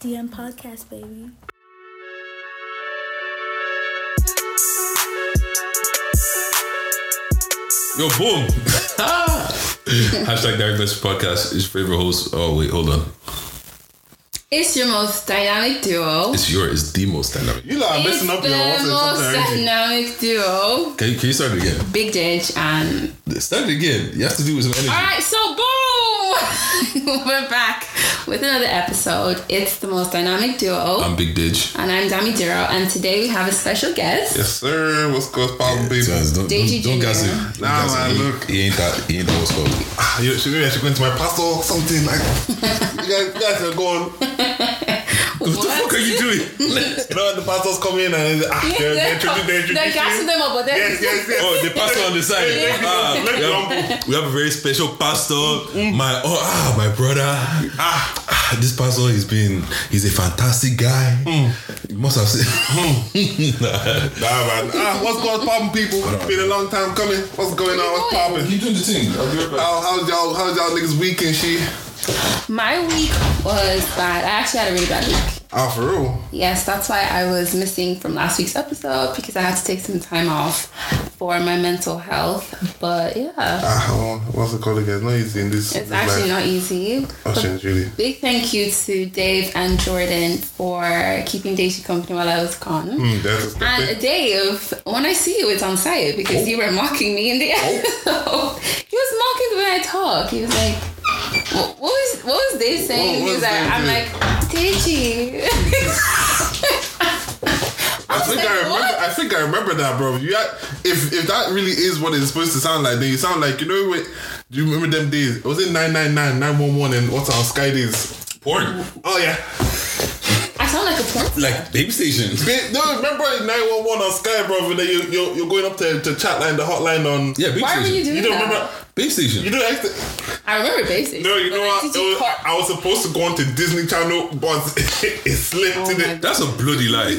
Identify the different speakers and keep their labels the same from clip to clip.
Speaker 1: Time podcast, baby.
Speaker 2: Yo, boom! Hashtag Derek List Podcast. His favorite host. Oh wait, hold on.
Speaker 3: It's your most dynamic duo.
Speaker 2: It's your. It's the most dynamic. You lot are
Speaker 3: It's
Speaker 2: messing up
Speaker 3: the
Speaker 2: your
Speaker 3: most
Speaker 2: Can
Speaker 3: dynamic duo.
Speaker 2: you, can you start it again?
Speaker 3: Big Ditch and
Speaker 2: Start it again. You have to do with some energy.
Speaker 3: Alright, so boom! We're back with another episode. It's the most dynamic duo.
Speaker 2: I'm Big Didge.
Speaker 3: and I'm Dami Duro, and today we have a special guest.
Speaker 4: Yes, sir. What's going on, baby?
Speaker 2: Guys, don't,
Speaker 3: Deji
Speaker 2: don't, don't
Speaker 3: Junior.
Speaker 2: gas it. Don't
Speaker 4: Nah,
Speaker 2: gas it.
Speaker 4: man,
Speaker 2: He-
Speaker 4: look.
Speaker 2: He ain't that. He ain't that what's called.
Speaker 4: Ah, you should, maybe I should go into my pastor or something. Like, you, guys, you guys are going.
Speaker 2: What the fuck are you doing?
Speaker 4: You know, when the pastors come in and ah, they're, they're introducing. They're
Speaker 3: They're
Speaker 4: introducing.
Speaker 3: gassing them up, but they're
Speaker 4: Yes, yes, yes.
Speaker 2: oh, the pastor on the side. Ah,
Speaker 4: Let
Speaker 2: we,
Speaker 4: me
Speaker 2: have,
Speaker 4: humble.
Speaker 2: we have a very special pastor.
Speaker 3: Mm-hmm.
Speaker 2: My oh ah, my brother. Ah, ah, this pastor has been. He's a fantastic guy.
Speaker 3: Mm.
Speaker 2: You must have seen.
Speaker 4: Nah, man. Ah, what's going on, people? Been a long time coming. What's going on? What's popping?
Speaker 2: Keep Oh, doing the thing. I'll be right back.
Speaker 4: How, how's y'all? How's y'all niggas week and shit?
Speaker 3: My week was bad. I actually had a really bad week.
Speaker 4: Ah, for real.
Speaker 3: Yes, that's why I was missing from last week's episode because I had to take some time off for my mental health. But yeah,
Speaker 4: Ah, oh, what's it called again? It's not easy in this.
Speaker 3: it's
Speaker 4: this
Speaker 3: actually
Speaker 4: life.
Speaker 3: not easy.
Speaker 4: Oh, shit, it's really.
Speaker 3: Big thank you to Dave and Jordan for keeping Daisy company while I was gone.
Speaker 4: Mm, that's a step
Speaker 3: And Dave, when I see you, it's on site because
Speaker 4: Oh.
Speaker 3: you were mocking me in the episode. he was mocking the way I talk. He was like, "Wha- "What was what was Dave saying?"
Speaker 4: What
Speaker 3: he was
Speaker 4: was
Speaker 3: like,
Speaker 4: Dave
Speaker 3: "I'm
Speaker 4: doing?
Speaker 3: like, Deji."
Speaker 4: I think
Speaker 3: like,
Speaker 4: I remember.
Speaker 3: "What?"
Speaker 4: I think I remember that, bro. You had, if if that really is what it's supposed to sound like, then you sound like you know. What, do you remember them days? Was it 999, 911, and what's our Sky days?
Speaker 2: Porn.
Speaker 4: Oh yeah,
Speaker 3: I sound like a porn. star.
Speaker 2: Like baby station.
Speaker 4: Ba- no, remember 911 on Sky, bro. And then you you're, you're going up to the chat line, the hotline on.
Speaker 2: Yeah, baby
Speaker 3: Why were
Speaker 2: station.
Speaker 3: you doing
Speaker 4: You don't
Speaker 3: that?
Speaker 4: remember?
Speaker 2: Baby station.
Speaker 4: You don't actually.
Speaker 3: I remember basic.
Speaker 4: No, you
Speaker 3: But
Speaker 4: know
Speaker 3: like,
Speaker 4: what?
Speaker 3: did
Speaker 4: It
Speaker 3: you
Speaker 4: was,
Speaker 3: call-
Speaker 4: I was supposed to go on to Disney Channel, but it slipped.
Speaker 3: Oh
Speaker 4: in
Speaker 3: my
Speaker 4: it.
Speaker 2: That's a bloody lie.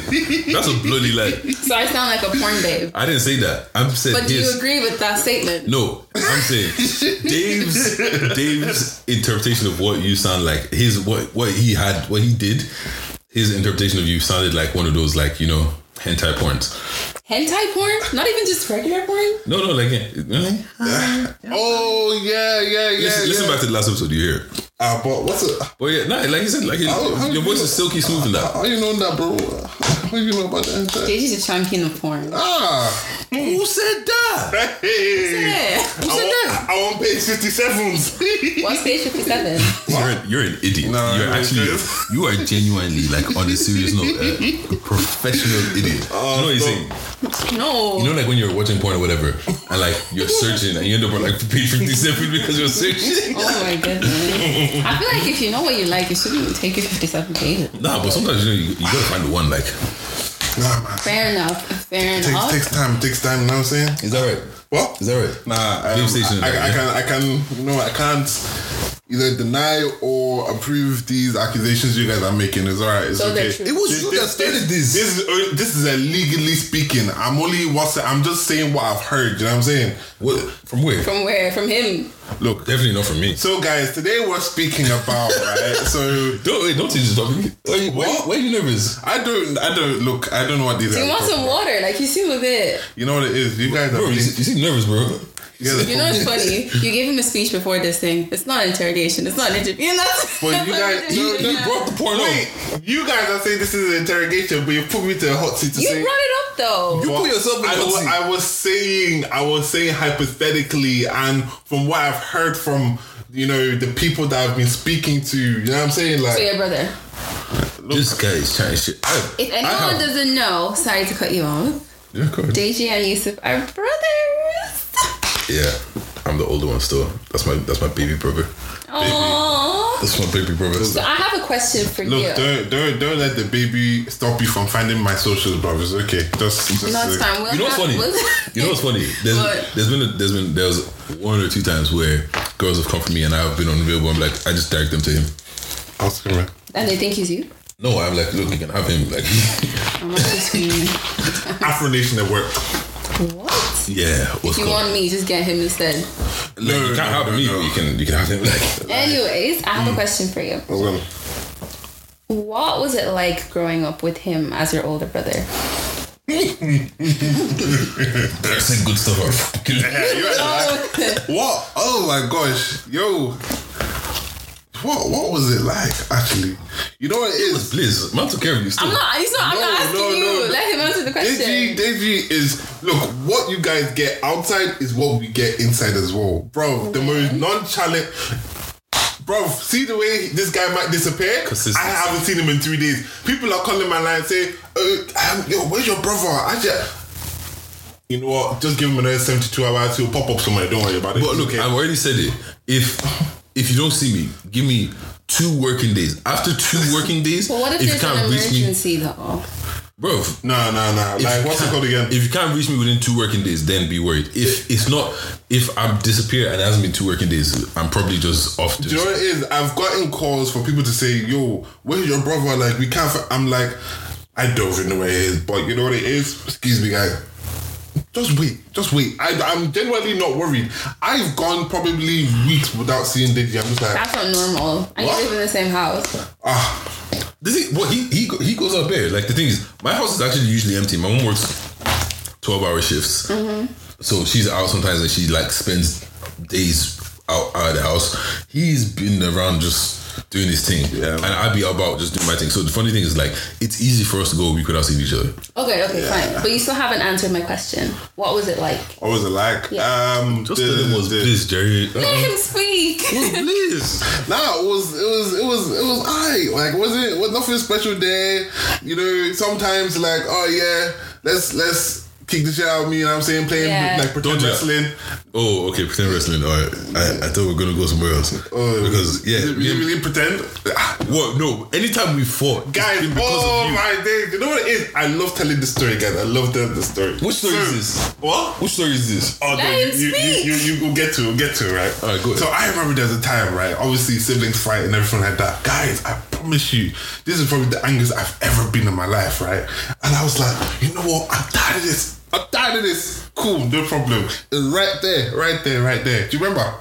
Speaker 2: That's a bloody lie.
Speaker 3: so I sound like a porn babe.
Speaker 2: I didn't say that. I'm saying
Speaker 3: But do
Speaker 2: his-
Speaker 3: you agree with that statement?
Speaker 2: No, I'm saying Dave's Dave's interpretation of what you sound like, his what what he had, what he did, his interpretation of you sounded like one of those like you know hentai porns.
Speaker 3: Hentai porn? Not even just regular porn?
Speaker 2: No, no, like eh, eh.
Speaker 4: Oh yeah, yeah, yeah.
Speaker 2: listen,
Speaker 4: yeah.
Speaker 2: listen back to the last episode you hear.
Speaker 4: Ah, but what's it?
Speaker 2: But yeah, nah, like you said, like
Speaker 4: How- how
Speaker 2: your
Speaker 4: you
Speaker 2: voice
Speaker 4: feel?
Speaker 2: is silky smooth in that.
Speaker 4: How you know that, bro? How you know about that?
Speaker 3: Deji's a champion of porn.
Speaker 4: Ah.
Speaker 2: Who said that?
Speaker 4: Hey.
Speaker 3: Yeah.
Speaker 4: I want, I want page 57s.
Speaker 3: What's page 57?
Speaker 2: You're an, you're an idiot.
Speaker 4: Nah,
Speaker 2: you're
Speaker 4: I'm
Speaker 2: actually
Speaker 4: good.
Speaker 2: you are genuinely like on a serious note, a professional idiot. you know what you're
Speaker 4: so-
Speaker 2: saying?
Speaker 3: No.
Speaker 2: You know, like when you're watching porn or whatever, and like you're searching, and you end up on like page fifty-seven because you're searching.
Speaker 3: Oh my goodness. I feel like if you know what you like, it shouldn't take you 57 pages.
Speaker 2: Nah, but sometimes you know you, you gotta find the one. Like,
Speaker 4: nah, man.
Speaker 3: Fair enough. Fair
Speaker 4: Takes,
Speaker 3: enough.
Speaker 4: takes time, takes time, you know what I'm saying?
Speaker 2: is that right?
Speaker 4: What?
Speaker 2: Is that right?
Speaker 4: Nah, um,
Speaker 2: Police station,
Speaker 4: I, I,
Speaker 2: yeah.
Speaker 4: can, I can, you know, I can't either deny or approve these accusations you guys are making. It's alright, it's
Speaker 3: So they're
Speaker 4: okay.
Speaker 3: true.
Speaker 2: It was you that started this.
Speaker 4: This is this is a legally speaking. I'm only what's I'm just saying what I've heard. You know what I'm saying?
Speaker 2: What? From where?
Speaker 3: From where? From him.
Speaker 4: Look,
Speaker 2: Definitely not from me.
Speaker 4: so guys, today we're speaking about right. So
Speaker 2: Don't wait, don't teach this topic. Why, why, why are you nervous?
Speaker 4: I don't, I don't look. I don't know what these
Speaker 3: Do
Speaker 4: are.
Speaker 3: you want some water? Like, you see with it.
Speaker 4: You know what it is? You guys are
Speaker 2: Bro, you,
Speaker 4: being-
Speaker 2: se- you seem nervous, bro.
Speaker 4: you guys are-
Speaker 3: You know what's funny? You gave him a speech before this thing. It's not interrogation. It's not an interview. You know?
Speaker 4: But you guys-
Speaker 2: You, you brought the porn
Speaker 4: Wait,
Speaker 2: up.
Speaker 4: you guys are saying this is an interrogation, but you put me to a hot seat to
Speaker 3: You
Speaker 4: say.
Speaker 3: brought it up though.
Speaker 2: You
Speaker 4: Well,
Speaker 2: put yourself in the
Speaker 4: I,
Speaker 2: hot
Speaker 4: wa-
Speaker 2: seat.
Speaker 4: I was saying, I was saying hypothetically, and from what I've heard from you know the people that I've been speaking to, you know what I'm saying? Like,
Speaker 3: So your brother.
Speaker 2: This guy is trying shit. I,
Speaker 3: If anyone
Speaker 2: I have-
Speaker 3: doesn't know, sorry to cut you off.
Speaker 2: Yeah, go ahead.
Speaker 3: Deji and Yusuf are brothers.
Speaker 2: yeah, I'm the older one still. That's my that's my baby brother.
Speaker 3: Aww.
Speaker 2: That's my baby brother.
Speaker 3: So I have a question for
Speaker 4: look,
Speaker 3: you.
Speaker 4: don't don't don't let the baby stop you from finding my socials, brothers. Okay, just just.
Speaker 3: No,
Speaker 4: uh,
Speaker 3: it's fine. We'll
Speaker 2: You know what's
Speaker 3: have-
Speaker 2: funny?
Speaker 3: we'll-
Speaker 2: You know what's funny? There's,
Speaker 3: What?
Speaker 2: there's been a, there's been there's one or two times where girls have come for me and I've been unavailable. I'm like, I just direct them to him.
Speaker 4: I'll scream it.
Speaker 3: And they think he's you?
Speaker 2: No, I'm like, look, you can have him. Like,
Speaker 3: I'm actually screaming.
Speaker 4: Afro Nation at work.
Speaker 3: What?
Speaker 2: yeah, what's
Speaker 3: You
Speaker 2: cool?
Speaker 3: want me, just get him instead.
Speaker 2: Like, you can't
Speaker 4: No, no,
Speaker 2: have
Speaker 4: no,
Speaker 2: me.
Speaker 4: no.
Speaker 2: but You can you can have him. Like,
Speaker 3: Anyways, I have a question for you.
Speaker 4: I was gonna-
Speaker 3: What was it like growing up with him as your older brother?
Speaker 2: That's good stuff.
Speaker 4: Yeah, you had that.
Speaker 3: Oh,
Speaker 4: What? Oh my gosh, yo. What what was it like actually? You know what it is?
Speaker 2: Please, man took care of you still.
Speaker 3: I'm not. He's not. I'm
Speaker 4: No,
Speaker 3: not asking
Speaker 4: no,
Speaker 3: you.
Speaker 4: no.
Speaker 3: Let him answer the
Speaker 4: Deji,
Speaker 3: question.
Speaker 4: Deji is look what you guys get outside is what we get inside as well, bro. The most nonchalant, bro. See the way this guy might disappear.
Speaker 2: Consistency.
Speaker 4: I haven't seen him in three days. People are calling my line saying, uh, um, "Yo, where's your brother?" I just, you know what? Just give him another seventy-two hours. He'll pop up somewhere. Don't worry about it.
Speaker 2: But
Speaker 4: It's
Speaker 2: look, I've already said it. If if you don't see me, give me two working days. After two working days,
Speaker 3: But what if,
Speaker 2: you
Speaker 3: there's an emergency though?
Speaker 2: bro,
Speaker 4: no, no, no.
Speaker 2: if
Speaker 4: Like
Speaker 2: you
Speaker 4: what's it
Speaker 2: can't-
Speaker 4: called again?
Speaker 2: If you can't reach me within two working days, then be worried. If it's not, if I disappear and it hasn't been two working days, I'm probably just off.
Speaker 4: Do you know
Speaker 2: Just,
Speaker 4: what it is? I've gotten calls for people to say, "Yo, where's your brother?" Like we can't. F-. I'm like, I don't even know where he is, but you know what it is? Excuse me, guys. Just wait, just wait. I, I'm genuinely not worried. I've gone probably weeks without seeing Diddy. I'm just like,
Speaker 3: That's not normal. And you
Speaker 4: What?
Speaker 3: live in the same house.
Speaker 4: ah,
Speaker 2: the thing, well, he he go- he goes up there. Like the thing is, my house is actually usually empty. My mom works twelve hour shifts, so she's out sometimes and she like spends days out out of the house. He's been around just doing his thing,
Speaker 4: Yeah.
Speaker 2: and I'd be about just doing my thing. So the funny thing is, like, it's easy for us to go a week without seeing each other.
Speaker 3: Okay, okay, fine. But you still haven't answered my question. What was it like?
Speaker 4: what was oh, it like?
Speaker 3: Yeah.
Speaker 4: Um,
Speaker 2: Just
Speaker 4: the-
Speaker 2: tell him was
Speaker 4: the-
Speaker 2: bliss, Jerry.
Speaker 3: Let
Speaker 2: Uh-uh.
Speaker 3: him speak.
Speaker 2: Bliss.
Speaker 4: Nah, it was it was it was it was alright. Like it wasn't it was nothing special there. You know, sometimes like, oh yeah, let's let's kick the shit out of me, you know what I'm saying? Playing
Speaker 3: Yeah.
Speaker 4: like
Speaker 2: Don't
Speaker 4: pretend
Speaker 2: do that.
Speaker 4: wrestling.
Speaker 2: Oh, okay. Pretend wrestling. All right. I, I thought we were gonna go somewhere else
Speaker 4: Uh,
Speaker 2: because yeah.
Speaker 4: Is it
Speaker 2: me
Speaker 4: really,
Speaker 2: and-
Speaker 4: really pretend? Ah,
Speaker 2: What? No. Anytime we fought,
Speaker 4: Guys,
Speaker 2: it's been because
Speaker 4: oh
Speaker 2: of you.
Speaker 4: my days. You know what it is? I love telling the story, guys. I love telling the story.
Speaker 2: Which story is this?
Speaker 4: What?
Speaker 2: Which story is this?
Speaker 4: Oh, no,
Speaker 3: Let him
Speaker 4: you, you,
Speaker 3: speak.
Speaker 4: you, you, you will get to, we'll get to, it, right?
Speaker 2: All right, go ahead.
Speaker 4: So I remember there was a time, right? Obviously, siblings fight and everything like that. Guys, I promise you, this is probably the angriest I've ever been in my life, right? And I was like, you know what? I'm tired of this. I'm tired of this. Cool, no problem. It's right there, right there, right there. Do you remember?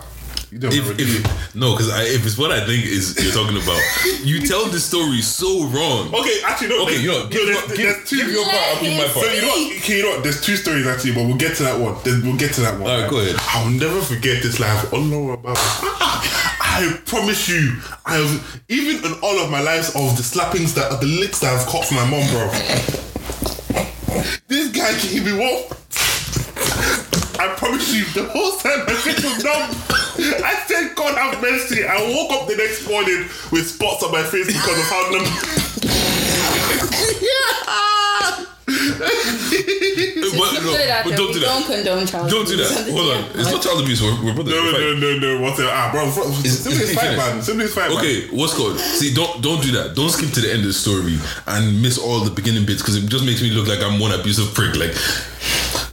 Speaker 4: You don't
Speaker 2: If,
Speaker 4: remember, do you?
Speaker 2: if no, because if it's what I think is you're talking about, you tell the story so wrong.
Speaker 4: Okay, actually, no.
Speaker 2: Okay,
Speaker 4: there's-
Speaker 2: you know,
Speaker 4: no,
Speaker 2: give-
Speaker 4: there's,
Speaker 2: give-
Speaker 4: there's two.
Speaker 2: give your
Speaker 3: part, I'll give my part.
Speaker 4: So you know, what? okay, you know, what? there's two stories actually, but we'll get to that one. Then we'll get to that one.
Speaker 2: All right, go ahead.
Speaker 4: I'll never forget this life. Oh no, about I promise you, I have even in all of my lives of the slappings that the licks that I've caught from my mom, bro. this guy can give me what? I promise you, the whole time my face was numb. I said, God have mercy. I woke up the next morning with spots on my face because of how numb.
Speaker 2: But,
Speaker 3: Just
Speaker 2: no,
Speaker 3: Ah, put it out
Speaker 2: but
Speaker 3: there.
Speaker 2: don't
Speaker 3: We
Speaker 2: do that.
Speaker 3: condone child
Speaker 2: Don't do
Speaker 3: abuse.
Speaker 2: that. Hold on. It's not child abuse. We're, we're brothers.
Speaker 4: No,
Speaker 2: We're fine.
Speaker 4: no, no, no, what's it? Ah, bro, bro
Speaker 2: it's
Speaker 4: Siblings fight,
Speaker 2: finished.
Speaker 4: man. Siblings fight, man.
Speaker 2: Okay, what's called? See, don't don't do that. Don't skip to the end of the story and miss all the beginning bits because it just makes me look like I'm one abusive prick. Like,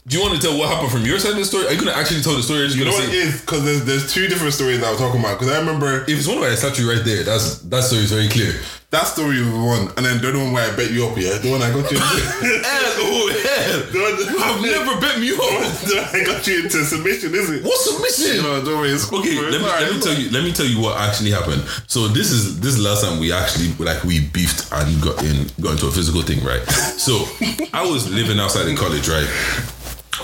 Speaker 2: do you want to tell what happened from your side of the story? Are you gonna actually tell the story? Or are you
Speaker 4: You know
Speaker 2: gonna
Speaker 4: what it
Speaker 2: say
Speaker 4: is? Because there's, there's two different stories I was talking about. Because I remember
Speaker 2: if it's one where I slapped you right there? That's that story is very clear.
Speaker 4: that story was one, and then the other one where I bet you up, yeah? The one I got you into.
Speaker 2: Hell, oh hell!
Speaker 4: the one,
Speaker 2: I've never bet me off.
Speaker 4: the one I got you into submission, is it?
Speaker 2: What submission?
Speaker 4: No, don't worry. It's cool,
Speaker 2: Okay,
Speaker 4: bro.
Speaker 2: let
Speaker 4: It's
Speaker 2: me,
Speaker 4: alright,
Speaker 2: let me
Speaker 4: it's
Speaker 2: tell you let me tell you what actually happened. So this is this is the last time we actually like we beefed and got in got into a physical thing, right? So I was living outside in college, right?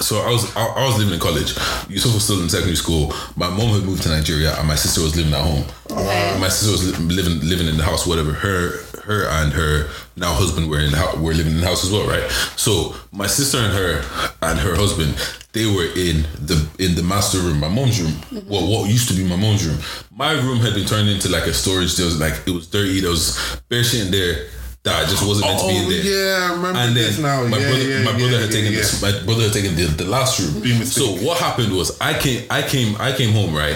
Speaker 2: So I was I, I was living in college. Yusuf was still in secondary school. My mom had moved to Nigeria, and my sister was living at home.
Speaker 3: Okay.
Speaker 2: My sister was li- living living in the house, whatever. Her her and her now husband were in the house, were living in the house as well, right? So my sister and her and her husband they were in the in the master room, my mom's room. Well, what used to be my mom's room. My room had been turned into like a storage. There was like it was dirty. There was bare shit in there that just wasn't meant to be in
Speaker 4: Oh,
Speaker 2: there
Speaker 4: yeah, I remember
Speaker 2: and
Speaker 4: this
Speaker 2: then
Speaker 4: now.
Speaker 2: my
Speaker 4: yeah,
Speaker 2: brother,
Speaker 4: yeah,
Speaker 2: my
Speaker 4: yeah,
Speaker 2: brother
Speaker 4: yeah,
Speaker 2: had taken
Speaker 4: yeah.
Speaker 2: this. My brother had taken the, the last room. So
Speaker 4: mistake.
Speaker 2: what happened was I came, I came, I came home right,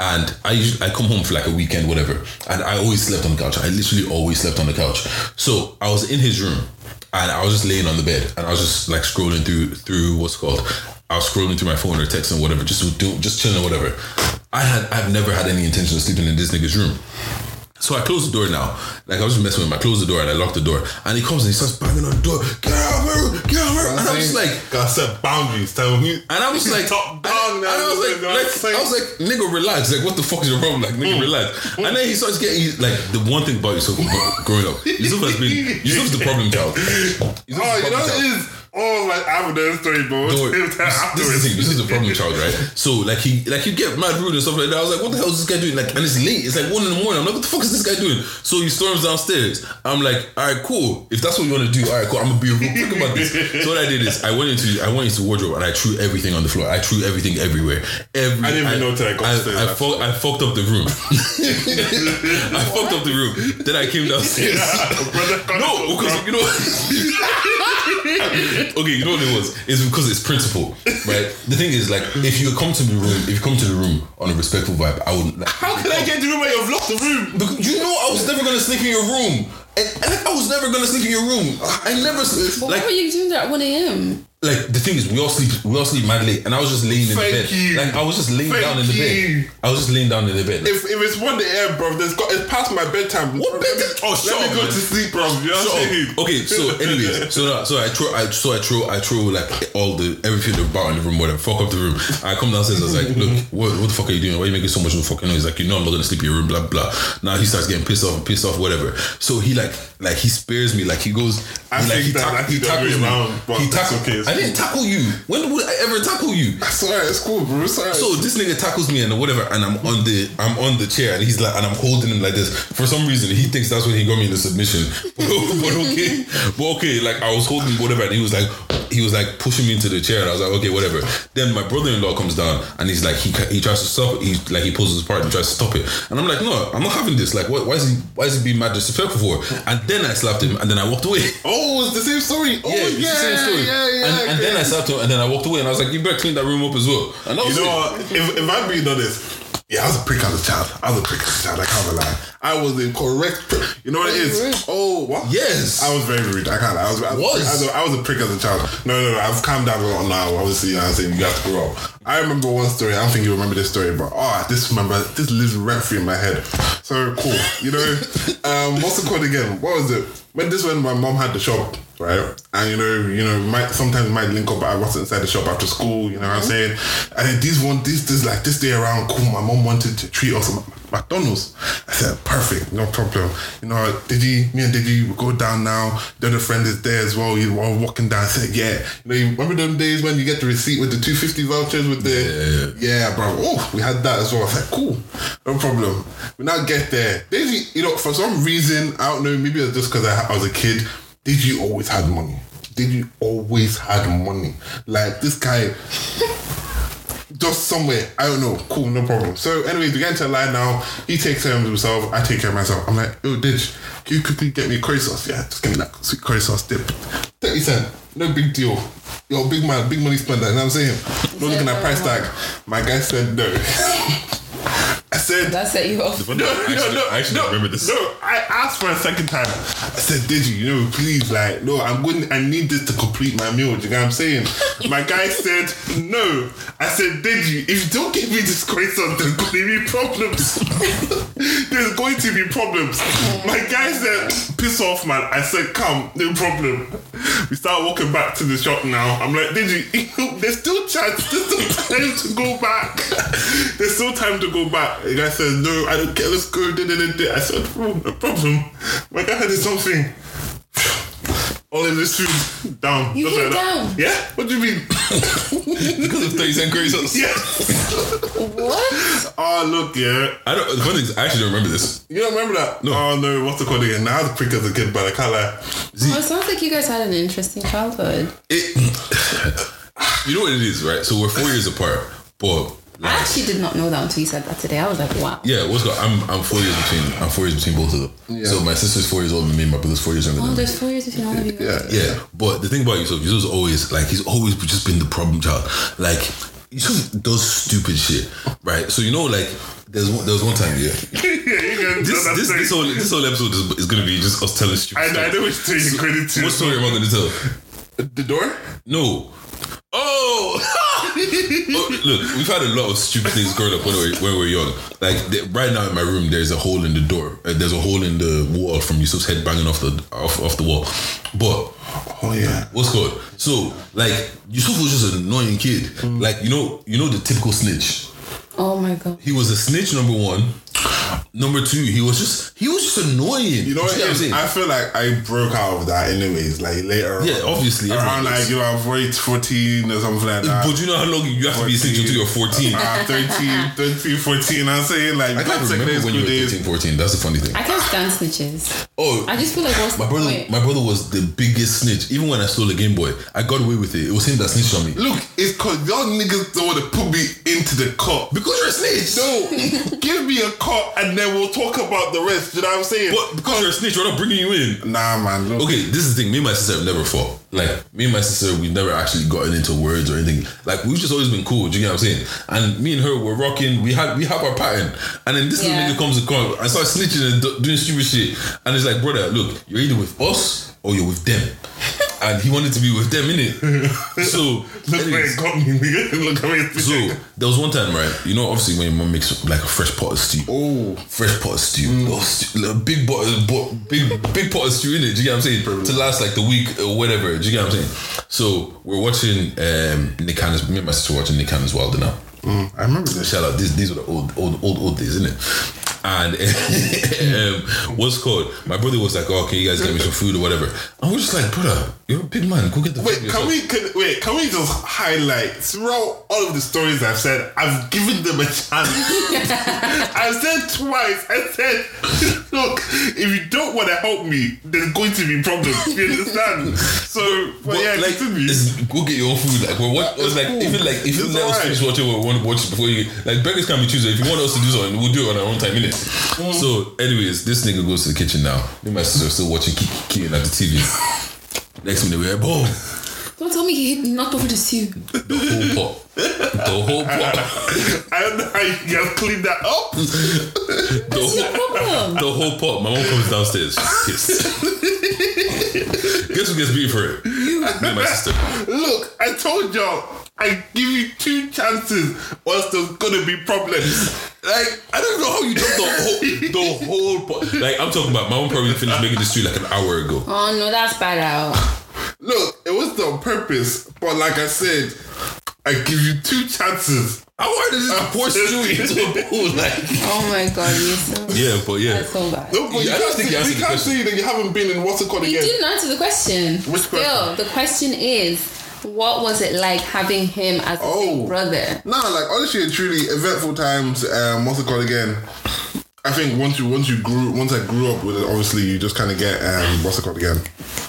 Speaker 2: and I usually, I come home for like a weekend, whatever, and I always slept on the couch. I literally always slept on the couch. So I was in his room, and I was just laying on the bed, and I was just like scrolling through through what's called. I was scrolling through my phone or texting whatever, just do, just chilling or whatever. I had I've never had any intention of sleeping in this nigga's room. So I closed the door now. Like I was just messing with him. I closed the door and I locked the door. And he comes and he starts banging on the door. Get out of here! Get out of here! And I was just like,
Speaker 4: gotta set boundaries. Tell me.
Speaker 2: and I was like,
Speaker 4: top
Speaker 2: and,
Speaker 4: dog.
Speaker 2: and I was like, like, I was like, nigga, relax. Like, what the fuck is your problem? Like,
Speaker 4: Mm.
Speaker 2: nigga, relax. And then he starts getting he's like the one thing about Yusuf gro- growing up. Yusuf has been Yusuf's the problem child. Yusuf's the
Speaker 4: oh, you
Speaker 2: problem
Speaker 4: know
Speaker 2: child.
Speaker 4: it is Oh, all like Aberdeen story, bro.
Speaker 2: Don't worry.
Speaker 4: Same
Speaker 2: This, this is
Speaker 4: time afterwards.
Speaker 2: the thing. This is the problem child, right? So like he like you get mad rude and stuff like that. I was like, what the hell is this guy doing? Like, and it's late. It's like one in the morning. I'm like, what the fuck is this guy doing? So he storms downstairs. I'm like, all right, cool. If that's what you want to do, all right, cool. I'm gonna be real quick about this. So what I did is I went into I went into wardrobe and I threw everything on the floor. I threw everything everywhere. Every
Speaker 4: I didn't even know till I got upstairs,
Speaker 2: I, I, fu- I fucked up the room. I fucked up the room. Then I came downstairs.
Speaker 4: Brother,
Speaker 2: No, because you know. okay, you know what it was? It's because it's principle, right? The thing is, like, if you come to the room, if you come to the room on a respectful vibe, I would. Like,
Speaker 4: How can I get the room where you've locked the room?
Speaker 2: Because you know, I was never gonna sleep in your room, and, and like, I was never gonna sleep in your room. I never
Speaker 3: But
Speaker 2: like
Speaker 3: why were you doing that at 1 a.m.?
Speaker 2: like the thing is, we all sleep we all sleep mad late, and I was just laying in
Speaker 4: Thank
Speaker 2: the bed.
Speaker 4: you.
Speaker 2: Like I was just laying
Speaker 4: Thank
Speaker 2: down in the
Speaker 4: you.
Speaker 2: bed. I was just laying down in the bed.
Speaker 4: If, if it's one a.m., bro, there's got it's past my bedtime.
Speaker 2: What
Speaker 4: Bro,
Speaker 2: bedtime?
Speaker 4: Let me,
Speaker 2: Oh, shut up,
Speaker 4: let me go
Speaker 2: man.
Speaker 4: to sleep, bro. You know
Speaker 2: So,
Speaker 4: what I'm saying?
Speaker 2: okay, so anyways, so that, so I throw, I so I throw, I throw like all the everything about in the room, whatever. Fuck up the room. I come downstairs. I was like, look, what, what the fuck are you doing? Why are you making so much of a fucking noise? Like, you know, I'm not gonna sleep in your room. Blah blah. Now he starts getting pissed off, pissed off, whatever. So he like, like he spares me. Like he goes,
Speaker 4: I
Speaker 2: he, like,
Speaker 4: think
Speaker 2: he,
Speaker 4: that's
Speaker 2: tack- he
Speaker 4: actually the other
Speaker 2: tackles
Speaker 4: way
Speaker 2: me.
Speaker 4: around, but
Speaker 2: he
Speaker 4: that's
Speaker 2: tackles.
Speaker 4: okay, it's
Speaker 2: I didn't tackle you. When would I ever tackle you?
Speaker 4: It's alright. It's cool, bro. It's alright.
Speaker 2: So this nigga tackles me and whatever, and I'm on the I'm on the chair, and he's like, and I'm holding him like this. For some reason, he thinks that's when he got me in the submission. but okay, but okay, like I was holding whatever, and he was like, he was like pushing me into the chair, and I was like, okay, whatever. Then my brother-in-law comes down, and he's like, he ca- he tries to stop it. He like he pulls his part and tries to stop it, and I'm like, no, I'm not having this. Like, what, why is he why is he being mad disrespectful for? And then I slapped him, and then I walked away.
Speaker 4: oh, it's the same story. Oh, yeah,
Speaker 2: it's the same story.
Speaker 4: yeah, yeah.
Speaker 2: and, and then I slapped him, and then I walked away, and I was like, you better clean that room up as well. And that
Speaker 4: You
Speaker 2: was
Speaker 4: know
Speaker 2: it.
Speaker 4: what? If, if I'm being honest, yeah, I was a prick as a child. I was a prick as a child. I can't lie. I was the correct prick. You know what it is?
Speaker 3: Rude.
Speaker 4: Oh, what?
Speaker 2: Yes.
Speaker 4: I was very rude. I can't lie. I was, I
Speaker 2: Was?
Speaker 4: I was, a, I was a prick as a child. No, no, no. I've calmed down a lot now. Obviously, you know what I'm saying? You have to grow up. I remember one story. I don't think you remember this story, but oh, this remember, this lives rent free in my head. So cool. You know, um, what's it called again? What was it? When this when my mom had the shop, right? And you know, you know, might sometimes might link up, but I wasn't inside the shop after school. You know what I'm saying? And then these one, this, this like this day around, cool. My mom wanted to treat us to McDonald's. I said, perfect, no problem. You know, Digi, me and Digi, we go down now. The other friend is there as well. You all walking down. I said, yeah. You know, you remember them days when you get the receipt with the 250 vouchers with the, yeah, bro. Oh, we had that as well. I said, cool, no problem. We now get there. Digi, you know, for some reason, I don't know, maybe it's just because I, I was a kid, Digi always had money. Digi always had money. Like this guy, just somewhere. I don't know. Cool, no problem. So, anyways, we get into a line now. He takes care of himself. I take care of myself. I'm like, yo, Didge, can you quickly get me curry sauce? Yeah, just give me that sweet curry sauce dip. 30 cent. No big deal. Yo, big man, big money spender. You know what I'm saying? Not looking at price tag. My guy said no. I said,
Speaker 3: That set you off.
Speaker 4: no,
Speaker 2: I actually-
Speaker 4: no, no,
Speaker 2: I actually
Speaker 4: no,
Speaker 2: remember this.
Speaker 4: No, I asked for a second time. I said, "Did you? You know, please, like, no, I'm going. I need this to complete my meal." Do you know what I'm saying? my guy said, "No." I said, "Did you? If you don't give me this grace on, there's going to be problems. there's going to be problems." My guy said, "Piss off, man." I said, "Come, no problem." We start walking back to the shop now. I'm like, "Did you? There's still chance. There's still time to go back. There's still time to go back." The guy says, "No, I don't care. Let's go." da, da, da, da." I said, "Oh, "No problem." My guy did something. All of this food down.
Speaker 3: You
Speaker 4: Just
Speaker 3: came
Speaker 4: that.
Speaker 3: down?
Speaker 4: Yeah. What do you mean?
Speaker 2: because of 30 cent curry sauce.
Speaker 4: yeah.
Speaker 3: What?
Speaker 4: Oh look, yeah.
Speaker 2: I don't. The funny thing is, I actually don't remember this.
Speaker 4: You don't remember that? No. Oh no. What's it called again? Now I was prick as a kid, but I can't lie.
Speaker 3: Well, it sounds like you guys had an interesting childhood.
Speaker 2: It, you know what it is, right? So we're four years apart, but
Speaker 3: I
Speaker 2: like,
Speaker 3: actually did not know that until you said that today. I was like, wow.
Speaker 2: yeah, what's going? I'm I'm four years between. I'm four years between both of them. So my sister's four years older than me. My brother's four years younger than
Speaker 3: Oh,
Speaker 2: me.
Speaker 3: there's four years between all of you.
Speaker 4: Yeah.
Speaker 2: Yeah, but the thing about Yusuf, Yusuf's always like he's always just been the problem child. Like Yusuf does stupid shit, right? So you know, like there's one, there was one time, yeah.
Speaker 4: you can
Speaker 2: This this, this whole this whole episode is, is gonna be just us telling stupid.
Speaker 4: I,
Speaker 2: stories.
Speaker 4: I know which thing you're going to.
Speaker 2: What story am I gonna tell?
Speaker 4: The door?
Speaker 2: No. Oh. Oh, look, we've had a lot of stupid things growing up when we, when we were young. Like the, right now in my room, there's a hole in the door. Uh, there's a hole in the wall from Yusuf's head banging off the off, off the wall. But
Speaker 4: Oh yeah.
Speaker 2: what's called? So like Yusuf was just an annoying kid.
Speaker 4: Mm.
Speaker 2: Like you know you know the typical snitch.
Speaker 3: Oh my god.
Speaker 2: He was a snitch number one. Number two, he was just he was just annoying.
Speaker 4: You know what
Speaker 2: get
Speaker 4: it is? I feel like I broke out of that anyways. Like later,
Speaker 2: Yeah, obviously,
Speaker 4: around
Speaker 2: everyone
Speaker 4: like
Speaker 2: does.
Speaker 4: you know, I'm 14 or something like that.
Speaker 2: but you know how long you have to be a snitch until you're 14. I
Speaker 4: uh, 13, 13, 14. I'm saying like
Speaker 2: can't
Speaker 4: that's
Speaker 2: remember
Speaker 4: secondary
Speaker 2: when you
Speaker 4: school
Speaker 2: were
Speaker 4: days.
Speaker 2: 13, 14. That's the funny thing.
Speaker 3: I can't stand snitches.
Speaker 2: Oh,
Speaker 3: I just feel like what's
Speaker 2: My
Speaker 3: the
Speaker 2: brother,
Speaker 3: point?
Speaker 2: my brother was the biggest snitch. Even when I stole a Game Boy, I got away with it. It was him that snitched on me.
Speaker 4: Look, it's cause y'all niggas don't want to put me into the cop.
Speaker 2: Because you're a snitch.
Speaker 4: No, give me a cop and then we'll talk about the rest. You know what I'm saying?
Speaker 2: But because you're a snitch, we're not bringing you in.
Speaker 4: Nah, man. Look,
Speaker 2: Okay, this is the thing. Me and my sister have never fought. Like me and my sister, we've never actually gotten into words or anything. Like we've just always been cool. Do you get what I'm saying? And me and her were rocking. We had we have our pattern. And then this
Speaker 3: Yeah.
Speaker 2: little nigga comes and comes and starts snitching and do- doing stupid shit. And it's like, brother, look, you're either with us or you're with them. and he wanted to be with them, innit? So
Speaker 4: look where
Speaker 2: anyways.
Speaker 4: it got me, nigga. Look where it
Speaker 2: So there was one time, right? You know, obviously when your mom makes like a fresh pot of stew,
Speaker 4: Oh. Mm.
Speaker 2: fresh pot of stew, oh, stew like, a big pot, bo- big big pot of stew in it. Do you get what I'm saying? To last like the week or whatever. Do you get what I'm saying? So we're watching um, Nick Cannon's. Me and my sister were watching Nick Cannon's Wilder now.
Speaker 4: Mm, I remember this.
Speaker 2: Shout out! These these were the old old old old days, isn't it? And um, what's it called? My brother was like, "Oh, can you guys get me some food or whatever?" And we're just like, "Brother, you're a big man. Go get the food
Speaker 4: Wait,
Speaker 2: yourself."
Speaker 4: can we can, wait? Can we just highlight throughout all of the stories I've said? I've given them a chance. I've said twice. I said, look, if you don't want to help me, there's going to be problems. You understand? So, but, yeah,
Speaker 2: like,
Speaker 4: continue.
Speaker 2: it's- go get your own food. Like, we're what,
Speaker 4: It's
Speaker 2: like,
Speaker 4: cool.
Speaker 2: even like, if you
Speaker 4: It's
Speaker 2: let us
Speaker 4: alright.
Speaker 2: finish watching what we want to watch before you, like, beggars can be choosers. If you want us to do something, we'll do it on our own time, innit?
Speaker 4: Mm.
Speaker 2: So, anyways, this nigga goes to the kitchen now. Me and my sister are still watching Kiki Kiki at the TV. Next minute, we're like, boom,
Speaker 3: Don't tell me he hit knocked over the stew.
Speaker 2: the whole pot, the whole pot,
Speaker 4: I don't know how you have cleaned that up.
Speaker 2: the
Speaker 3: What's your
Speaker 2: whole.
Speaker 3: problem?
Speaker 2: The whole pot. My mom comes downstairs. She's pissed. Guess who gets beat for it? Me and my sister.
Speaker 4: Look, I told y'all, I give you two chances, or else there's gonna be problems. Like,
Speaker 2: I don't know how you dropped the whole the whole po- like I'm talking about my mom probably finished making this tree like an hour ago.
Speaker 3: Oh no, that's bad out.
Speaker 4: Look, it wasn't on purpose, but like I said, I give you two chances.
Speaker 2: I wanted to just pour stew into a bowl like
Speaker 3: Oh my god, you so
Speaker 2: Yeah, but yeah.
Speaker 3: that's so bad.
Speaker 4: No, but
Speaker 2: Yeah, I don't
Speaker 4: you can't,
Speaker 2: think you
Speaker 4: say,
Speaker 2: answered the
Speaker 4: we can't
Speaker 2: question.
Speaker 4: say that you haven't been in what's it called
Speaker 3: You
Speaker 4: again.
Speaker 3: didn't answer the question.
Speaker 4: Which question?
Speaker 3: Still, the question is, what was it like having him as a big
Speaker 4: Oh.
Speaker 3: brother?
Speaker 4: Nah, like honestly and truly, eventful times. Um, what's it called again? I think once you once you grew once I grew up with it, obviously you just kind of get um, what's it called again?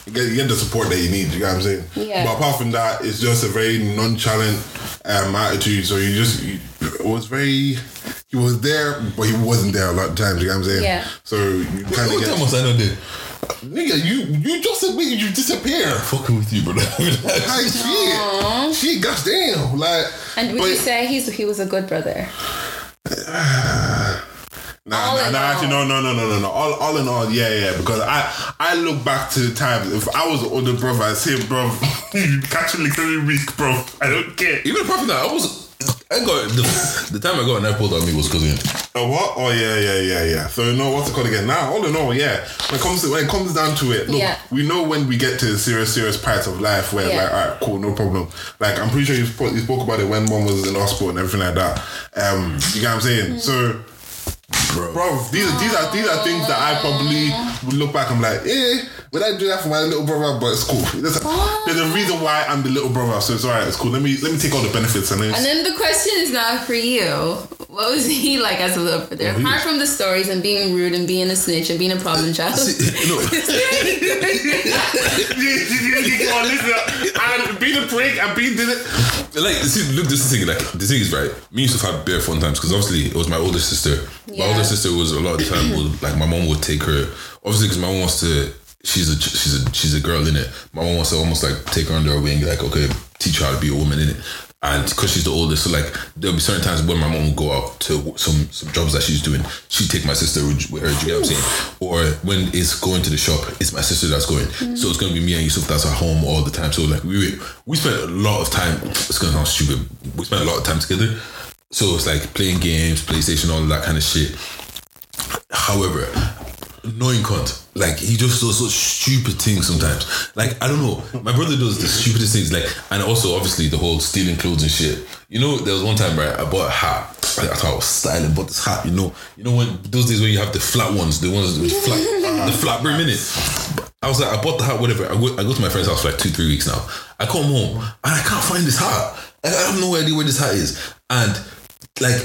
Speaker 4: You get, you get the support that you need. You get what I'm saying?
Speaker 3: Yeah.
Speaker 4: But apart from that, it's just a very nonchalant um, attitude. So you just you, it was very. He was there, but he wasn't there a lot of times. You get what I'm saying?
Speaker 3: Yeah.
Speaker 4: So you kind of
Speaker 2: What
Speaker 4: get.
Speaker 2: time was I not there?
Speaker 4: Nigga, you you just admitted you disappear.
Speaker 2: Fucking with you, brother.
Speaker 4: Like shit, shit, gosh damn, like.
Speaker 3: And would
Speaker 4: but-
Speaker 3: you say he's he was a good brother?
Speaker 4: Nah,
Speaker 3: All
Speaker 4: nah,
Speaker 3: in
Speaker 4: nah,
Speaker 3: all.
Speaker 4: actually, no, no, no, no, no, no. All, all in all, yeah, yeah. Because I, I look back to the times. If I was an older brother, I'd say, bro, you catch me every week, bro. I don't care.
Speaker 2: Even apart from that, I was I got the, the time I got an iPod on me was because of
Speaker 4: Oh what? Oh yeah, yeah, yeah, yeah. So you know what's it called again? Now, all in all, yeah. When it comes to, when it comes down to it, look,
Speaker 3: Yeah.
Speaker 4: we know when we get to the serious, serious parts of life where
Speaker 3: Yeah.
Speaker 4: like, all right, cool, no problem. Like I'm pretty sure you spoke, you spoke about it when mom was in hospital and everything like that. Um, you get what I'm saying? So.
Speaker 2: bro.
Speaker 4: Bro, these are these are these are things that I probably would look back. I'm like, eh, would I do that for my little brother? But it's cool. There's a, there's a reason why I'm the little brother, so it's alright. It's cool. Let me let me take all the benefits and then.
Speaker 3: And then the question is now for you. What was he like as a little brother? Apart from the stories and being rude and being a snitch and being a problem child.
Speaker 2: no,
Speaker 4: and be the prick and be the.
Speaker 2: like see, look, this is the thing. Like the thing is, right? Me used to have bare fun times because obviously it was my older sister. My
Speaker 3: Yeah.
Speaker 2: older sister was a lot of the time would, like my mom would take her. Obviously, because my mom wants to. She's a she's a she's a girl in it. My mom wants to almost like take her under her wing, like okay, teach her how to be a woman in it. and because she's the oldest, so like there'll be certain times when my mom will go out to some some jobs that she's doing. She'd take my sister with with her. Do you get what I'm saying? Or when it's going to the shop, it's my sister that's going. So it's gonna be me and Yusuf that's at home all the time. So like we we spent a lot of time. It's gonna sound stupid. We spent a lot of time together. So it's like playing games, PlayStation, all that kind of shit. However, annoying cunt. Like he just does such stupid things sometimes. Like I don't know, my brother does the stupidest things. Like and also obviously the whole stealing clothes and shit. You know, there was one time right, I bought a hat. Like, I thought I was styling, bought this hat. You know, you know when those days when you have the flat ones, the ones with flat, the flat brim in it. I was like, I bought the hat, whatever. I go, I go to my friend's house for like two, three weeks now. I come home and I can't find this hat. I I have no idea where this hat is. And like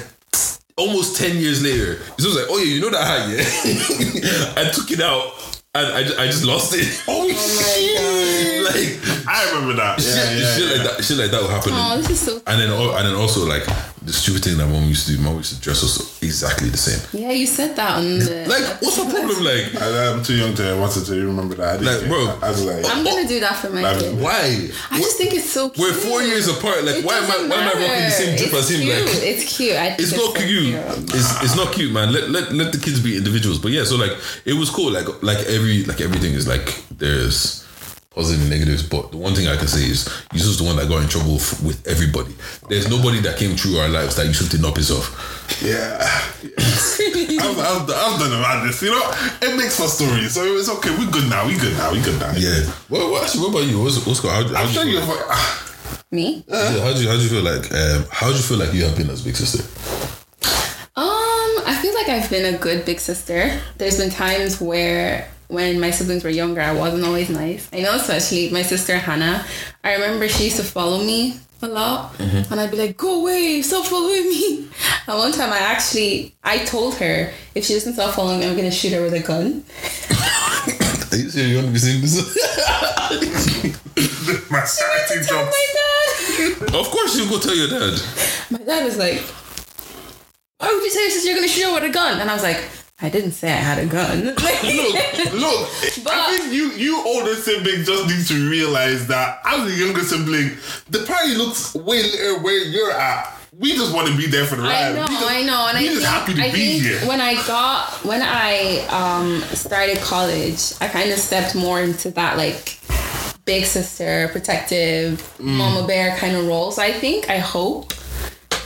Speaker 2: almost 10 years later, it was like, oh yeah, you know that hat, yeah? I took it out and I, ju- I just lost it. Oh, shit! Like,
Speaker 4: I remember that.
Speaker 2: shit, shit like that, shit like that would happen.
Speaker 3: Oh, this is so.
Speaker 2: and then, al- and then also like the stupid thing that mom used to do. Mom used to dress us exactly the same.
Speaker 3: Yeah, you said that on the.
Speaker 2: Like, what's the problem? Like,
Speaker 4: I, I'm too young to I wanted to remember that. I didn't
Speaker 2: Like,
Speaker 4: care.
Speaker 2: bro.
Speaker 4: I was like,
Speaker 3: I'm gonna do that for my
Speaker 4: Like,
Speaker 3: kid.
Speaker 2: why?
Speaker 3: I just think it's so. cute.
Speaker 2: oh. We're four years apart. Like,
Speaker 3: It
Speaker 2: why am I?
Speaker 3: doesn't
Speaker 2: Why am I rocking the same
Speaker 3: matter.
Speaker 2: drip as
Speaker 3: It's
Speaker 2: him? Like,
Speaker 3: cute. it's cute. I think
Speaker 2: it's not
Speaker 3: so
Speaker 2: cute. It's, it's not cute, man. Let, let let the kids be individuals. But yeah, so like it was cool. Like like every like everything is like there's positive and negatives. But the one thing I can say is Yusuf's the one that got in trouble f- with everybody. There's nobody that came through our lives that Yusuf did not piss off.
Speaker 4: yeah.
Speaker 3: cute.
Speaker 4: I've, I've, I've done about this, you know. It makes for stories, so it's okay. We good now. We good now. We good now.
Speaker 2: Well, well actually, what about you? What's what's going? How, how
Speaker 4: I'm
Speaker 2: do
Speaker 4: sure
Speaker 2: you
Speaker 4: you're.
Speaker 2: feel,
Speaker 4: ah,
Speaker 3: Me?
Speaker 2: yeah, how do you how do you feel like um, how do you feel like you have been as big sister?
Speaker 3: Um, I feel like I've been a good big sister. There's been times where when my siblings were younger, I wasn't always nice. I know, especially my sister Hannah. I remember she used to follow me a lot, and I'd be like, "Go away! Stop following me!" And one time, I actually I told her if she doesn't stop following me, I'm gonna shoot her with a gun.
Speaker 2: Are you sure you want to be saying this?
Speaker 4: My sanity
Speaker 3: Tell
Speaker 4: drops.
Speaker 3: my dad.
Speaker 2: of course, you go tell your dad.
Speaker 3: My dad was like, "Why would you tell your sister you're gonna shoot her with a gun?" And I was like, "I didn't say I had a gun."
Speaker 4: Look, look.
Speaker 3: But-
Speaker 4: I think you, you older sibling just need to realize that as the younger sibling, the party looks way later where you're at. We just want to be there for the
Speaker 3: I
Speaker 4: ride.
Speaker 3: know,
Speaker 4: We just-
Speaker 3: I know, and I
Speaker 4: we
Speaker 3: think,
Speaker 4: just happy to
Speaker 3: I
Speaker 4: be
Speaker 3: think
Speaker 4: here.
Speaker 3: when I got when I um started college, I kind of stepped more into that like big sister, protective,
Speaker 4: Mm.
Speaker 3: mama bear kind of role. So I think I hope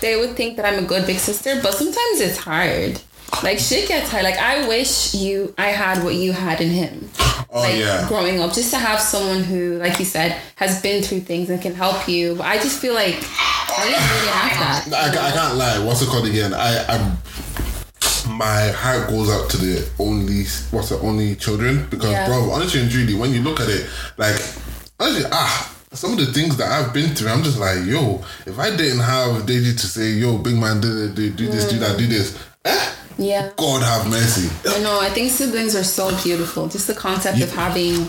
Speaker 3: they would think that I'm a good big sister, but sometimes it's hard. Like shit gets hard. Like I wish you, I had what you had in him.
Speaker 4: Oh
Speaker 3: like
Speaker 4: yeah.
Speaker 3: growing up just to have someone who like you said has been through things and can help you but i just feel like i didn't really have that
Speaker 4: I, ca- I can't lie. What's it called again? I, I'm. My heart goes out to the only what's the only children because,
Speaker 3: Yeah.
Speaker 4: bro, honestly and truly, when you look at it, like honestly, ah, some of the things that I've been through, I'm just like, yo, if I didn't have Deji to say, yo, big man, do do, do this, do that, do this, eh?
Speaker 3: yeah
Speaker 4: God have mercy.
Speaker 3: I know. I think siblings are so beautiful. Just the concept of having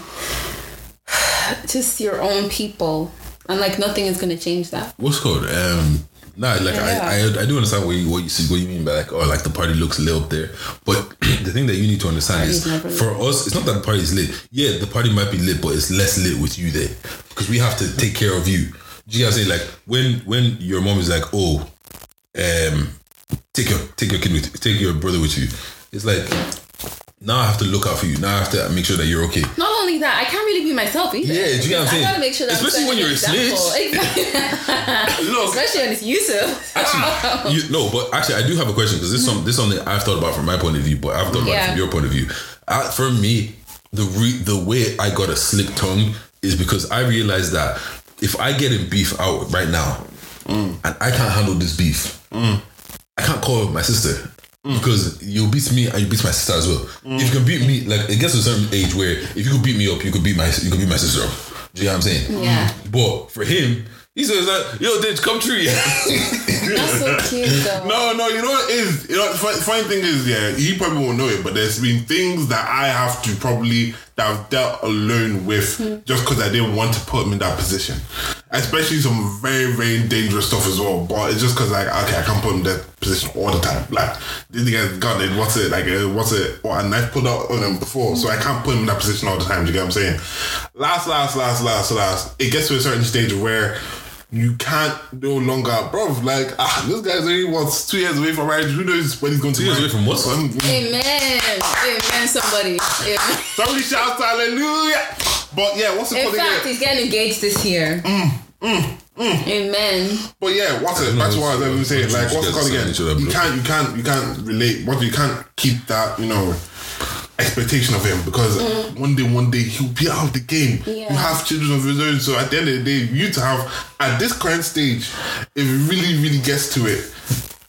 Speaker 3: just your own people, and like nothing is gonna change that.
Speaker 2: what's it called um nah like I, I I do understand what you what you see what you mean by like oh like the party looks lit up there but the thing that you need to understand is
Speaker 3: Party's never lit.
Speaker 2: for us it's not that the party is lit yeah the party might be lit but it's less lit with you there because we have to take care of you do you guys say like when when your mom is like oh um take your take your kid with take your brother with you it's like now I have to look out for you now I have to make sure that you're okay
Speaker 3: Not only that, I can't really be myself either.
Speaker 2: Yeah, do you get what I'm
Speaker 3: I
Speaker 2: saying?
Speaker 3: gotta make sure that I'm
Speaker 2: Especially when
Speaker 3: setting
Speaker 2: you're a
Speaker 3: an
Speaker 2: snitch.
Speaker 3: example.
Speaker 2: look
Speaker 3: Especially when it's Yusuf.
Speaker 2: Actually, you, no, but actually, I do have a question because this is some this is something I've thought about from my point of view, but I've thought about it
Speaker 3: Yeah.
Speaker 2: from your point of view. I, for me, the re, the way I got a slick tongue is because I realized that if I get in beef out right now,
Speaker 3: Mm.
Speaker 2: and I can't handle this beef, I can't call my sister.
Speaker 3: Mm.
Speaker 2: Because you beat me and you beat my sister as well. If you can beat me, like it gets to a certain age where if you could beat me up, you could beat my you could beat my sister up. Do you know what I'm saying?
Speaker 3: Yeah.
Speaker 2: But for him, he says like, "Yo, Ditch, come tree."
Speaker 3: That's so cute though.
Speaker 4: Oh, No, no, you know what it is? You know, the fun- funny thing is, yeah, he probably won't know it, but there's been things that I have to probably that I've dealt alone with just because I didn't want to put him in that position. Especially some very, very dangerous stuff as well. But it's just because, like, okay, I can't put him in that position all the time. Like, this guy's got it. What's it? Like, uh, what's it? What a knife put out on
Speaker 2: Mm.
Speaker 4: him before. So I can't put him in that position all the time. Do you get what I'm saying? Last, last, last, last, last. It gets to a certain stage where you can't no longer, bro. Like ah, this guy's only what's two years away from marriage. Who knows when he's going to
Speaker 2: Two years
Speaker 4: marry.
Speaker 2: away from what?
Speaker 4: Um,
Speaker 3: Amen. Amen, somebody. Amen.
Speaker 4: Somebody shouts hallelujah. But yeah, what's it
Speaker 3: In
Speaker 4: called
Speaker 3: fact,
Speaker 4: again?
Speaker 3: he's getting engaged this year.
Speaker 2: Mm,
Speaker 3: Amen.
Speaker 4: But yeah, what's it? That's what I was even saying. Like, what's it called again?
Speaker 2: Each other,
Speaker 4: You
Speaker 2: bro.
Speaker 4: can't, you can't, you can't relate. What you can't keep that, you know, expectation of him because one day, one day he'll be out of the game.
Speaker 3: Mm. Yeah.
Speaker 4: You have children of his own, so at the end of the day, you to have at this current stage, if it really, really gets to it.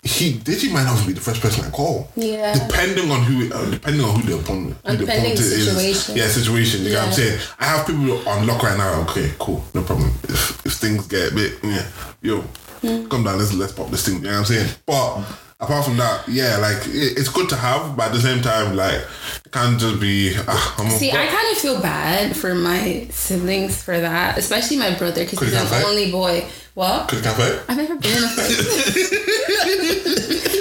Speaker 4: He, Deji might not be the first person I call.
Speaker 3: Yeah.
Speaker 4: Depending on who, uh, depending on who the opponent, who the
Speaker 3: Depending
Speaker 4: opponent is.
Speaker 3: situation.
Speaker 4: Yeah, situation. You know what I'm
Speaker 3: Yeah.
Speaker 4: saying? I have people on lock right now. Okay, cool, no problem. If, if things get a bit, yeah, yo,
Speaker 3: Hmm.
Speaker 4: come down. Let's let's pop this thing. You know what I'm saying? But apart from that, yeah, like it, it's good to have, but at the same time, like it can't just be. Ah, I'm a
Speaker 3: See,
Speaker 4: bro-
Speaker 3: I kind of feel bad for my siblings for that, especially my brother because
Speaker 4: Could
Speaker 3: he's
Speaker 4: you
Speaker 3: an
Speaker 4: have it?
Speaker 3: only boy. What?
Speaker 4: Could can fight.
Speaker 3: I've never been in a fight.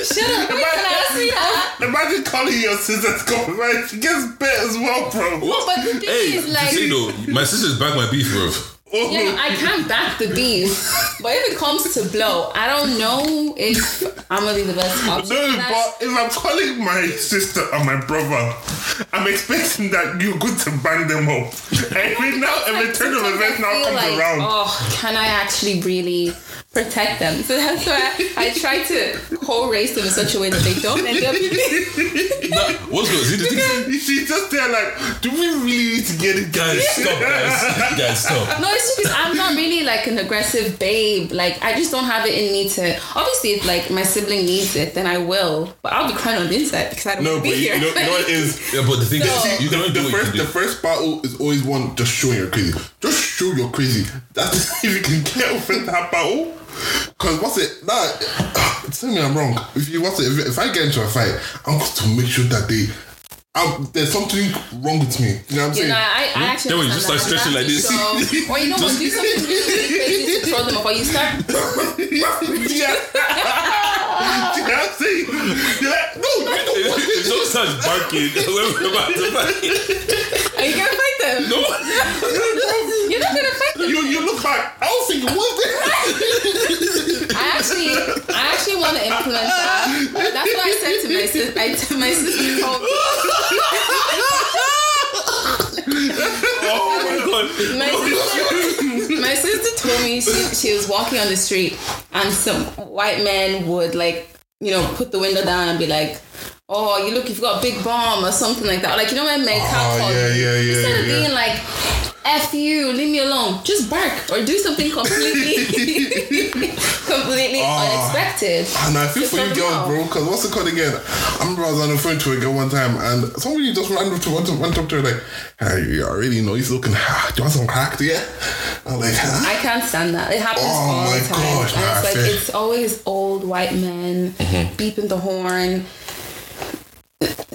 Speaker 3: Shut up! You can ask me that.
Speaker 4: Imagine calling your sister's coming right. She gets bit as well, bro.
Speaker 2: What?
Speaker 3: But the thing
Speaker 2: hey,
Speaker 3: is, like-
Speaker 2: see though, my sister's back my beef, bro.
Speaker 4: Oh,
Speaker 3: You know, I can't back the beef, but if it comes to blow, I don't know if I'm gonna be the best option.
Speaker 4: No,
Speaker 3: for that.
Speaker 4: but if I'm calling my sister or my brother, I'm expecting that you're going to bang them up. Every now every turn of
Speaker 3: Sometimes
Speaker 4: events now
Speaker 3: I feel
Speaker 4: comes
Speaker 3: like,
Speaker 4: around.
Speaker 3: Oh, can I actually really protect them? So that's why I, I try to whole race them in such a way that they don't end up.
Speaker 2: Nah, what's going? See the thing, is-
Speaker 4: She's just there like, do we really need to get it
Speaker 2: guys, stop, guys, guys, stop.
Speaker 3: No, it's just because I'm not really like an aggressive babe. Like I just don't have it in me to. Obviously, if like my sibling needs it, then I will. But I'll be crying on the inside because I don't
Speaker 4: No,
Speaker 3: want to
Speaker 4: but
Speaker 3: be
Speaker 4: you
Speaker 3: here.
Speaker 4: know, you know what it is?
Speaker 2: Yeah, but the thing
Speaker 3: No.
Speaker 2: is, you can only
Speaker 4: the
Speaker 2: do what
Speaker 4: first,
Speaker 2: you
Speaker 4: the
Speaker 2: can do.
Speaker 4: first battle is always one just showing you're crazy. Just show you're crazy. That's if you can get over that battle. Cause what's it? That tell me I'm wrong. If you what's it? If, if I get into a fight, I'm going to make sure that they, I'm, there's something wrong with me. You know
Speaker 3: You
Speaker 4: what I'm saying?
Speaker 3: know, I, I actually
Speaker 2: Then when you
Speaker 3: understand
Speaker 2: start stretching
Speaker 3: that. I'm
Speaker 2: like this.
Speaker 3: happy, So, or you know, when you do something really crazy to throw them off, or you start
Speaker 4: yeah. you know what I'm saying? You're like, no, you don't want
Speaker 2: If someone starts barking, we're about to fight.
Speaker 3: Are you gonna fight them?
Speaker 2: No,
Speaker 3: You're not gonna fight them.
Speaker 4: You, you look back. I was thinking, what's that?
Speaker 3: I actually, I actually want to implement that. That's what I said to my sister. I to my sister, told me-
Speaker 2: oh my god.
Speaker 3: my sister, my sister told me she, she was walking on the street and some white man would like, you know, put the window down and be like, "Oh, you look, you've got a big bomb or something like that." Like you know when men can't call
Speaker 4: Ah, yeah, yeah, yeah,
Speaker 3: instead of
Speaker 4: yeah.
Speaker 3: being like. F you, leave me alone. Just bark or do something completely, completely
Speaker 4: Ah.
Speaker 3: unexpected.
Speaker 4: And I feel
Speaker 3: It's
Speaker 4: for you
Speaker 3: not
Speaker 4: girls,
Speaker 3: allowed.
Speaker 4: bro, because what's it called again? I remember I was on the phone to a girl one time and somebody just ran up to went, up- went up to her like, hey, I really know he's looking, ah, do you want some crack, yeah? I'm like, huh?
Speaker 3: I can't stand that. It happens
Speaker 4: Oh
Speaker 3: all
Speaker 4: my
Speaker 3: the time.
Speaker 4: gosh,
Speaker 3: and
Speaker 4: nah,
Speaker 3: it's like
Speaker 4: fair.
Speaker 3: it's always old white men beeping the horn,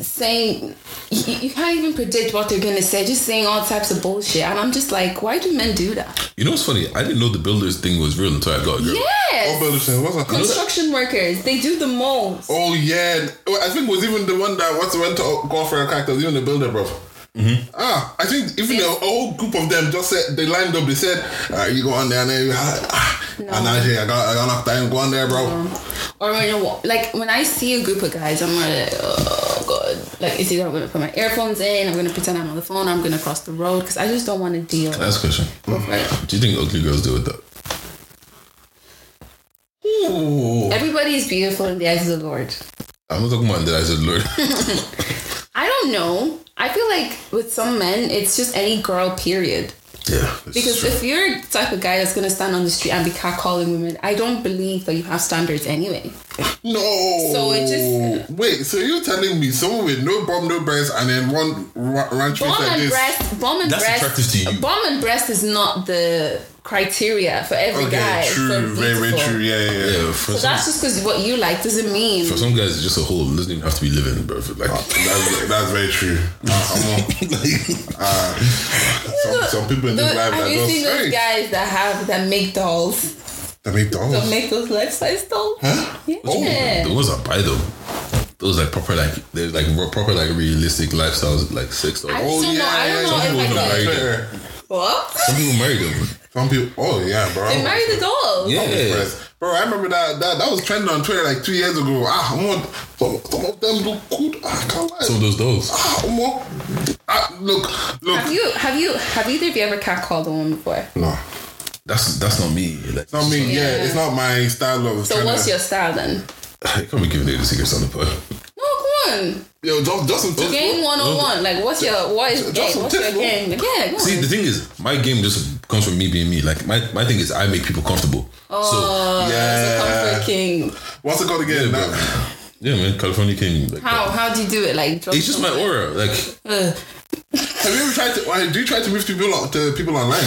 Speaker 3: saying you, you can't even predict what they're gonna say. Just saying all types of bullshit, and I'm just like, why do men do that?
Speaker 2: You know what's funny? I didn't know the builders thing was real until I got a girl.
Speaker 3: Yes,
Speaker 4: Oh, listen, what's that?
Speaker 3: construction workers they do the most.
Speaker 4: Oh, yeah. Well, I think it was even the one that once went to go for a crack, that was even the builder, bro. Ah, I think even a, a whole group of them just said they lined up. They said, "Ah, "You go on there, and then you, ah, and I say, I got, I got enough time. Go on there, Oh, bro."
Speaker 3: Um, Or when you're wa- like when I see a group of guys, I'm like, oh god, like it's either I'm gonna put my earphones in, I'm gonna pretend I'm on the phone, I'm gonna cross the road because I just don't want to deal.
Speaker 2: That's a question.
Speaker 3: with it.
Speaker 2: Do you think ugly girls deal with that?
Speaker 4: Ooh.
Speaker 3: Everybody is beautiful in the eyes of the Lord.
Speaker 2: I'm not talking about that. I said, Lord.
Speaker 3: I don't know. I feel like with some men, it's just any girl, period.
Speaker 2: yeah.
Speaker 3: Because if you're the type of guy that's gonna stand on the street and be catcalling women, I don't believe that you have standards anyway.
Speaker 4: No.
Speaker 3: So it just-
Speaker 4: wait. So you're telling me someone with no bum, no breast, and then one ra- ranch face
Speaker 3: Bomb
Speaker 4: like
Speaker 3: and
Speaker 4: this?
Speaker 3: breast, bomb and
Speaker 2: That's
Speaker 3: breast,
Speaker 2: attractive to you.
Speaker 3: Bomb and breast is not the criteria for every
Speaker 4: Okay,
Speaker 3: guy.
Speaker 4: true.
Speaker 3: for
Speaker 4: very, very
Speaker 3: beautiful.
Speaker 4: true. Yeah, yeah. yeah.
Speaker 2: Yeah, for,
Speaker 3: So
Speaker 2: some,
Speaker 3: that's just because what you like doesn't mean.
Speaker 2: for some guys, it's just a hole. It doesn't even have to be living, bro. Like,
Speaker 3: Oh.
Speaker 4: That's, that's very true. Uh, I'm on- uh, some, some people in
Speaker 3: Those-
Speaker 4: this life
Speaker 3: have
Speaker 4: that
Speaker 3: you seen
Speaker 4: just
Speaker 3: those
Speaker 4: oh, hey,
Speaker 3: guys that have that make dolls?
Speaker 4: that make dolls.
Speaker 3: That make those life size dolls? Yeah.
Speaker 2: oh,
Speaker 4: Oh.
Speaker 2: the ones I buy, though, those like proper, like, they're like ro- proper, like realistic lifestyles, like sex. Oh, Or,
Speaker 4: Oh,
Speaker 3: I- So no, I don't know if
Speaker 2: people
Speaker 3: I
Speaker 2: don't
Speaker 3: can-
Speaker 2: marry them.
Speaker 4: Fair.
Speaker 3: What?
Speaker 2: Some people marry them.
Speaker 4: Some people, oh yeah, bro.
Speaker 3: They married the dolls.
Speaker 2: Yeah.
Speaker 4: Bro, I remember that, that that was trending on Twitter like two years ago. Ah, I'm on, some, some of them look good. Ah, I can't lie.
Speaker 2: Some of those dolls.
Speaker 4: ah, I'm on, ah, look, look.
Speaker 3: Have you have you have either of you ever catcalled a woman before?
Speaker 4: No,
Speaker 2: That's that's not me. Like,
Speaker 4: not me. Yeah.
Speaker 3: Yeah.
Speaker 4: it's not my style of.
Speaker 3: So
Speaker 4: tryna-
Speaker 3: what's your style then?
Speaker 2: I can't be giving away the secrets on the pod.
Speaker 3: No, come on.
Speaker 4: Yo, just, just some tips.
Speaker 3: Game one on one. Like what's your what is
Speaker 4: Just
Speaker 3: game?
Speaker 4: some
Speaker 3: What's your
Speaker 4: tips, bro.
Speaker 3: game? Yeah, come on.
Speaker 2: See, the thing is, my game just comes from me being me. Like my, my thing is, I make people comfortable.
Speaker 3: Oh,
Speaker 2: So
Speaker 3: that's a
Speaker 4: yeah.
Speaker 2: Uh,
Speaker 3: comfort king.
Speaker 4: What's it called again?
Speaker 2: Yeah,
Speaker 4: Nah.
Speaker 2: bro. yeah, man, California King. Like,
Speaker 3: How how do you do it? Like drop
Speaker 2: It's just my aura. Like
Speaker 3: Ugh.
Speaker 4: Have you ever tried to? Why, do you try to move people on- to people online?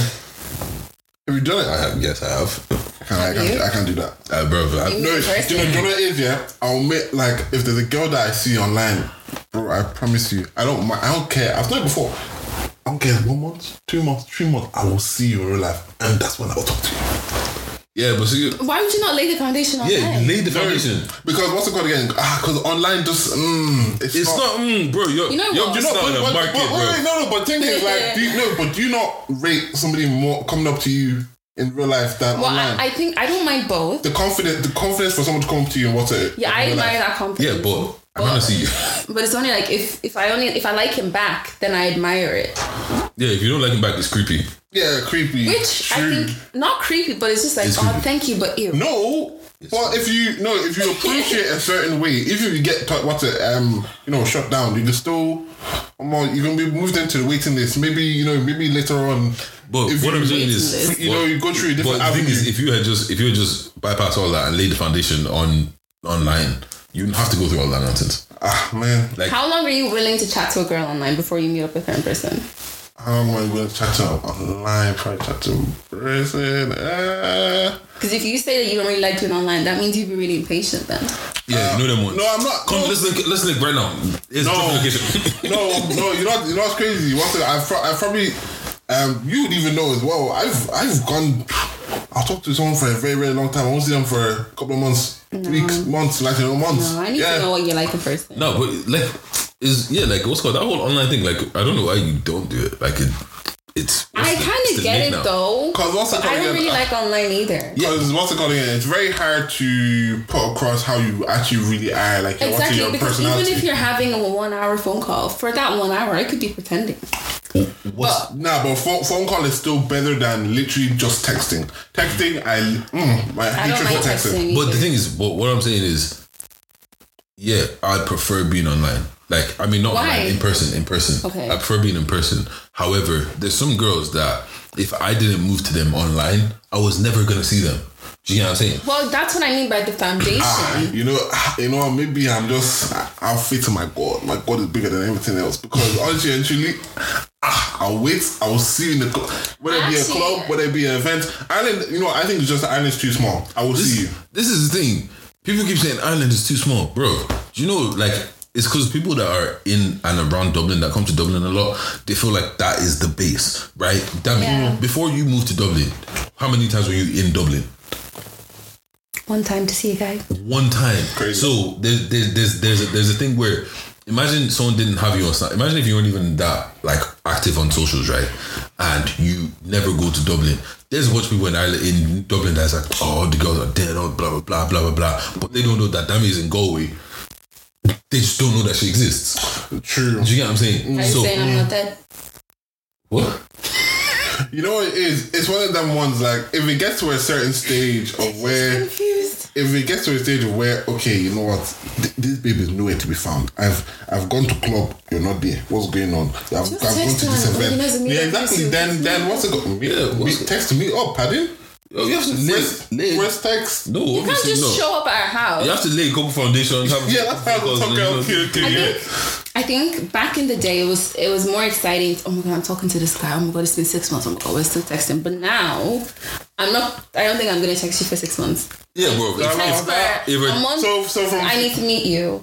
Speaker 4: Have you done it?
Speaker 2: I have, yes, I have.
Speaker 4: I can't, I can't, do- I can't do that.
Speaker 2: Uh, bro, I,
Speaker 3: You-
Speaker 4: No,
Speaker 3: Person.
Speaker 4: do you know, do you know what it is? Yeah, I'll make like if there's a girl that I see online, bro. I promise you, I don't, mi- I don't care. I've done it before. I don't care. One month, two months, three months. I will see you in real life, and that's when I will talk to you.
Speaker 2: yeah, but so you,
Speaker 3: Why would you not lay the foundation on
Speaker 2: yeah,
Speaker 3: that?
Speaker 2: you laid the foundation.
Speaker 4: Because what's it called again? Ah, because online just, mm, it's,
Speaker 2: It's
Speaker 4: not.
Speaker 2: not, mm, bro. You're, you
Speaker 3: You
Speaker 2: know,
Speaker 3: know
Speaker 2: you're
Speaker 3: what?
Speaker 2: just
Speaker 4: No,
Speaker 2: not
Speaker 4: but,
Speaker 2: in the
Speaker 4: but,
Speaker 2: market,
Speaker 4: but,
Speaker 2: bro.
Speaker 4: wait, no, no, but thing is, like, do you, no, but do you not rate somebody more coming up to you in real life than
Speaker 3: Well,
Speaker 4: online?
Speaker 3: I, I think I don't mind both.
Speaker 4: the confidence, the confidence for someone to come up to you and what's it?
Speaker 3: Yeah, I admire that confidence.
Speaker 2: Yeah, but I'm gonna see you.
Speaker 3: But it's only like if if I only if I like him back, then I admire it.
Speaker 2: Yeah, if you don't like him back, it's creepy.
Speaker 4: Yeah, creepy.
Speaker 3: Which I
Speaker 4: True.
Speaker 3: think not creepy, but it's just like
Speaker 2: It's
Speaker 3: oh
Speaker 2: creepy.
Speaker 3: thank you, but ew.
Speaker 4: No, but if you no, if you appreciate a certain way, if you get t- what's it, um, you know, shut down, you can still, um, you can be moved into the waiting list. Maybe you know, maybe later on.
Speaker 2: But
Speaker 4: if
Speaker 2: what
Speaker 4: you,
Speaker 2: I'm saying
Speaker 3: Waiting
Speaker 2: is,
Speaker 3: list.
Speaker 4: You know, you go through a different
Speaker 2: But the thing is,
Speaker 4: avenue.
Speaker 2: if you had just if you had just bypassed all that and laid the foundation on online, you wouldn't have to go through all that nonsense.
Speaker 4: ah man,
Speaker 3: How long are you willing to chat to a girl online before you meet up with her in person?
Speaker 4: how am I going to chat to online? Probably chat to person. Uh,
Speaker 3: Because if you say that you don't really like doing online, that means you'd be really impatient then.
Speaker 2: Yeah, you know them ones.
Speaker 4: Uh, no, I'm not.
Speaker 2: Come,
Speaker 4: no.
Speaker 2: let's look. Let's look right now. It's
Speaker 4: No.
Speaker 2: no. location.
Speaker 4: no, no, you know, you know what's crazy. One thing I've, pro- I've probably, um, you would even know as well. I've, I've gone. I've talked to someone for a very, very long time. I won't see them for a couple of months, weeks, months, like you know, months.
Speaker 3: No, I need
Speaker 4: yeah.
Speaker 3: to know what you like in person.
Speaker 2: no, but like, is yeah, like what's called that whole online thing. Like, I don't know why you don't do it. Like, it, it's. it's the-
Speaker 3: I
Speaker 2: it's
Speaker 3: kind
Speaker 2: the
Speaker 3: of get
Speaker 2: nick
Speaker 3: it
Speaker 2: now.
Speaker 3: though.
Speaker 4: 'Cause what's it
Speaker 3: but I
Speaker 4: called
Speaker 3: don't really
Speaker 4: again?
Speaker 3: like online either.
Speaker 4: Because what's it called again? It's very hard to put across how you actually really are, like your- what's
Speaker 3: Exactly,
Speaker 4: your
Speaker 3: because even
Speaker 4: personality.
Speaker 3: if you're having a one hour phone call, for that one hour, I could be pretending.
Speaker 2: What's,
Speaker 4: Nah, but phone, phone call is still better than literally just texting. Texting, I mm, my
Speaker 3: I don't
Speaker 4: hatred
Speaker 3: like
Speaker 4: for texting.
Speaker 3: texting.
Speaker 2: But
Speaker 3: either.
Speaker 2: the thing is, what, what I'm saying is, yeah, I prefer being online. Like, I mean, not
Speaker 3: Why?
Speaker 2: online, in person, in person.
Speaker 3: Okay.
Speaker 2: I prefer being in person. However, there's some girls that if I didn't move to them online, I was never gonna see them. Do you get what I'm saying?
Speaker 3: well, that's what I mean by the foundation.
Speaker 2: Ah.
Speaker 4: You know, you know, maybe I'm just I'm faith to my God. My God is bigger than everything else because honestly and truly, ah, I'll wait. I'll see you in the club. Whether it be a
Speaker 3: Actually-
Speaker 4: club, whether it be an event, Ireland. You know, I think it's just Ireland's too small. I will see you.
Speaker 2: This, this is the thing. People keep saying Ireland is too small, bro. Do you know, like, it's because people that are in and around Dublin that come to Dublin a lot, they feel like that is the base, right? Damn it.
Speaker 3: Yeah.
Speaker 2: Before you moved to Dublin, how many times were you in Dublin?
Speaker 3: One time to see a guy.
Speaker 2: one time.
Speaker 4: Crazy.
Speaker 2: So there's there's there's there's a, there's a thing where imagine someone didn't have you on Snap. Imagine if you weren't even that like active on socials, right? And you never go to Dublin. There's a bunch of people in Ireland in Dublin that's like, oh, the girls are dead, oh, blah blah blah blah blah blah. But they don't know that Dami is in Galway. They just don't know that she exists.
Speaker 4: True.
Speaker 2: Do you get what I'm saying?
Speaker 3: Are you
Speaker 2: So mm.
Speaker 3: saying I'm not dead?
Speaker 2: what?
Speaker 4: You know what it is? It's one of them ones like if it gets to a certain stage of
Speaker 2: Eh.
Speaker 4: where
Speaker 3: Confused.
Speaker 4: if it gets to a stage of where okay, you know what, Th- this babe is nowhere to be found. I've I've gone to club, you're not there. What's going on? I've, I've
Speaker 3: Just
Speaker 4: gone
Speaker 3: text
Speaker 4: to
Speaker 3: her
Speaker 4: this
Speaker 3: and organise a
Speaker 4: event.
Speaker 3: meeting
Speaker 4: Yeah, exactly.
Speaker 3: soon.
Speaker 4: Then then what's it go?
Speaker 2: Yeah,
Speaker 4: Me,
Speaker 2: what's-
Speaker 4: text me up, pardon?
Speaker 2: Yo, Oh, you have to lay,
Speaker 4: Where's,
Speaker 2: lay-
Speaker 4: where's text?
Speaker 2: no,
Speaker 3: You can't
Speaker 2: obviously
Speaker 3: just
Speaker 2: no.
Speaker 3: show up at our house.
Speaker 2: You have to lay a couple foundations. have a-
Speaker 4: Yeah, that's how I was talking. Okay,
Speaker 3: I
Speaker 4: okay, yeah.
Speaker 3: think, I think back in the day it was it was more exciting. Oh my god, I'm talking to this guy. Oh my god, it's been six months. Oh my god, we're still texting. But now, I'm not. I don't think I'm gonna text you for six months.
Speaker 2: Yeah, bro.
Speaker 3: Text
Speaker 4: If
Speaker 3: for
Speaker 4: it-
Speaker 3: a month.
Speaker 4: So so from
Speaker 3: I need to meet you.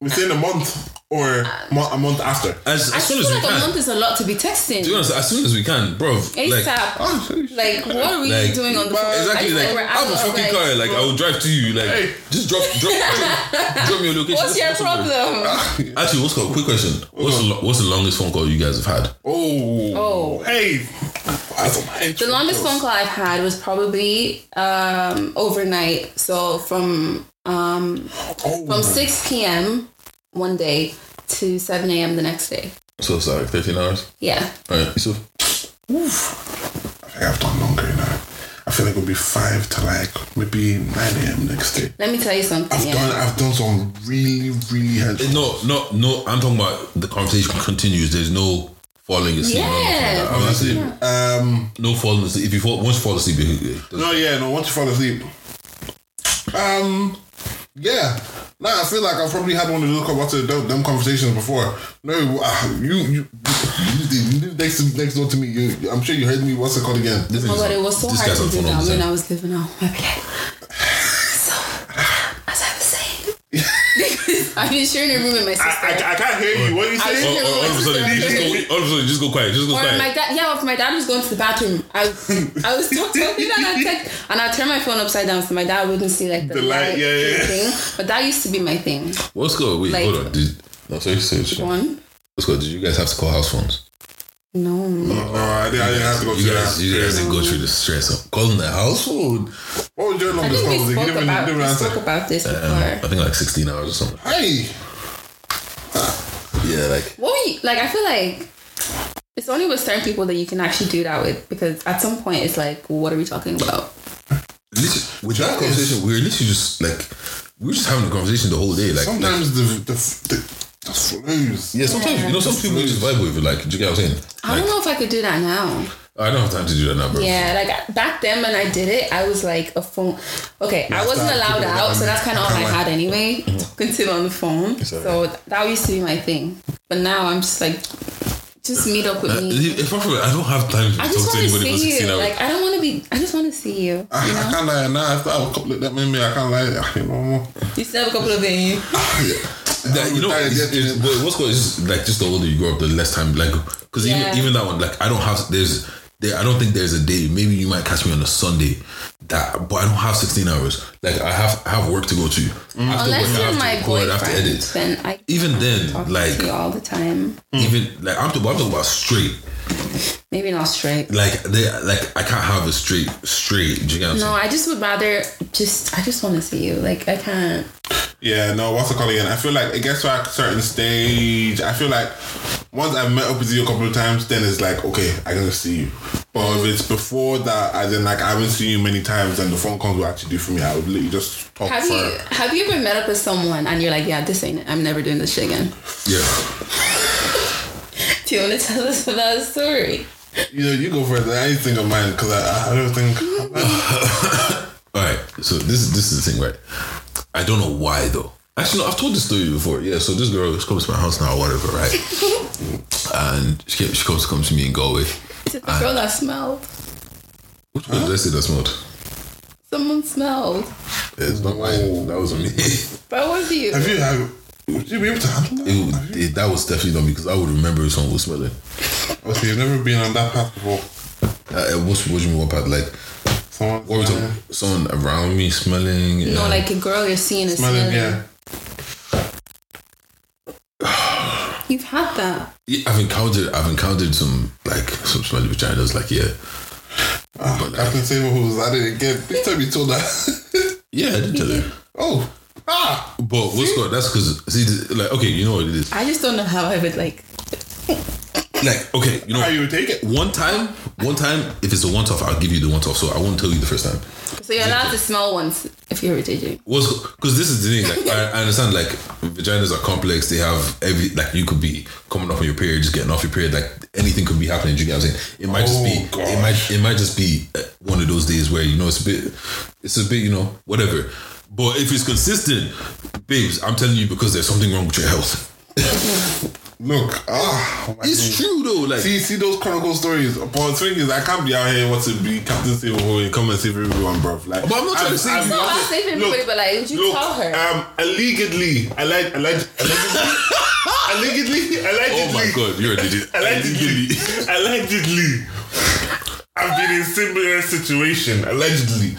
Speaker 4: within a month. or mo- a month after.
Speaker 2: As,
Speaker 3: I
Speaker 2: as soon
Speaker 3: feel
Speaker 2: as we
Speaker 3: like a
Speaker 2: can.
Speaker 3: month is a lot to be texting.
Speaker 2: To be honest, as soon as we can, bro.
Speaker 3: ASAP.
Speaker 2: Like, oh,
Speaker 3: Like, what are we
Speaker 2: like,
Speaker 3: doing on the phone?
Speaker 2: exactly.
Speaker 3: I feel
Speaker 2: Like,
Speaker 3: we're
Speaker 2: I have a
Speaker 3: out of,
Speaker 2: fucking car. Like, I will drive to you. Like,
Speaker 4: Hey.
Speaker 2: just drop, drop, drop, drop me your location.
Speaker 3: What's
Speaker 2: Let's
Speaker 3: your
Speaker 2: go somewhere.
Speaker 3: problem?
Speaker 2: Ah, Actually, what's got quick question? What's the, lo- what's the longest phone call you guys have had?
Speaker 4: Oh,
Speaker 3: Oh.
Speaker 4: hey, that's on my
Speaker 3: The longest phone call I've had was probably um, overnight. So from um,
Speaker 4: Oh,
Speaker 3: from 6 p.m. one day to 7 a.m. the next day.
Speaker 2: So it's like thirteen hours.
Speaker 3: Yeah.
Speaker 2: All right. So
Speaker 4: I think I've done longer now. I feel like it'll be five to like maybe nine a.m. next day.
Speaker 3: Let me tell you something.
Speaker 4: I've
Speaker 3: Yeah.
Speaker 4: done. I've done some really, really hard.
Speaker 2: Eh, no, no, no. I'm talking about the conversation continues. There's no falling asleep. or anything like that. I'm not saying
Speaker 4: Um.
Speaker 2: No falling asleep. If you fall, once you fall asleep, you- you-
Speaker 4: No, yeah, no. Once you fall asleep. Um. Yeah. Nah, I feel like I've probably had one of those about to them, them conversations before. No, uh, you you you live next to, next door to me. You, I'm sure you heard me. What's it called again?
Speaker 2: this
Speaker 3: Oh
Speaker 2: is-
Speaker 3: my god, it was so
Speaker 2: this
Speaker 3: hard
Speaker 2: guy's
Speaker 3: to
Speaker 2: on
Speaker 3: do
Speaker 2: phone all
Speaker 3: that
Speaker 2: the
Speaker 3: when
Speaker 2: time.
Speaker 3: I was living out. Okay. So, as I was saying, because I'm in sharing a room with my sister.
Speaker 4: I can't hear you. What are you
Speaker 3: I
Speaker 2: All,
Speaker 3: saying?
Speaker 2: Oh,
Speaker 4: oh,
Speaker 2: all- all of a sudden, you just go. All of a sudden, you just go quiet. Just go
Speaker 3: Or
Speaker 2: quiet.
Speaker 3: my dad, yeah, if my dad was going to the bathroom, I, I was talk- talking and I text, and I turn my phone upside down so my dad wouldn't see like the,
Speaker 4: The light, yeah, yeah, yeah.
Speaker 3: thing. But that used to be my thing.
Speaker 2: What's good? Wait,
Speaker 3: Like-
Speaker 2: hold on. Did, no, sorry, sorry, sorry.
Speaker 3: One,
Speaker 2: What's good? Did you guys have to call house phones?
Speaker 3: no,
Speaker 4: No, I didn't, I didn't have to go
Speaker 2: You
Speaker 4: through
Speaker 2: guys,
Speaker 4: that.
Speaker 2: you guys didn't go through the stress of calling the house phone.
Speaker 4: What Uh, was your
Speaker 3: I
Speaker 4: longest
Speaker 3: think we
Speaker 4: conversation?
Speaker 3: spoke
Speaker 4: Give me
Speaker 3: about
Speaker 4: give me
Speaker 3: we
Speaker 4: an
Speaker 3: spoke
Speaker 4: answer.
Speaker 3: about this before.
Speaker 2: Um, I think like 16 hours or something.
Speaker 4: Hey,
Speaker 2: Yeah, like
Speaker 3: what we like? I feel like it's only with certain people that you can actually do that with because at some point it's like, what are we talking about?
Speaker 2: literally, with that conversation, we were literally just like we were just having a conversation the whole day. Like, like
Speaker 4: sometimes the the the, the flows.
Speaker 2: yeah, sometimes you know some people just vibe with it. Like, do you get what I'm saying?
Speaker 3: I don't know if I could do that now.
Speaker 2: I don't have time to do that now, bro.
Speaker 3: Yeah, like back then when I did it, I was like a phone. Okay, I wasn't
Speaker 4: that-
Speaker 3: allowed
Speaker 4: that-
Speaker 3: out, so that's kind of all I
Speaker 4: that-
Speaker 3: had anyway.
Speaker 2: Mm-hmm.
Speaker 3: Talking to him on the phone, so th- that used to be my thing. But now I'm just like, just meet up with
Speaker 2: Uh,
Speaker 3: me.
Speaker 2: if- if I'm for- I don't have time to
Speaker 3: I just
Speaker 2: talk to Ah.
Speaker 3: want to
Speaker 2: anybody for
Speaker 3: see
Speaker 2: 16
Speaker 3: you.
Speaker 2: hours.
Speaker 3: Like I don't want to be. I just want to see you.
Speaker 4: I,
Speaker 3: You
Speaker 4: I
Speaker 3: know,
Speaker 4: can't lie now. After a couple of that made me, I can't lie. You know,
Speaker 3: you still have a couple of days.
Speaker 2: that, you know,
Speaker 4: Retired
Speaker 2: it's,
Speaker 4: yet,
Speaker 2: it's,
Speaker 4: man.
Speaker 2: but what's cool is just, like just the older you grow up, the less time like because
Speaker 3: Yeah.
Speaker 2: even even that one like I don't have there's there I don't think there's a day maybe you might catch me on a Sunday that but I don't have 16 hours like I have I have work to go to After
Speaker 3: Unless
Speaker 2: work, I
Speaker 3: you're
Speaker 2: have to
Speaker 3: my
Speaker 2: record, I have to
Speaker 3: boyfriend,
Speaker 2: edit
Speaker 3: then I
Speaker 2: even
Speaker 3: talk
Speaker 2: then like
Speaker 3: to you all the time.
Speaker 2: Hmm. even like I'm talking, I'm talking about straight
Speaker 3: Maybe not straight.
Speaker 2: like they like I can't have a straight straight do you get what I'm
Speaker 3: No,
Speaker 2: saying?
Speaker 3: I just would rather just. I just want to see you. Like I can't.
Speaker 4: Yeah, no, what's it called again? I feel like it gets to a certain stage. I feel like once I've met up with you a couple of times, then it's like, okay, I gotta see you. But if it's before that, as in like I haven't seen you many times and the phone calls will actually do for me, I would literally just talk
Speaker 3: Have
Speaker 4: for
Speaker 3: you have you ever met up with someone and you're like, yeah, this ain't it. I'm never doing this shit again.
Speaker 2: yeah
Speaker 3: Do you want to tell us about a story?
Speaker 4: you know, you go first. I didn't think of mine because I, I don't think
Speaker 2: all right so this is this is the thing right I don't know why though actually no I've told this story before yeah so this girl she comes to my house now or whatever right and she came, she comes comes to me in Galway
Speaker 3: Is it the girl that smelled?
Speaker 2: which one did I say that smelled
Speaker 3: Someone smelled.
Speaker 2: it's not mine that wasn't me it,
Speaker 3: But was you?
Speaker 4: Have you have would you be able to handle that?
Speaker 2: would- it- that was definitely not me because I would remember if someone was smelling
Speaker 4: Okay, you've never been on that path before.
Speaker 2: uh, what's what do you mean what part like
Speaker 4: Someone
Speaker 2: what were we talking someone around me smelling
Speaker 3: No,
Speaker 2: yeah.
Speaker 3: like a girl you're seeing is
Speaker 4: smelling,
Speaker 3: smelling.
Speaker 4: yeah.
Speaker 3: You've had that.
Speaker 2: Yeah, I've encountered I've encountered some like some smelly vaginas like yeah but
Speaker 4: I
Speaker 2: like,
Speaker 4: can say who's I didn't get this time you told that.
Speaker 2: yeah I did tell her
Speaker 4: oh. Ah
Speaker 2: but what's good that's because see th- like okay you know what it is
Speaker 3: I just don't know how I would like.
Speaker 2: like okay you know
Speaker 4: how you would take it.
Speaker 2: one time one time if it's a one off I'll give you the one off so I won't tell you the first time
Speaker 3: So you're allowed to smell once if you're a DJ.
Speaker 2: What's because this is the thing. Like I, I understand, like vaginas are complex. They have every like you could be coming off on your period, just getting off your period. Like anything could be happening. Do you get what I'm saying? It might just be.
Speaker 4: Oh,
Speaker 2: It might. It might just be uh, one of those days where you know it's a bit. It's a bit. You know whatever. But if it's consistent, babes, I'm telling you because there's something wrong with your health.
Speaker 4: Look, ah oh my
Speaker 2: It's true though. Like
Speaker 4: See, see those chronicle stories. But the thing is, I can't be out here what to be Captain Save Who and come and save everyone, bro. Like,
Speaker 2: But I'm not trying to save you.
Speaker 3: No,
Speaker 4: watched
Speaker 3: I'm
Speaker 4: it.
Speaker 3: saving
Speaker 4: Look, um,
Speaker 3: everybody, but like, would you
Speaker 4: look,
Speaker 3: tell her?
Speaker 4: Um, allegedly, alleg- alleg- allegedly, allegedly, allegedly.
Speaker 2: Oh my god, you're a DJ.
Speaker 4: Allegedly, allegedly, I've been in similar situation. Allegedly,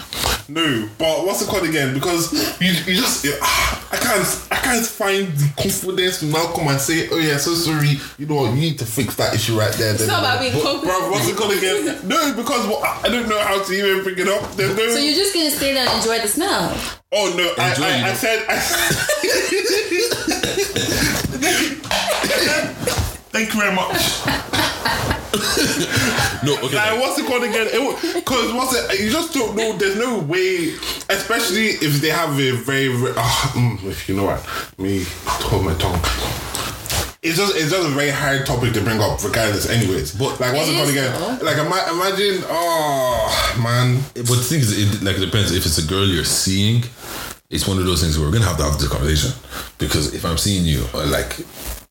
Speaker 4: no, but what's it called again? Because you, you just you- ah, I can't I can't find the confidence to now come and say, oh yeah, so sorry. You know what? You need to fix that issue right there. It's
Speaker 3: not about being confident.
Speaker 4: Bro, what's it called again? No, because well, I I don't know how to even bring it up. There's no.
Speaker 3: So you're just gonna stay there and enjoy the smell.
Speaker 4: oh no, I,
Speaker 2: Enjoy, you
Speaker 4: I, I
Speaker 2: know.
Speaker 4: said. I, Thank you very much.
Speaker 2: No, okay.
Speaker 4: Like,
Speaker 2: like,
Speaker 4: what's it called again? Because what's it? You just don't know. There's no way, especially if they have a very. very ah, mm, if you know what, me hold my tongue. It's just it's just a very hard topic to bring up, regardless. Anyways, but like what's it,
Speaker 3: It
Speaker 4: called
Speaker 3: is,
Speaker 4: again?
Speaker 3: though.
Speaker 4: Like ima- imagine, oh man,
Speaker 2: but the thing is, it like depends. If it's a girl you're seeing, it's one of those things where we're gonna have to have this conversation because if I'm seeing you, or like.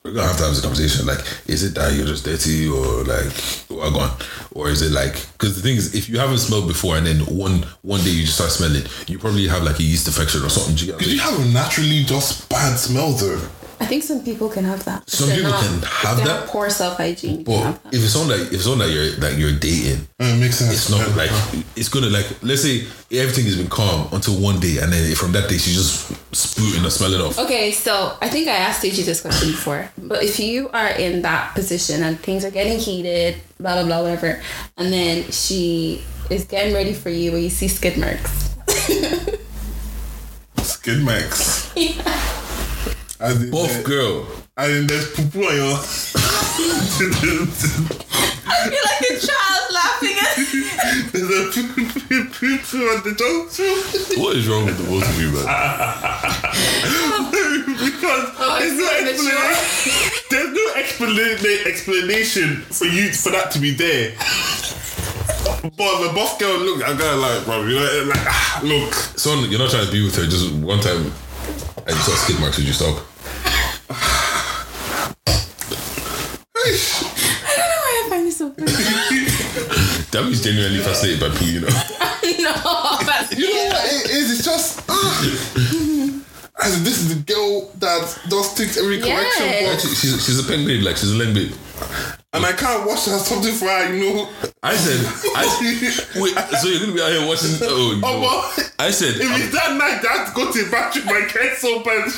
Speaker 2: We're gonna have to have this conversation. Like, is it that you're just dirty, or like, you are gone, or is it like? Because the thing is, if you haven't smelled before, and then one one day you just start smelling, you probably have like a yeast infection or something. Do you get what I'm
Speaker 4: because you have a naturally just bad smell though.
Speaker 3: I think some people can have that. If
Speaker 2: Some
Speaker 3: they're
Speaker 2: people
Speaker 3: not-
Speaker 2: can
Speaker 3: if
Speaker 2: have
Speaker 3: they
Speaker 2: that.
Speaker 3: Poor self hygiene.
Speaker 2: But if it's someone that if someone that you're that you're dating,
Speaker 4: Uh, It makes sense.
Speaker 2: it's not like it's gonna like let's say everything has been calm until one day, and then from that day she's just spooting or smelling off.
Speaker 3: Okay, so I think I asked Stacey this question before, but if you are in that position and things are getting heated, blah blah blah, whatever, and then she is getting ready for you, but you see skid marks.
Speaker 4: skid marks. As in,
Speaker 2: Buff
Speaker 4: there-
Speaker 2: girl,
Speaker 4: as in there's poo poo on your.
Speaker 3: You're like a child laughing at.
Speaker 4: There's a poo poo poo poo on the dog too.
Speaker 2: what is wrong with the both of you, man?
Speaker 4: because there's, no
Speaker 3: sorry, that's
Speaker 4: explanation, there's no explanation explanation for you for that to be there. But the buff girl, look, I gotta like, bro, you know, like, ah, look,
Speaker 2: Son, you're not trying to be with her. Just one time, I saw skid marks. Would you stop?
Speaker 3: I don't know why I find this so funny.
Speaker 2: That was genuinely fascinated by poo, you know.
Speaker 3: no, that's
Speaker 4: you know what
Speaker 3: yeah.
Speaker 4: it is? It's just, ah. And this is the girl that does ticks every correction
Speaker 3: Yes.
Speaker 4: box,
Speaker 2: She- She's, she's a pen babe, like she's a len babe.
Speaker 4: and I can't watch her something for her, you know.
Speaker 2: I said, I, wait, so you're gonna be out here watching? Oh, no.
Speaker 4: Oh, boy.
Speaker 2: I said, um,
Speaker 4: If it's that night, I have to go to the bathroom. My head so bad.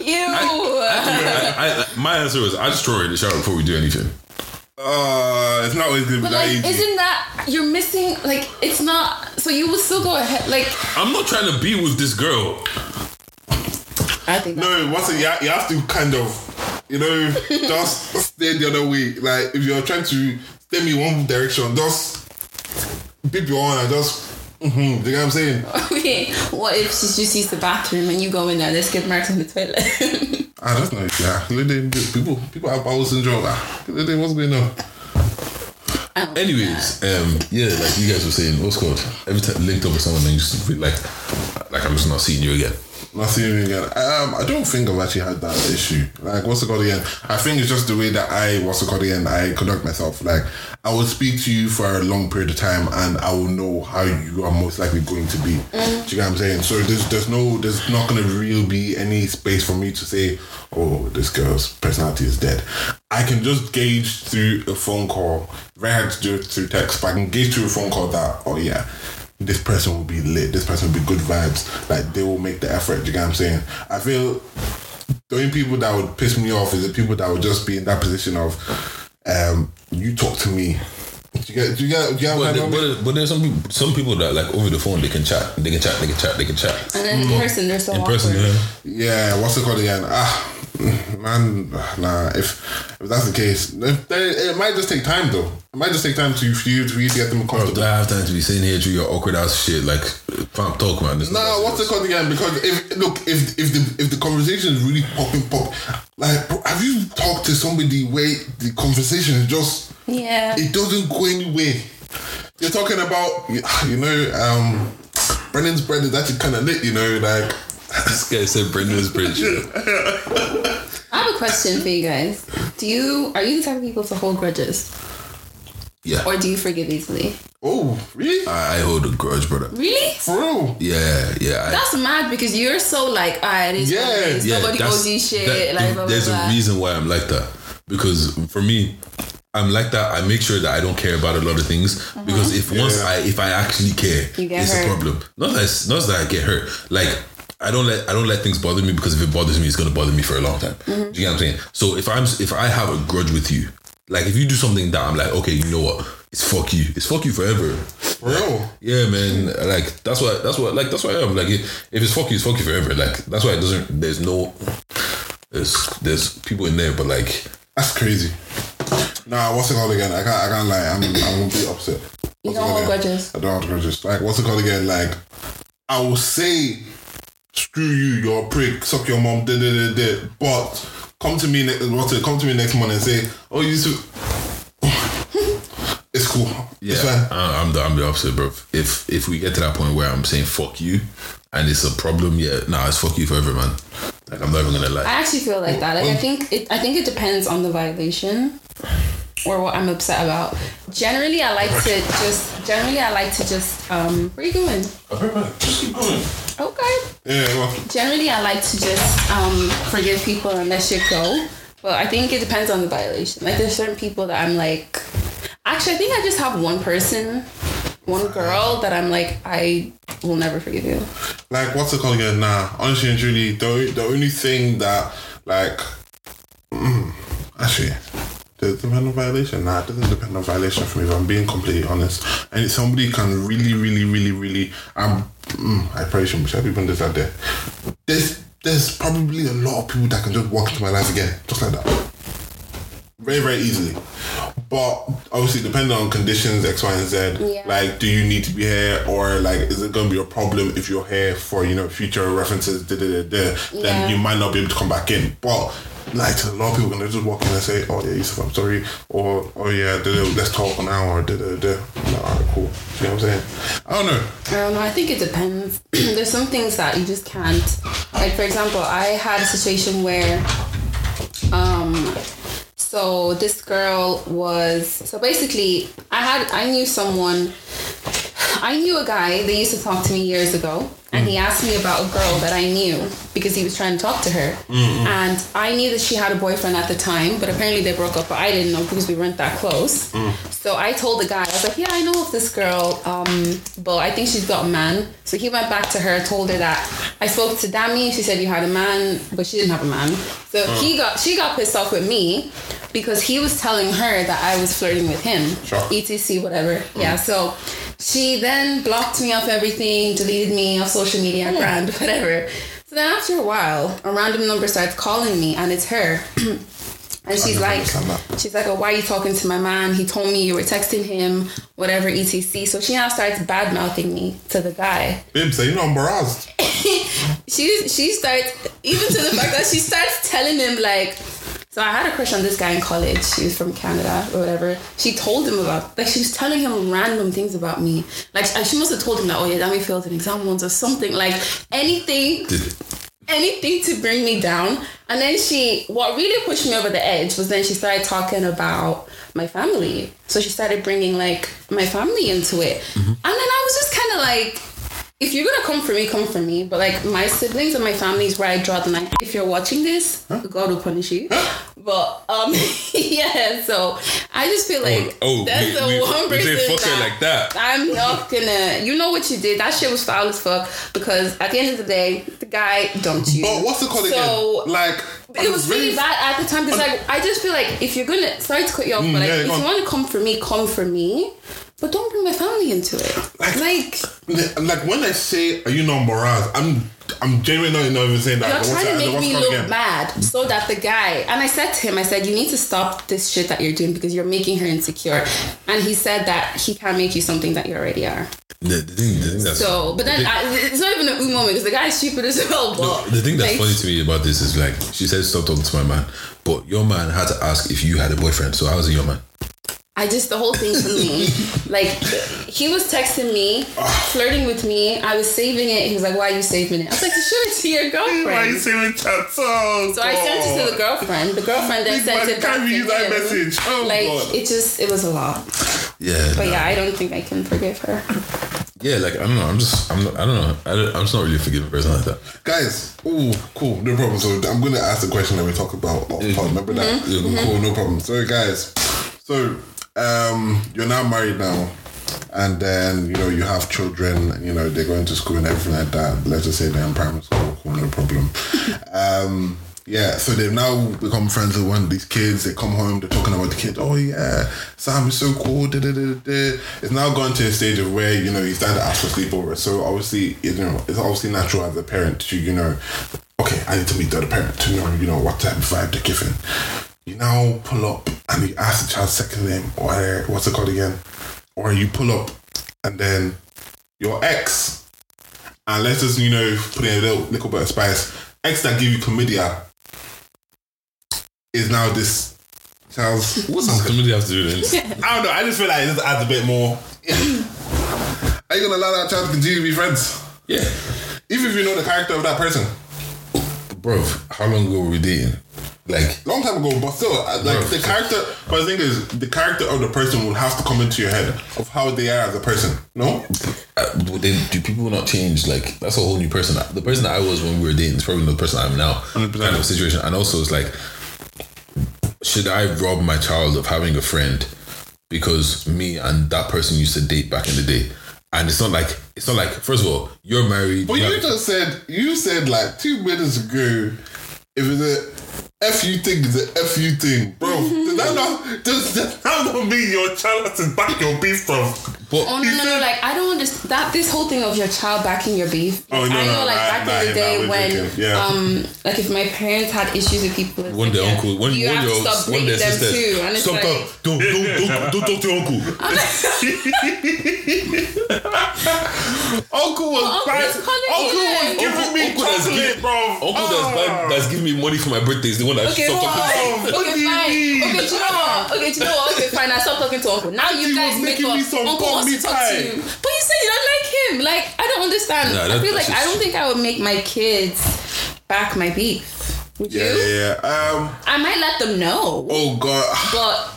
Speaker 3: Ew.
Speaker 2: I, I, my answer was, I just throw her in the shower before we do anything.
Speaker 4: Uh, it's not always gonna be
Speaker 3: but
Speaker 4: that
Speaker 3: like,
Speaker 4: easy.
Speaker 3: isn't that you're missing? Like, it's not. So you will still go ahead. Like,
Speaker 2: I'm not trying to be with this girl.
Speaker 3: I think.
Speaker 4: No, once you ha- you have to kind of, you know, just stay the other way. Like if you're trying to stay me one direction, just beep your own and just. Mm-hmm, you know what I'm saying?
Speaker 3: Okay, what if she just used the bathroom and you go in there? There's skid marks on the toilet.
Speaker 4: I don't know. Ah, Yeah, Lady, people people have bowel syndrome. Ah, Lady, what's going on?
Speaker 2: Anyways, um, yeah, like you guys were saying, what's it called every time linked up with someone, and you just feel like, like I'm just not seeing you again.
Speaker 4: Not seeing you again. Um, I don't think I've actually had that issue. Like, what's it called again? I think it's just the way that I, what's it called again? I conduct myself. Like, I will speak to you for a long period of time, and I will know how you are most likely going to be. Do you get what I'm saying? So there's there's no there's not gonna really be any space for me to say, oh, this girl's personality is dead. I can just gauge through a phone call. Very hard to do it through text, but I can gauge through a phone call that, oh yeah this person will be lit. This person will be good vibes. Like they will make the effort. Do you get what I'm saying? I feel the only people that would piss me off is the people that would just be in that position of, um, you talk to me. Do you get? Do you get? Do you get what
Speaker 2: But,
Speaker 4: I
Speaker 2: there,
Speaker 4: mean?
Speaker 2: but, but there's some people, some people that like over the phone they can chat, they can chat, they can chat, they can chat.
Speaker 3: And then in person, they're so
Speaker 2: In
Speaker 3: awkward.
Speaker 2: person, yeah.
Speaker 4: Yeah, what's it called again? Ah, man, nah. If if that's the case, if they, it might just take time though. It might just take time to for you for you to get them
Speaker 2: Do
Speaker 4: comfortable.
Speaker 2: I have time to be sitting here through your awkward ass shit? Like, fam, talk, man. It's
Speaker 4: No,
Speaker 2: not-
Speaker 4: what's it called again? Because if look, if if the if the conversation is really popping pop, like bro, have you talked to somebody where the conversation is just
Speaker 3: Yeah.
Speaker 4: it doesn't go anywhere? You're talking about you know, um, Brennan's bread is actually kind of lit, you know, like
Speaker 2: This guy said Brendan's bridge.
Speaker 3: I have a question for you guys. Do you are you the type of people to hold grudges,
Speaker 2: Yeah.
Speaker 3: or do you forgive easily?
Speaker 4: Oh, really?
Speaker 2: I, I hold a grudge, brother.
Speaker 3: Really?
Speaker 4: For real?
Speaker 2: Yeah, yeah. I,
Speaker 3: That's mad because you're so like, ah, it is
Speaker 4: Yeah,
Speaker 3: what it is.
Speaker 2: yeah,
Speaker 3: nobody
Speaker 2: that's-
Speaker 3: owes you shit.
Speaker 2: that-
Speaker 3: like, blah, blah,
Speaker 2: there's
Speaker 3: blah.
Speaker 2: a reason why I'm like that because for me, I'm like that. I make sure that I don't care about a lot of things because if once
Speaker 4: Yeah.
Speaker 2: I if I actually care,
Speaker 3: Uh-huh. You get
Speaker 2: it's
Speaker 3: hurt.
Speaker 2: a problem. Not that it's, not that I get hurt. Like I don't let I don't let things bother me because if it bothers me, it's gonna bother me for a long time.
Speaker 3: Mm-hmm.
Speaker 2: Do you get what I'm saying? So if I'm if I have a grudge with you, like if you do something that I'm like, okay, you know what? It's fuck you. It's fuck you forever.
Speaker 4: For real?
Speaker 2: Yeah, man. Like that's why. That's why. Like that's why I am. Like if it's fuck you, it's fuck you forever. Like that's why it doesn't. There's no. There's there's people in there, but like
Speaker 4: That's crazy. Nah, what's it called again? I can't. I can't lie. I'm. I'm gonna be upset.
Speaker 3: You
Speaker 4: What's it
Speaker 3: don't
Speaker 4: called
Speaker 3: hold
Speaker 4: again?
Speaker 3: grudges.
Speaker 4: I don't want grudges. Like, what's it called again? Like, I will say, screw you, you're a prick, suck your mom, da da da da. But come to me next, what's it? Come to me next morning and say, oh, you. Su- it's cool. It's fine.
Speaker 2: I, I'm the I'm the opposite, bro. If if we get to that point where I'm saying fuck you, and it's a problem, yeah, nah, it's fuck you forever, man. Like I'm not even gonna lie.
Speaker 3: I actually feel like that. Like I think it. I think it depends on the violation or what I'm upset about. Generally, I like to just. Generally, I like to just. Um, where are you going? Okay.
Speaker 4: Yeah. Well,
Speaker 3: Generally, I like to just um, forgive people and let shit go. But I think it depends on the violation. Like there's certain people that I'm like. Actually, I think I just have one person, one girl that I'm like I will never forgive you.
Speaker 4: like what's it called again? Nah, honestly and truly, the the only thing that like mm, actually does it depend on violation? Nah, it doesn't depend on violation for me. If I'm being completely honest, and if somebody can really, really, really, really, I'm mm, I probably shouldn't be people this out there. There's there's probably a lot of people that can just walk into my life again, just like that very very easily but obviously depending on conditions x y and z
Speaker 3: Yeah.
Speaker 4: like do you need to be here or like is it going to be a problem if you're here for you know future references da, da, da, da,
Speaker 3: Yeah.
Speaker 4: then you might not be able to come back in but like a lot of people can just walk in and say oh yeah Yusuf I'm sorry or oh yeah da, da, let's talk an hour da, da, da. Like, alright cool you know what I'm saying I don't know
Speaker 3: I don't know. I think it depends. There's some things that you just can't. Like for example, I had a situation where, um, so this girl was so basically I had I knew someone, I knew a guy that used to talk to me years ago, and he asked me about a girl that I knew because he was trying to talk to her, and I knew that she had a boyfriend at the time, but apparently they broke up, but I didn't know because we weren't that close. So I told the guy, I was like, yeah, I know of this girl, um, but I think she's got a man. So he went back to her, told her that I spoke to Dami, she said you had a man, but she didn't have a man. So he got she got pissed off with me because he was telling her that I was flirting with him.
Speaker 4: Sure.
Speaker 3: ETC, E whatever. Yeah. So she then blocked me off everything, deleted me off social media, grand, whatever. So then after a while, a random number starts calling me and it's her. And she's
Speaker 4: never
Speaker 3: like,
Speaker 4: understand that.
Speaker 3: she's like, oh, why are you talking to my man? He told me you were texting him, whatever, etc. So she now starts bad mouthing me to the guy.
Speaker 4: babes you know I'm harassed
Speaker 3: She she starts even to the fact that she starts telling him like. So I had a crush on this guy in college. She was from Canada or whatever. She told him about like she was telling him random things about me. Like she must have told him that oh yeah, Dami failed an exam once or something. Like anything
Speaker 2: Did-
Speaker 3: anything to bring me down. And then she, what really pushed me over the edge was then she started talking about my family. So she started bringing like my family into it.
Speaker 2: Mm-hmm.
Speaker 3: And then I was just kind of like, if you're gonna come for me, come for me. But like my siblings and my family is where I draw the line. If you're watching this, God will punish you. But um, yeah. So I just feel like
Speaker 2: oh,
Speaker 3: that's
Speaker 2: we,
Speaker 3: the
Speaker 2: we,
Speaker 3: one
Speaker 2: we
Speaker 3: person
Speaker 2: say fuck her
Speaker 3: that-
Speaker 2: like that.
Speaker 3: I'm not gonna. You know what you did. That shit was foul as fuck. Because at the end of the day, the guy dumped you.
Speaker 4: but what's it called
Speaker 3: So,
Speaker 4: again like
Speaker 3: It was really bad at the time because, like, I just feel like if you're gonna sorry to cut you off, but like,
Speaker 4: Mm, yeah,
Speaker 3: if
Speaker 4: go
Speaker 3: you
Speaker 4: on.
Speaker 3: want to come for me, come for me, but don't bring my family into it. Like,
Speaker 4: Like- uh, like when I say are you not morals, I'm I'm genuinely not, not even saying that.
Speaker 3: you're
Speaker 4: But what's
Speaker 3: trying to
Speaker 4: it-
Speaker 3: make
Speaker 4: what's it
Speaker 3: me
Speaker 4: called
Speaker 3: look
Speaker 4: again?
Speaker 3: bad, so that the guy and I said to him, I said, you need to stop this shit that you're doing because you're making her insecure. And he said that he can't make you something that you already are.
Speaker 2: The, the thing, the thing that's
Speaker 3: So, but then
Speaker 2: the,
Speaker 3: I, it's not even a ooh moment because the guy's stupid as well. But
Speaker 2: the thing that's
Speaker 3: like,
Speaker 2: funny to me about this is like she said stop talking to my man, but your man had to ask if you had a boyfriend. So how's it your man?
Speaker 3: I just the whole thing for me, like he was texting me, flirting with me. I was saving it. He was like, "Why are you saving it?" I was like, "To show it to your
Speaker 4: Why are you
Speaker 3: girlfriend."
Speaker 4: saving chat? Oh,
Speaker 3: So I sent it to the girlfriend. The girlfriend then
Speaker 4: Big
Speaker 3: sent
Speaker 4: man,
Speaker 3: it back
Speaker 4: can't
Speaker 3: to
Speaker 4: we use that
Speaker 3: him.
Speaker 4: message? Oh,
Speaker 3: like
Speaker 4: God.
Speaker 3: it just, it was a lot.
Speaker 2: Yeah.
Speaker 3: But
Speaker 2: nah.
Speaker 3: yeah, I don't think I can forgive her.
Speaker 2: Yeah, like I don't know. I'm just I'm not, I don't know. I don't, I'm just not really a forgiving person like that.
Speaker 4: Guys, oh, cool, no problem. So I'm gonna ask the question that we talked about. off top. Remember that? Cool, no problem. So guys, so um, you're now married now, and then you know you have children. And, you know they're going to school and everything like that. Let's just say they're in primary school. Cool, no problem. um, yeah, so they've now become friends with one of these kids. They come home, they're talking about the kid. Oh yeah, Sam is so cool. Da, da, da, da. It's now gone to a stage of where you know he's done to ask for sleepover. So obviously, you know, it's obviously natural as a parent to you know, okay, I need to meet the other parent to know you know what type of vibe they're giving. You now pull up and you ask the child's second name or uh, what's it called again, or you pull up and then your ex and let's just, you know, put in a little, little bit of spice. X that give you chlamydia is now this child's.
Speaker 2: What does comedy have to do with this?
Speaker 4: I don't know. I just feel like it just adds a bit more. Are you gonna allow that child to continue to be friends,
Speaker 2: yeah,
Speaker 4: even if you know the character of that person?
Speaker 2: bro. How long ago were we dating? Like,
Speaker 4: Long time ago, but still, I- like
Speaker 2: Bro.
Speaker 4: the character. But the thing is, the character of the person will have to come into your head of how they are as a person. No,
Speaker 2: uh, would they, do people not change? Like, that's a whole new person. The person that I was when we were dating is probably not the person I'm now.
Speaker 4: 100%.
Speaker 2: Kind of situation. And also, it's like, should I rob my child of having a friend because me and that person used to date back in the day? And it's not like it's not like. First of all, you're married.
Speaker 4: but
Speaker 2: you
Speaker 4: you
Speaker 2: have-
Speaker 4: just said you said like two minutes ago. If it's a F you thing is a F you thing, bro.
Speaker 3: Mm-hmm.
Speaker 4: Does that not does that not mean your child has to back your beef from?
Speaker 2: but
Speaker 3: Oh no, no, no! Like I don't understand that this whole thing of your child backing your beef.
Speaker 4: Oh, no,
Speaker 3: I
Speaker 4: no,
Speaker 3: know, like
Speaker 4: nah,
Speaker 3: back
Speaker 4: nah,
Speaker 3: in the
Speaker 4: nah,
Speaker 3: day
Speaker 4: we're
Speaker 3: when,
Speaker 4: joking. Yeah.
Speaker 3: um, like if my parents had issues with people, it's
Speaker 2: One
Speaker 3: like,
Speaker 2: day,
Speaker 3: yeah,
Speaker 2: uncle. One,
Speaker 3: you
Speaker 2: one
Speaker 3: have
Speaker 2: day,
Speaker 3: to
Speaker 2: uncle.
Speaker 3: stop
Speaker 2: One day,
Speaker 3: dating them
Speaker 2: sisters.
Speaker 3: too, and it's
Speaker 2: stop,
Speaker 3: like,
Speaker 2: talk. Don't, don't, don't, don't talk to your uncle.
Speaker 4: Uncle was
Speaker 3: Uncle
Speaker 4: bad.
Speaker 3: was calling
Speaker 4: Uncle
Speaker 3: you.
Speaker 4: was giving
Speaker 2: Uncle-
Speaker 4: me
Speaker 2: uncle that's
Speaker 4: chocolate,
Speaker 2: gi-
Speaker 4: bro.
Speaker 2: Uncle that's, buying, that's giving me money for my birthday is the one that
Speaker 3: Oh. Okay,
Speaker 2: stopped talking.
Speaker 3: fine.
Speaker 4: What do
Speaker 3: Okay,
Speaker 4: you
Speaker 3: fine.
Speaker 4: mean?
Speaker 3: Okay, do you know what? Okay, do you know what? Okay, fine. I stopped talking to Uncle. Now
Speaker 4: Auntie
Speaker 3: you guys
Speaker 4: was
Speaker 3: make
Speaker 4: making
Speaker 3: up.
Speaker 4: me some
Speaker 3: Uncle wants to
Speaker 4: banh mi
Speaker 3: talk
Speaker 4: pie.
Speaker 3: to you, but you said you don't like him. Like I don't understand.
Speaker 2: Nah,
Speaker 3: I
Speaker 2: that-
Speaker 3: feel
Speaker 2: that's
Speaker 3: like I
Speaker 2: just-
Speaker 3: don't think I would make my kids back my beef. Would
Speaker 4: Yeah,
Speaker 3: you?
Speaker 4: yeah, yeah. Um.
Speaker 3: I might let them know.
Speaker 4: Oh God.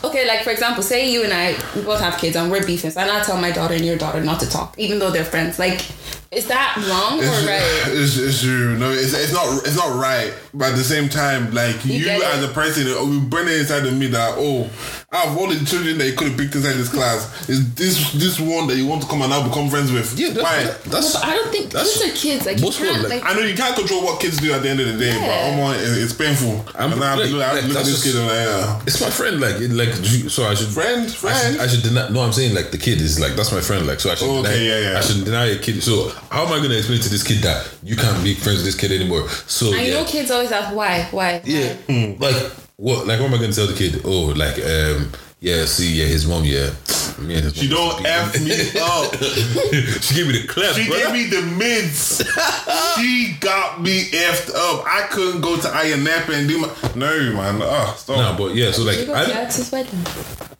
Speaker 3: But okay, like for example, say you and I we both have kids and we're beefing, and I tell my daughter and your daughter not to talk, even though they're friends. Like, is that wrong
Speaker 4: It's,
Speaker 3: or right?
Speaker 4: it's, it's true. No, it's, it's not. It's not right. But at the same time, like you,
Speaker 3: get it?
Speaker 4: as a person, it will burn it inside of me that oh, out of all the children that you could have picked inside this class, is this this one that you want to come and now become friends with?
Speaker 2: Yeah,
Speaker 4: Why?
Speaker 2: that, that's.
Speaker 3: But I don't think
Speaker 2: That's-
Speaker 3: these are kids. Like, you
Speaker 2: most of them,
Speaker 3: can't,
Speaker 2: like-
Speaker 3: like,
Speaker 4: I know you can't control what kids do at the end of the day,
Speaker 3: Yeah.
Speaker 4: but almost it's painful.
Speaker 2: I'm-
Speaker 4: and now I have to look, I
Speaker 2: like,
Speaker 4: have to look at
Speaker 2: that's
Speaker 4: this
Speaker 2: just-
Speaker 4: kid and like, yeah.
Speaker 2: It's my friend, like, it, like, so I should.
Speaker 4: friend,
Speaker 2: I
Speaker 4: friend.
Speaker 2: should, I should deny. No, I'm saying like the kid is like that's my friend. Like, so I should.
Speaker 4: Okay,
Speaker 2: deny,
Speaker 4: yeah, yeah.
Speaker 2: I should deny a kid. So how am I gonna explain to this kid that you can't be friends with this kid anymore? So
Speaker 3: I
Speaker 2: yeah,
Speaker 3: know kids always ask why, why.
Speaker 2: Yeah.
Speaker 4: Hmm.
Speaker 2: Like what? Like what am I going to tell the kid? Oh, like um, yeah. See, yeah, his mom. Yeah, me and his
Speaker 4: She
Speaker 2: mom
Speaker 4: don't
Speaker 2: used
Speaker 4: F
Speaker 2: to be-
Speaker 4: me up.
Speaker 2: she gave me the clap.
Speaker 4: She
Speaker 2: brother.
Speaker 4: gave me the mids. she got me effed up. I couldn't go to INF and do my. No, man. Oh, stop.
Speaker 2: Nah, but yeah. So like,
Speaker 3: You go
Speaker 2: I
Speaker 3: to
Speaker 2: don't,
Speaker 3: Alex's wedding.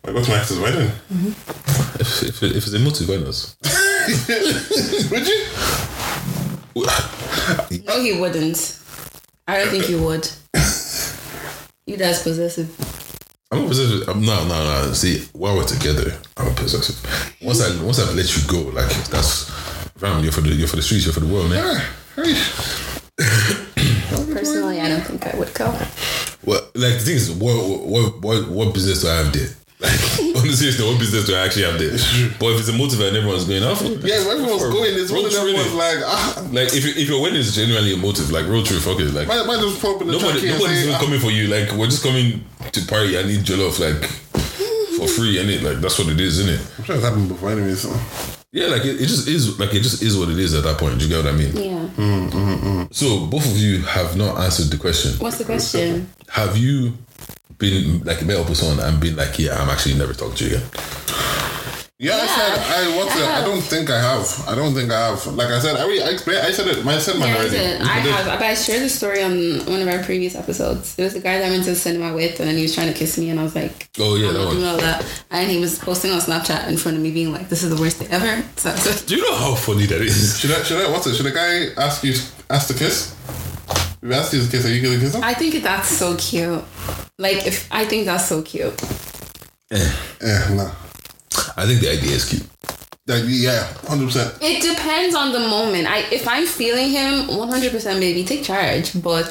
Speaker 4: I got to my ex's wedding.
Speaker 2: if, if, if it's emotive, why not?
Speaker 4: Would you?
Speaker 3: No, he wouldn't. I don't think he would. You guys possessive.
Speaker 2: I'm not possessive. I'm no, no, no. See, while we're together, I'm possessive. Once I once I've let you go, like that's fam. You're for the you're for the streets. You're for the world, man.
Speaker 3: Personally, I don't think I would go.
Speaker 2: What like the thing is, what what what what business do I have there? Like on the serious note, what business do I actually have there? But if it's a motive and everyone's going out, for it,
Speaker 4: Yeah, everyone's going. It's one
Speaker 2: Roach
Speaker 4: of them
Speaker 2: really.
Speaker 4: ones like. Ah,
Speaker 2: Like if if your wedding is genuinely emotive, like real true, fuck it. Like
Speaker 4: might, might just pop in the
Speaker 2: nobody
Speaker 4: trachea and
Speaker 2: nobody's
Speaker 4: say,
Speaker 2: even
Speaker 4: ah,
Speaker 2: coming for you. Like we're just coming to party and eat jollof like for free, and it like that's what it is, isn't it?
Speaker 4: I'm sure it's happened before anyway, so.
Speaker 2: Yeah, like it, it just is like it just is what it is at that point. Do you get what I mean?
Speaker 3: Yeah.
Speaker 2: Hmm. So both of you have not answered the question.
Speaker 3: What's the question?
Speaker 2: Have you been like met up with someone and been like, yeah, I'm actually never talking to you again?
Speaker 4: Yeah, I
Speaker 3: Yeah.
Speaker 4: said I want to. I don't think I have. I don't think I have. Like I said, I already I explained. I said it. I said mine
Speaker 3: Yeah,
Speaker 4: already.
Speaker 3: listen, I have, but I shared the story on one of our previous episodes. It was the guy that I went to the cinema with, and then he was trying to kiss me, and I was like,
Speaker 2: Oh, yeah,
Speaker 3: I'm
Speaker 2: that
Speaker 3: not
Speaker 2: one.
Speaker 3: doing all that. And he was posting on Snapchat in front of me, being like, "This is the worst day ever." So, so
Speaker 2: Do you know how funny that is?
Speaker 4: Should I? Should I? What's it? Should a guy ask you ask to kiss? If he asks you to kiss, are you gonna kiss him?
Speaker 3: I think that's so cute. Like, if I think that's so cute.
Speaker 4: Yeah, no.
Speaker 2: I think the idea is cute.
Speaker 4: Like, yeah, hundred percent.
Speaker 3: It depends on the moment. I if I'm feeling him 100% baby, take charge, but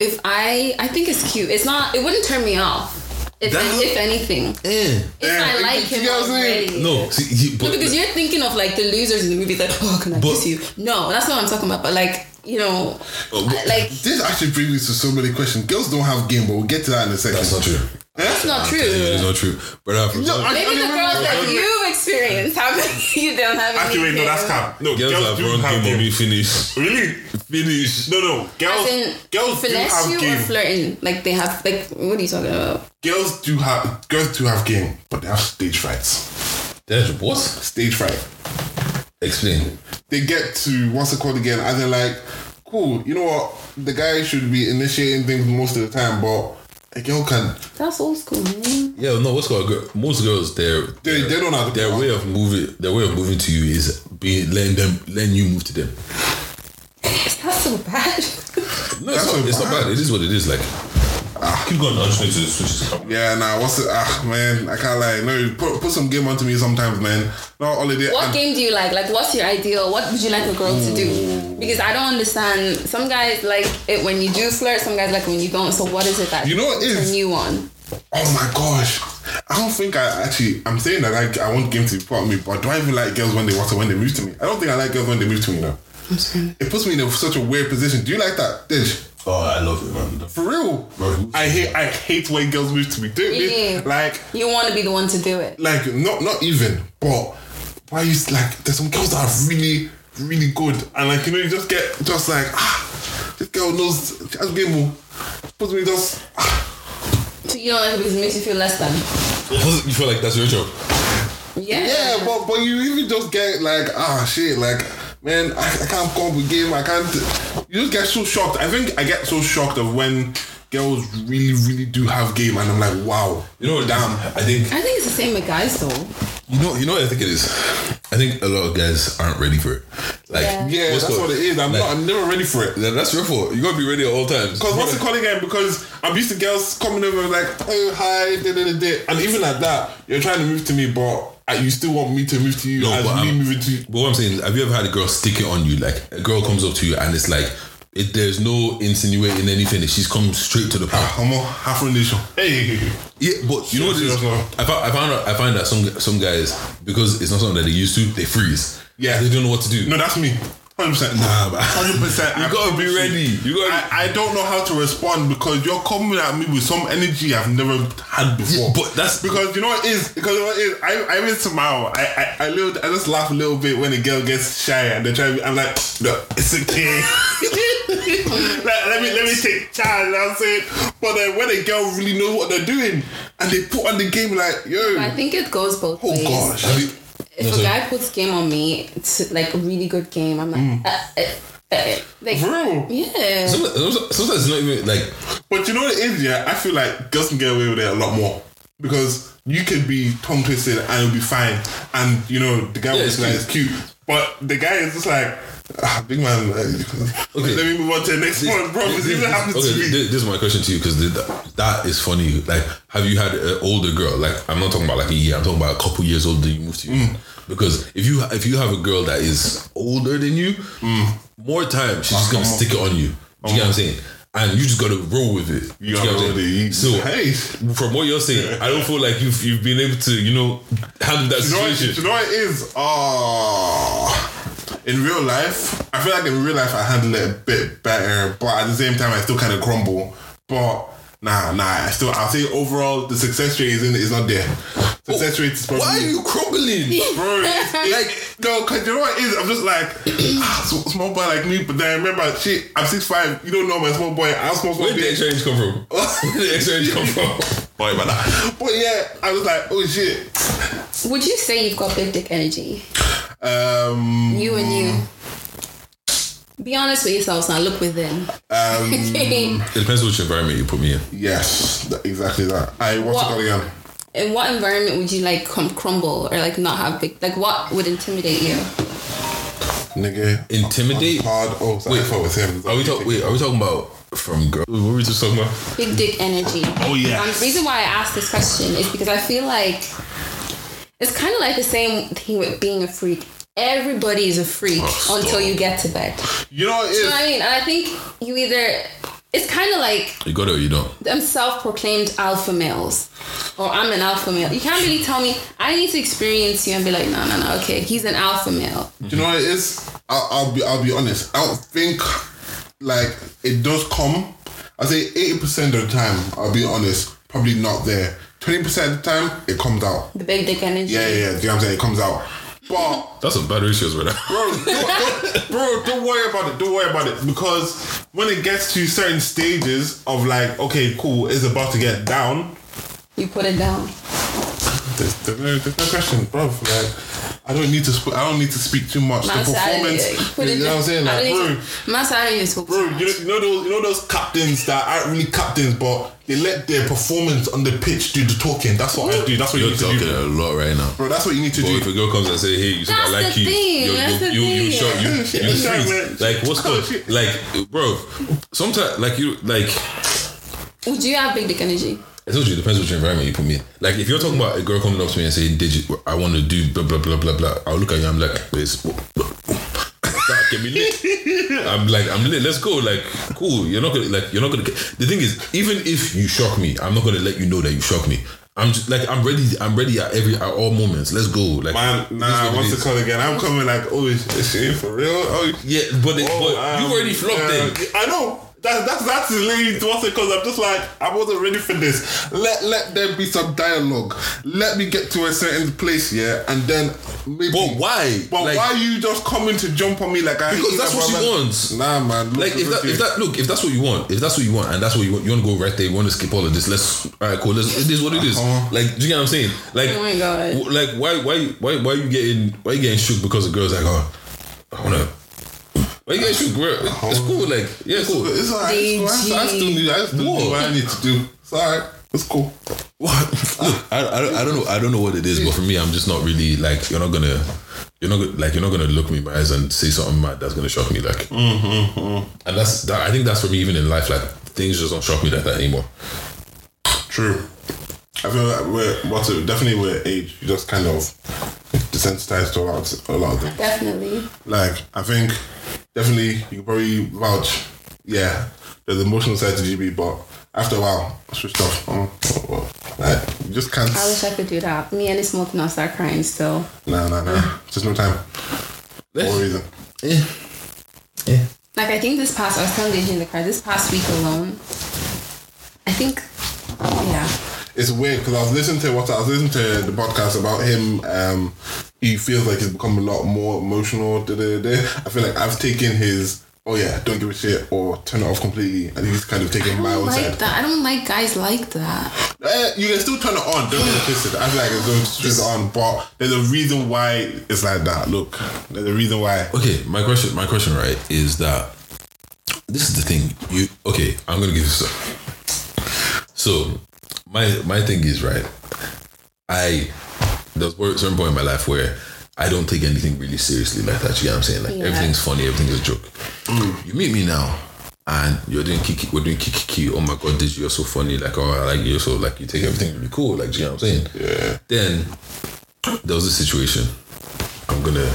Speaker 3: if I I think it's cute. It's not it wouldn't turn me off. If,
Speaker 2: That-
Speaker 3: if anything, if
Speaker 4: Yeah,
Speaker 3: I
Speaker 4: it-
Speaker 3: like
Speaker 4: you
Speaker 3: him
Speaker 4: get what I'm saying?
Speaker 3: already.
Speaker 2: Eh. No, see, he, but
Speaker 3: No, because you're thinking of like the losers in the movies, like, oh, can I
Speaker 2: But-
Speaker 3: kiss you? No, that's not what I'm talking about. But like, you know,
Speaker 2: Oh,
Speaker 3: I- like
Speaker 4: This actually brings me to so many questions. Girls don't have game, but we'll get to that in a second.
Speaker 2: that's not true.
Speaker 3: that's not true.
Speaker 2: Yeah, it's not true. But uh, for
Speaker 4: No,
Speaker 2: some-
Speaker 4: I-
Speaker 3: Maybe the
Speaker 4: remember-
Speaker 3: girls that
Speaker 4: I-
Speaker 3: you've experienced have you don't have.
Speaker 1: Actually, wait, no,
Speaker 3: anything.
Speaker 1: that's cap. No,
Speaker 2: girls have
Speaker 1: do
Speaker 2: wrong game
Speaker 1: game.
Speaker 2: when we finish.
Speaker 1: Really?
Speaker 2: Finish.
Speaker 1: No, no, girls,
Speaker 3: As in,
Speaker 1: girls do
Speaker 3: finesse
Speaker 1: have
Speaker 3: you or
Speaker 1: game.
Speaker 3: flirting? Like they have, like what are you talking about?
Speaker 4: Girls do have girls do have game, but they have stage frights.
Speaker 2: That's what?
Speaker 4: Stage fright.
Speaker 2: Explain.
Speaker 4: They get to once a called again, and they're like, "Cool, you know what? The guy should be initiating things most of the time, but a girl can.
Speaker 3: That's old school, man.
Speaker 2: Yeah, no. What's called girl, most girls, their
Speaker 4: They,
Speaker 2: their,
Speaker 4: they don't have the
Speaker 2: their way of moving, their way of moving to you is being letting them, letting you move to them.
Speaker 3: Is that so bad?
Speaker 2: No, it's
Speaker 4: That's Ah.
Speaker 2: not,
Speaker 4: so
Speaker 2: it's not
Speaker 4: bad.
Speaker 2: bad. It is what it is. Like, keep going. I just need to switch this camera.
Speaker 4: Yeah, nah. What's it? Ah, man, I can't lie. No, put, put some game onto me sometimes, man. Not holiday.
Speaker 3: what
Speaker 4: and-
Speaker 3: game do you like? Like, what's your ideal? What would you like a girl to do?
Speaker 4: Hmm.
Speaker 3: Because I don't understand. Some guys like it when you do flirt. Some guys like it when you don't. So what is it that
Speaker 4: You know what it is?
Speaker 3: turn you on?
Speaker 4: Oh my gosh. I don't think I actually. I'm saying that I, I want game to be part of me, but do I even like girls when they want to when they move to me? I don't think I like girls when they move to me though. It puts me in a, such a weird position. Do you like that, Didge?
Speaker 2: Oh, I love it, man.
Speaker 4: For real?
Speaker 2: Bro.
Speaker 4: I hate I hate when girls move to me. Do
Speaker 3: Yeah.
Speaker 4: it. Like
Speaker 3: You want to be the one to do it.
Speaker 4: like not not even, but why you like there's some girls that are really really good and like you know you just get just like ah this girl knows she has game. Puts me just ah,
Speaker 3: So you don't like it because it makes you feel less than.
Speaker 2: You feel like that's your job.
Speaker 3: Yeah.
Speaker 4: Yeah, but but you even just get like ah shit like man I, I can't come up with game I can't you just get so shocked I think I get so shocked of when girls really really do have game and I'm like wow
Speaker 2: You know what? Damn. I think
Speaker 3: I think it's the same with guys though.
Speaker 2: you know. You know what I think it is. I think a lot of guys aren't ready for it. Like,
Speaker 3: Yeah.
Speaker 4: yeah
Speaker 2: what's
Speaker 4: that's
Speaker 2: called-
Speaker 4: what it is I'm
Speaker 2: like,
Speaker 4: not I'm never ready for it
Speaker 2: Then that's your fault. You gotta be ready at all times.
Speaker 4: because what's it called again because I'm used to girls coming over like oh hi da, da, da, da. and even like that you're trying to move to me but uh, you still want me to move to you
Speaker 2: No,
Speaker 4: as
Speaker 2: but
Speaker 4: me
Speaker 2: I'm-
Speaker 4: moving to you
Speaker 2: But what I'm saying, have you ever had a girl stick it on you? Like a girl comes up to you and it's like, it, there's no insinuating anything. She's come straight to the point.
Speaker 4: I'm on half a nation hey
Speaker 2: Yeah, but you know what it is?
Speaker 4: Serious, no.
Speaker 2: I found, I found out, I find that some some guys because it's not something that they used to, they freeze.
Speaker 4: Yeah.
Speaker 2: they don't know what to do.
Speaker 4: no that's me 100%
Speaker 2: Nah, but-
Speaker 4: Hundred percent.
Speaker 2: You gotta be ready. You gotta.
Speaker 4: I, I don't know how to respond because you're coming at me with some energy I've never had before.
Speaker 2: Yeah, but that's-
Speaker 4: because you know what it is because you know what it is. I I even smile. I I I, little, I just laugh a little bit when a girl gets shy and they try. to be- I'm like, no, it's okay. like, let me let me take charge. I'm saying, but then when a girl really knows what they're doing and they put on the game, like yo,
Speaker 3: I think it goes both
Speaker 4: oh
Speaker 3: ways.
Speaker 4: gosh,
Speaker 2: Have you-
Speaker 3: If
Speaker 2: No,
Speaker 3: a
Speaker 2: sorry.
Speaker 3: guy puts game on me, it's like a really good game. I'm like, uh, uh, uh, like
Speaker 4: for Hmm. real.
Speaker 3: yeah.
Speaker 2: Sometimes, sometimes it's not even like
Speaker 4: But you know what it is, yeah? I feel like girls can get away with it a lot more. Because you could be tongue twisted and it'll be fine. And, you know, the guy
Speaker 2: Yeah,
Speaker 4: was
Speaker 2: it's
Speaker 4: like,
Speaker 2: cute.
Speaker 4: it's cute. But the guy is just like, ah, big man, like,
Speaker 2: Okay.
Speaker 4: let me move on to the next one, bro. This even happened
Speaker 2: okay,
Speaker 4: to me.
Speaker 2: thi- This, is my question to you because that is funny. Like, have you had an older girl? Like, I'm not talking about like a year. I'm talking about a couple years older. You moved to you
Speaker 4: Mm.
Speaker 2: because if you if you have a girl that is older than you,
Speaker 4: Mm.
Speaker 2: more time she's just gonna stick it on you. Do you get what I'm saying? And you just gotta roll with it. Do
Speaker 4: You
Speaker 2: get what I'm
Speaker 4: already
Speaker 2: saying? So.
Speaker 4: hey.
Speaker 2: From what you're saying, I don't feel like you've you've been able to you know handle that
Speaker 4: You know, what,
Speaker 2: situation.
Speaker 4: you know what it is? Oh, in real life, I feel like in real life I handle it a bit better, but at the same time I still kind of grumble. But nah, nah, I still I'll say overall the success rate isn't is not there. Success rate is probably
Speaker 2: Why are you crumbling?
Speaker 4: bro. it's- it's- no, cause you know what it is. I'm just like ah, s- small boy like me, but then I remember shit. I'm six five. You don't know my small boy. I'm small small
Speaker 2: Where did the
Speaker 4: boy.
Speaker 2: exchange come from? Where did the exchange come from?
Speaker 4: Boy, but nah. But yeah, I was like, oh shit.
Speaker 3: Would you say you've got big dick energy?
Speaker 4: Um,
Speaker 3: You and you. Be honest with yourselves now. Look within. Um,
Speaker 2: It depends which environment you put me in.
Speaker 4: yes, that, exactly that. I what's
Speaker 3: What-
Speaker 4: it called again?
Speaker 3: In what environment would you like come crumble or like not have big? Like what would intimidate you?
Speaker 4: Nigga.
Speaker 2: Intimidate?
Speaker 4: Hard. Oh, sorry.
Speaker 2: Wait.
Speaker 4: I thought it was him.
Speaker 2: Are we talk? Wait, are we talking about from girl? What were we just talking about?
Speaker 3: Big dick energy.
Speaker 4: Oh, yes.
Speaker 3: Um, the reason why I asked this question is because I feel like It's kind of like the same thing with being a freak. Everybody is a freak
Speaker 2: Oh,
Speaker 3: until
Speaker 2: stop.
Speaker 3: you get to bed.
Speaker 4: You know what it
Speaker 3: You know what
Speaker 4: is?
Speaker 3: I mean? And I think you either it's kind of like
Speaker 2: You got it or you don't.
Speaker 3: them self-proclaimed alpha males, or I'm an alpha male. You can't really tell me. I need to experience you and be like, no, no, no. Okay, he's an alpha male.
Speaker 4: You know what it is? I'll, I'll be I'll be honest. I don't think like it does come. I say eighty percent of the time. I'll be honest. Probably not there. Twenty percent of the time, it comes out.
Speaker 3: The big dick energy.
Speaker 4: Yeah, yeah, yeah. Do you know what I'm saying? It comes out. But
Speaker 2: That's some bad ratios, brother.
Speaker 4: bro, don't, don't- bro, don't worry about it. Don't worry about it because when it gets to certain stages of like, okay, cool, it's about to get down.
Speaker 3: You put it down.
Speaker 4: There's, there's, no, there's no question, bro. Like, I don't need to. Sp- I don't need to speak too much.
Speaker 3: Man
Speaker 4: the
Speaker 3: Saturday,
Speaker 4: performance.
Speaker 3: yeah, you put it
Speaker 4: You know what I'm saying?
Speaker 3: down. I
Speaker 4: Like,
Speaker 3: don't
Speaker 4: bro,
Speaker 3: need to- Man Saturday is so
Speaker 4: bro, you know, you know those, you know those captains that aren't really captains, but they let their performance on the pitch do the talking. That's what I do. That's what you
Speaker 2: You're
Speaker 4: need to
Speaker 2: talking
Speaker 4: do,
Speaker 2: a lot right now.
Speaker 4: bro. That's what you need to
Speaker 2: But
Speaker 4: do.
Speaker 2: if a girl comes and say, "Hey, you said I
Speaker 3: That's
Speaker 2: like
Speaker 3: the
Speaker 2: you,"
Speaker 3: thing,
Speaker 2: you
Speaker 3: that's the
Speaker 2: you you
Speaker 3: thing.
Speaker 2: shot you you
Speaker 4: Yeah,
Speaker 2: freak.
Speaker 4: man.
Speaker 2: Like what's
Speaker 4: Oh,
Speaker 2: called
Speaker 4: shit.
Speaker 2: like bro. Sometimes like you like
Speaker 3: Would you have big dick energy?
Speaker 2: I told you it depends which environment you put me in. Like if you're talking about a girl coming up to me and saying, "Did you? I want to do blah blah blah blah blah," I'll look at you. I'm like, "Please." That get me lit. I'm like, I'm lit. Let's go. Like, cool. You're not gonna like. You're not gonna. The thing is, even if you shock me, I'm not gonna let you know that you shock me. I'm just like, I'm ready. I'm ready at every at all moments. Let's go. Like,
Speaker 4: Man,
Speaker 2: this is
Speaker 4: nah,
Speaker 2: what it
Speaker 4: what's
Speaker 2: is.
Speaker 4: the call again? I'm coming like, oh, is, is she for real? Oh,
Speaker 2: Yeah, but, it,
Speaker 4: oh,
Speaker 2: but you
Speaker 4: um,
Speaker 2: already flopped
Speaker 4: uh,
Speaker 2: then.
Speaker 4: I know. That's that's that's literally what's it because I'm just like I wasn't ready for this. Let let there be some dialogue. Let me get to a certain place, yeah, and then maybe.
Speaker 2: But why?
Speaker 4: But
Speaker 2: Like-
Speaker 4: why you just coming to jump on me like I?
Speaker 2: Because
Speaker 4: hate
Speaker 2: that's
Speaker 4: that,
Speaker 2: what she
Speaker 4: bro, man?
Speaker 2: wants.
Speaker 4: Nah, man. look,
Speaker 2: Like if
Speaker 4: look,
Speaker 2: that if
Speaker 4: look.
Speaker 2: that look if that's what you want if that's what you want and that's what you want you want to go right there you want to skip all of this let's all right cool let's, it is what it is
Speaker 4: Uh-huh.
Speaker 2: like do you get what I'm saying like
Speaker 3: Oh my God.
Speaker 2: w- like why why why why are you getting why you getting shook because a girl's like oh I wanna why you getting shook bro it's cool like yeah cool
Speaker 4: Uh-huh. It's alright. it's cool. I, I still need. I still
Speaker 2: What?
Speaker 4: do what I need to do. It's alright. It's cool.
Speaker 2: What? Look, I, I, don't- I don't know. I don't know what it is, but for me, I'm just not really like you're not gonna, you're not gonna- like you're not gonna look me in my eyes and say something mad that's gonna shock me. Like,
Speaker 4: Mm-hmm,
Speaker 2: and that's that. I think that's for me even in life. Like things just don't shock me like that anymore.
Speaker 4: True. I feel like we're what's it, definitely with age, you just kind of desensitized to a lot, of- a lot of things.
Speaker 3: Definitely.
Speaker 4: Like I think definitely you can probably vouch. Yeah, there's emotional side to GB, but after a while, I switched off. Um, like, you just can't.
Speaker 3: I wish I could do that. Me and this smoke now start crying still.
Speaker 4: Nah, nah, nah. Just no time. No reason.
Speaker 2: Yeah. Yeah.
Speaker 3: Like I think this past I was telling Deji in the car, this past week alone, I think yeah.
Speaker 4: It's weird because I was listening to what I was listening to the podcast about him. Um, he feels like he's become a lot more emotional. Da, da, da. I feel like I've taken his oh yeah, don't give a shit or turn it off completely. I think he's kind of
Speaker 3: I
Speaker 4: taking my
Speaker 3: don't
Speaker 4: own
Speaker 3: like
Speaker 4: side.
Speaker 3: that. I don't like guys like that.
Speaker 4: Eh, you can still turn it on. Don't get it twisted. I feel like it's going to twist it on, but there's a reason why it's like that. Look, there's a reason why.
Speaker 2: Okay. My question. My question. Right. Is that this is the thing. You okay? I'm gonna give you some. So my my thing is right. I there was a certain point in my life where I don't take anything really seriously like that. You know what I'm saying? Like
Speaker 3: Yeah.
Speaker 2: everything's funny, everything's a joke. You meet me now, and you're doing kiki, we're doing kiki, kiki. Oh my god, this you're so funny. Like oh, I like you. So like you take everything really cool. Like do you know what I'm saying? Yeah. Then there was a situation. I'm gonna.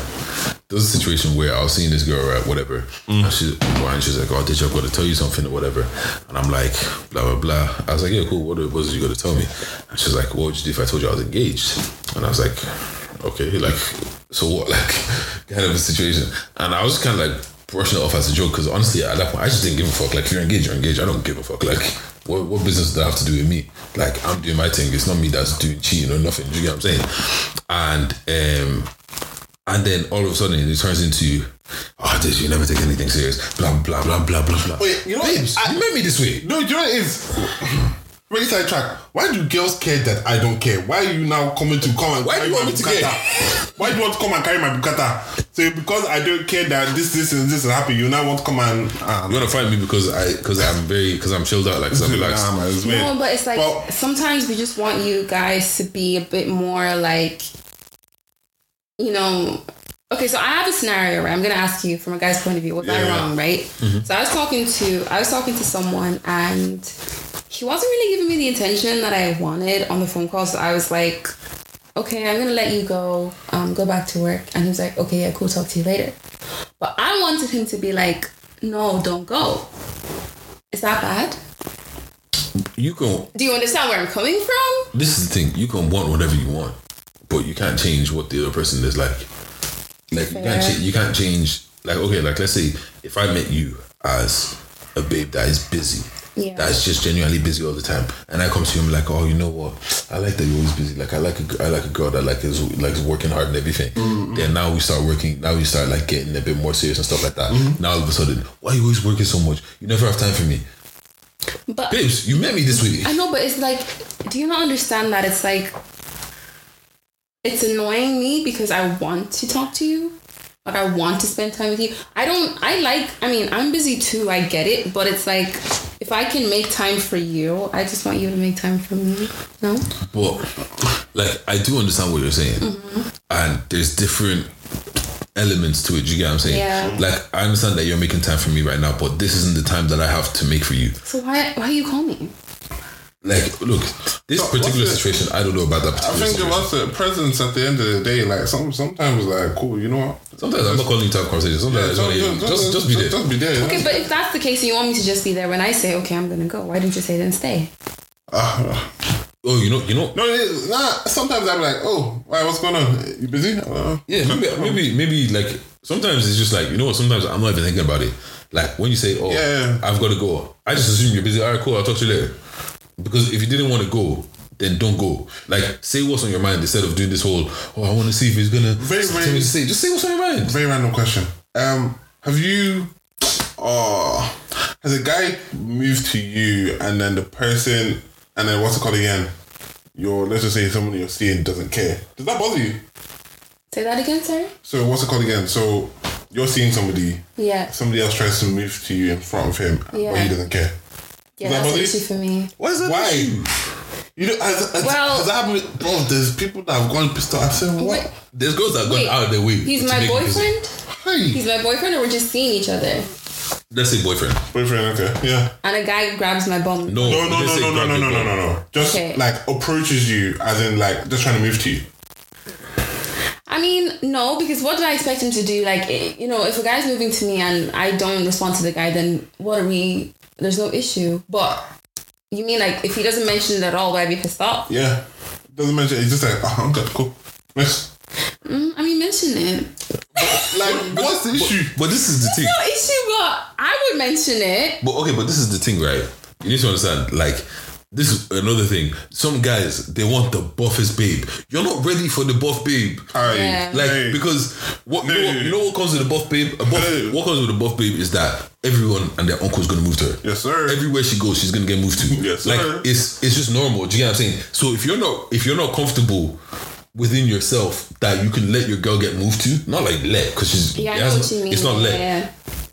Speaker 2: There was a situation where I was seeing this girl, right? Whatever. And she, and she's like, "Oh, did you? I've got to tell you something or whatever." And I'm like, "Blah blah blah." I was like, "Yeah, cool. What was you gonna tell me?" And she's like, "What would you do if I told you I was engaged?" And I was like, "Okay, like, so what? Like, kind of a situation." And I was kind of like brushing it off as a joke because honestly, at that point, I just didn't give a fuck. Like, if you're engaged, you're engaged. I don't give a fuck. Like, what, what business does that have to do with me? Like, I'm doing my thing. It's not me that's doing cheating or nothing. Do you get what I'm saying? And um, and then all of a sudden it turns into, oh, dude, you never take anything serious. Blah blah blah blah blah blah.
Speaker 4: Wait, you know-
Speaker 2: babes,
Speaker 4: I-
Speaker 2: you made me this way.
Speaker 4: No, do you know what it is? Really sidetrack. Why do girls care that I don't care? Why are you now coming to come and
Speaker 2: Why do
Speaker 4: carry
Speaker 2: you
Speaker 4: my
Speaker 2: want me to
Speaker 4: Bugatti?
Speaker 2: care?
Speaker 4: Why do you want to come and carry my Bukata? So because I don't care that this, this, and this is happening, you now want to come and ah,
Speaker 2: You
Speaker 4: nah,
Speaker 2: wanna fight me because I because I'm very because I'm chilled out like 'cause I'm relaxed.
Speaker 4: man, it's weird.
Speaker 3: No, but it's like
Speaker 4: Well-
Speaker 3: sometimes we just want you guys to be a bit more like you know okay, so I have a scenario, right? I'm gonna ask you from a guy's point of view, was I
Speaker 4: Yeah.
Speaker 3: wrong, right? So I was talking to I was talking to someone and he wasn't really giving me the intention that I wanted on the phone call, so I was like, okay, I'm gonna let you go, um, go back to work. And he was like, okay, yeah, cool, talk to you later. But I wanted him to be like, no, don't go. Is that bad?
Speaker 2: You can.
Speaker 3: Do you understand where I'm coming from?
Speaker 2: This is the thing. You can want whatever you want, but you can't change what the other person is like. Like you can't.
Speaker 3: Fair.
Speaker 2: Cha- you can't change. Like okay, like let's say if I met you as a babe that is busy.
Speaker 3: Yeah.
Speaker 2: That's just genuinely busy all the time, and I come to you and I'm like, oh, you know what? I like that you're always busy. Like I like a, gr- I like a girl that like is likes working hard and everything.
Speaker 3: Mm-hmm.
Speaker 2: Then now we start working. Now we start like getting a bit more serious and stuff like that.
Speaker 3: Mm-hmm.
Speaker 2: Now all of a sudden, why are you always working so much? You never have time for me,
Speaker 3: But
Speaker 2: babes. You met me this week.
Speaker 3: I know, but it's like, do you not understand that it's like, it's annoying me because I want to talk to you. Like I want to spend time with you. I don't. I like. I mean, I'm busy too. I get it, but it's like, if I can make time for you, I just want you to make time for me. No.
Speaker 2: But like I do understand what you're saying, and there's different elements to it. Do you get what I'm saying?
Speaker 3: Yeah.
Speaker 2: Like I understand that you're making time for me right now, but this isn't the time that I have to make for you.
Speaker 3: So why why you call me?
Speaker 2: Like, look, this
Speaker 4: So,
Speaker 2: particular
Speaker 4: what's the- situation,
Speaker 2: situation, I don't know about that
Speaker 4: I
Speaker 2: particular
Speaker 4: think
Speaker 2: situation.
Speaker 4: about the presence at the end of the day, like some sometimes like cool, you know what?
Speaker 2: Sometimes I'm not calling you to have conversations. Sometimes I just want to just, just be there.
Speaker 4: Just be there.
Speaker 3: Okay, but if that's the case and you want me to just be there when I say okay, I'm gonna go. Why didn't you say then stay?
Speaker 4: Ah,
Speaker 2: Oh, you know, you know.
Speaker 4: no, it is- nah. Sometimes I'm like, oh, why? What's going on? You busy? Uh,
Speaker 2: Yeah, maybe, maybe, maybe like sometimes it's just like you know what. Sometimes I'm not even thinking about it. Like when you say, "Oh,
Speaker 4: Yeah.
Speaker 2: I've got to go," I just assume you're busy. All right, cool. I'll talk to you later. Because if you didn't want to go, then don't go. Like say what's on your mind instead of doing this whole, "Oh, I want to see if he's gonna."
Speaker 4: Very,
Speaker 2: tell me
Speaker 4: very-
Speaker 2: to say. Just say what's on your mind.
Speaker 4: Very random question. Um, have you? Oh, has a guy moved to you, and then the person, and then what's it called again? Your let's just say someone you're seeing doesn't care. Does that bother you?
Speaker 3: Say that again, sorry.
Speaker 4: So what's it called again? So you're seeing somebody,
Speaker 3: Yeah.
Speaker 4: somebody else tries to move to you in front of him,
Speaker 3: Yeah.
Speaker 4: but he doesn't care.
Speaker 3: Yeah,
Speaker 4: Is that
Speaker 3: that's an
Speaker 4: bothering-
Speaker 3: issue for me.
Speaker 2: Why is that? an
Speaker 4: Why?
Speaker 2: issue?
Speaker 4: You know, as, as,
Speaker 3: Well-
Speaker 4: as I have, bro, there's people that have gone pissed off. I said, what?
Speaker 3: Wait,
Speaker 2: There's girls that have gone
Speaker 3: wait,
Speaker 2: out of their way.
Speaker 3: He's
Speaker 2: to
Speaker 3: my
Speaker 2: make it busy.
Speaker 3: boyfriend?
Speaker 4: Hey,
Speaker 3: He's my boyfriend or we're just seeing each other?
Speaker 2: Let's say boyfriend.
Speaker 4: boyfriend, okay, yeah.
Speaker 3: And a guy grabs my bum.
Speaker 2: No,
Speaker 4: No, no,
Speaker 2: let's
Speaker 4: no,
Speaker 2: say
Speaker 4: no, no,
Speaker 2: grab
Speaker 4: no,
Speaker 2: your
Speaker 4: no, no,
Speaker 2: girl.
Speaker 4: no, no. Just
Speaker 3: Okay.
Speaker 4: like approaches you, as in like just trying to move to you.
Speaker 3: I mean, no, because what do I expect him to do? Like, eh, you know, if a guy's moving to me and I don't respond to the guy, then what are we? There's no issue. But you mean like if he doesn't mention it at all, would I be pissed off?
Speaker 4: Yeah, doesn't mention. It's just like, oh, okay, cool. Yes.
Speaker 3: Mm, I mean, mention it.
Speaker 4: Like, what's the issue?
Speaker 2: But this is the thing.
Speaker 3: No issue, but I would mention it.
Speaker 2: But okay, but this is the thing, right? You need to understand, like, this is another thing. Some guys they want the buffest babe. You're not ready for the buff babe.
Speaker 4: Aye.
Speaker 3: Yeah.
Speaker 2: Like
Speaker 4: Hey.
Speaker 2: because what you, know, what-
Speaker 4: Hey.
Speaker 2: you know what comes with the buff babe? A buff,
Speaker 4: Hey.
Speaker 2: What comes with the buff babe is that everyone and their uncle's gonna move to her.
Speaker 4: yes, sir.
Speaker 2: Everywhere she goes, she's gonna get moved to.
Speaker 4: Yes,
Speaker 2: like
Speaker 4: sir.
Speaker 2: it's it's just normal. Do you get what I'm saying? So if you're not if you're not comfortable within yourself that you can let your girl get moved to, not like let because she's
Speaker 3: Yeah,
Speaker 2: it
Speaker 3: I know
Speaker 2: hasn't-
Speaker 3: what you mean.
Speaker 2: It's not let
Speaker 3: Yeah.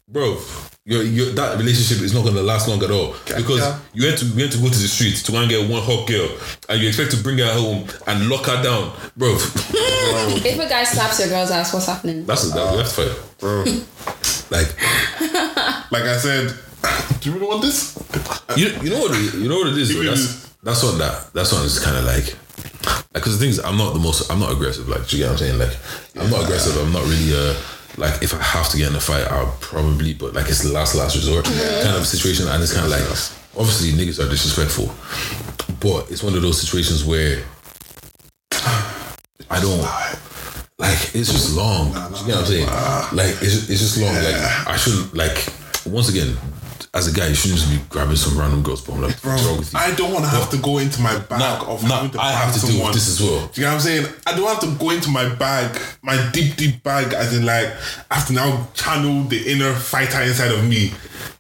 Speaker 2: bro, your your that relationship is not gonna last long at all because
Speaker 4: Yeah.
Speaker 2: you had to you had to go to the street to go and get one hot girl, and you expect to bring her home and lock her down, bro.
Speaker 3: If a guy slaps your girl's ass, what's happening?
Speaker 2: That's a that, we have to fight.
Speaker 4: Bro.
Speaker 2: Like
Speaker 4: like I said, do you really want this?
Speaker 2: you you know what it, you know what it is. though?
Speaker 4: Even
Speaker 2: That's that's what that that's what is kind of like. Like, cause the thing is, I'm not the most. I'm not aggressive. Like, do you get what I'm saying? Like, I'm not aggressive. I'm not really. Uh, like, if I have to get in a fight, I'll probably. But like, it's the last last resort kind of situation, and it's kind of like, obviously, niggas are disrespectful, but it's one of those situations where I don't. Like, it's just long. Do you get what I'm saying? Like, it's it's just long. Like, I shouldn't. Like, once again. As a guy, you shouldn't just be grabbing some random girl's bum. Like,
Speaker 4: Bro,
Speaker 2: what's wrong with you?
Speaker 4: I don't want to have to go into my bag
Speaker 2: Nah,
Speaker 4: of
Speaker 2: nah,
Speaker 4: having to
Speaker 2: I
Speaker 4: find
Speaker 2: have to do
Speaker 4: someone.
Speaker 2: with this as well.
Speaker 4: Do you know what I'm saying? I don't have to go into my bag, my deep, deep bag, as in like I have to now channel the inner fighter inside of me,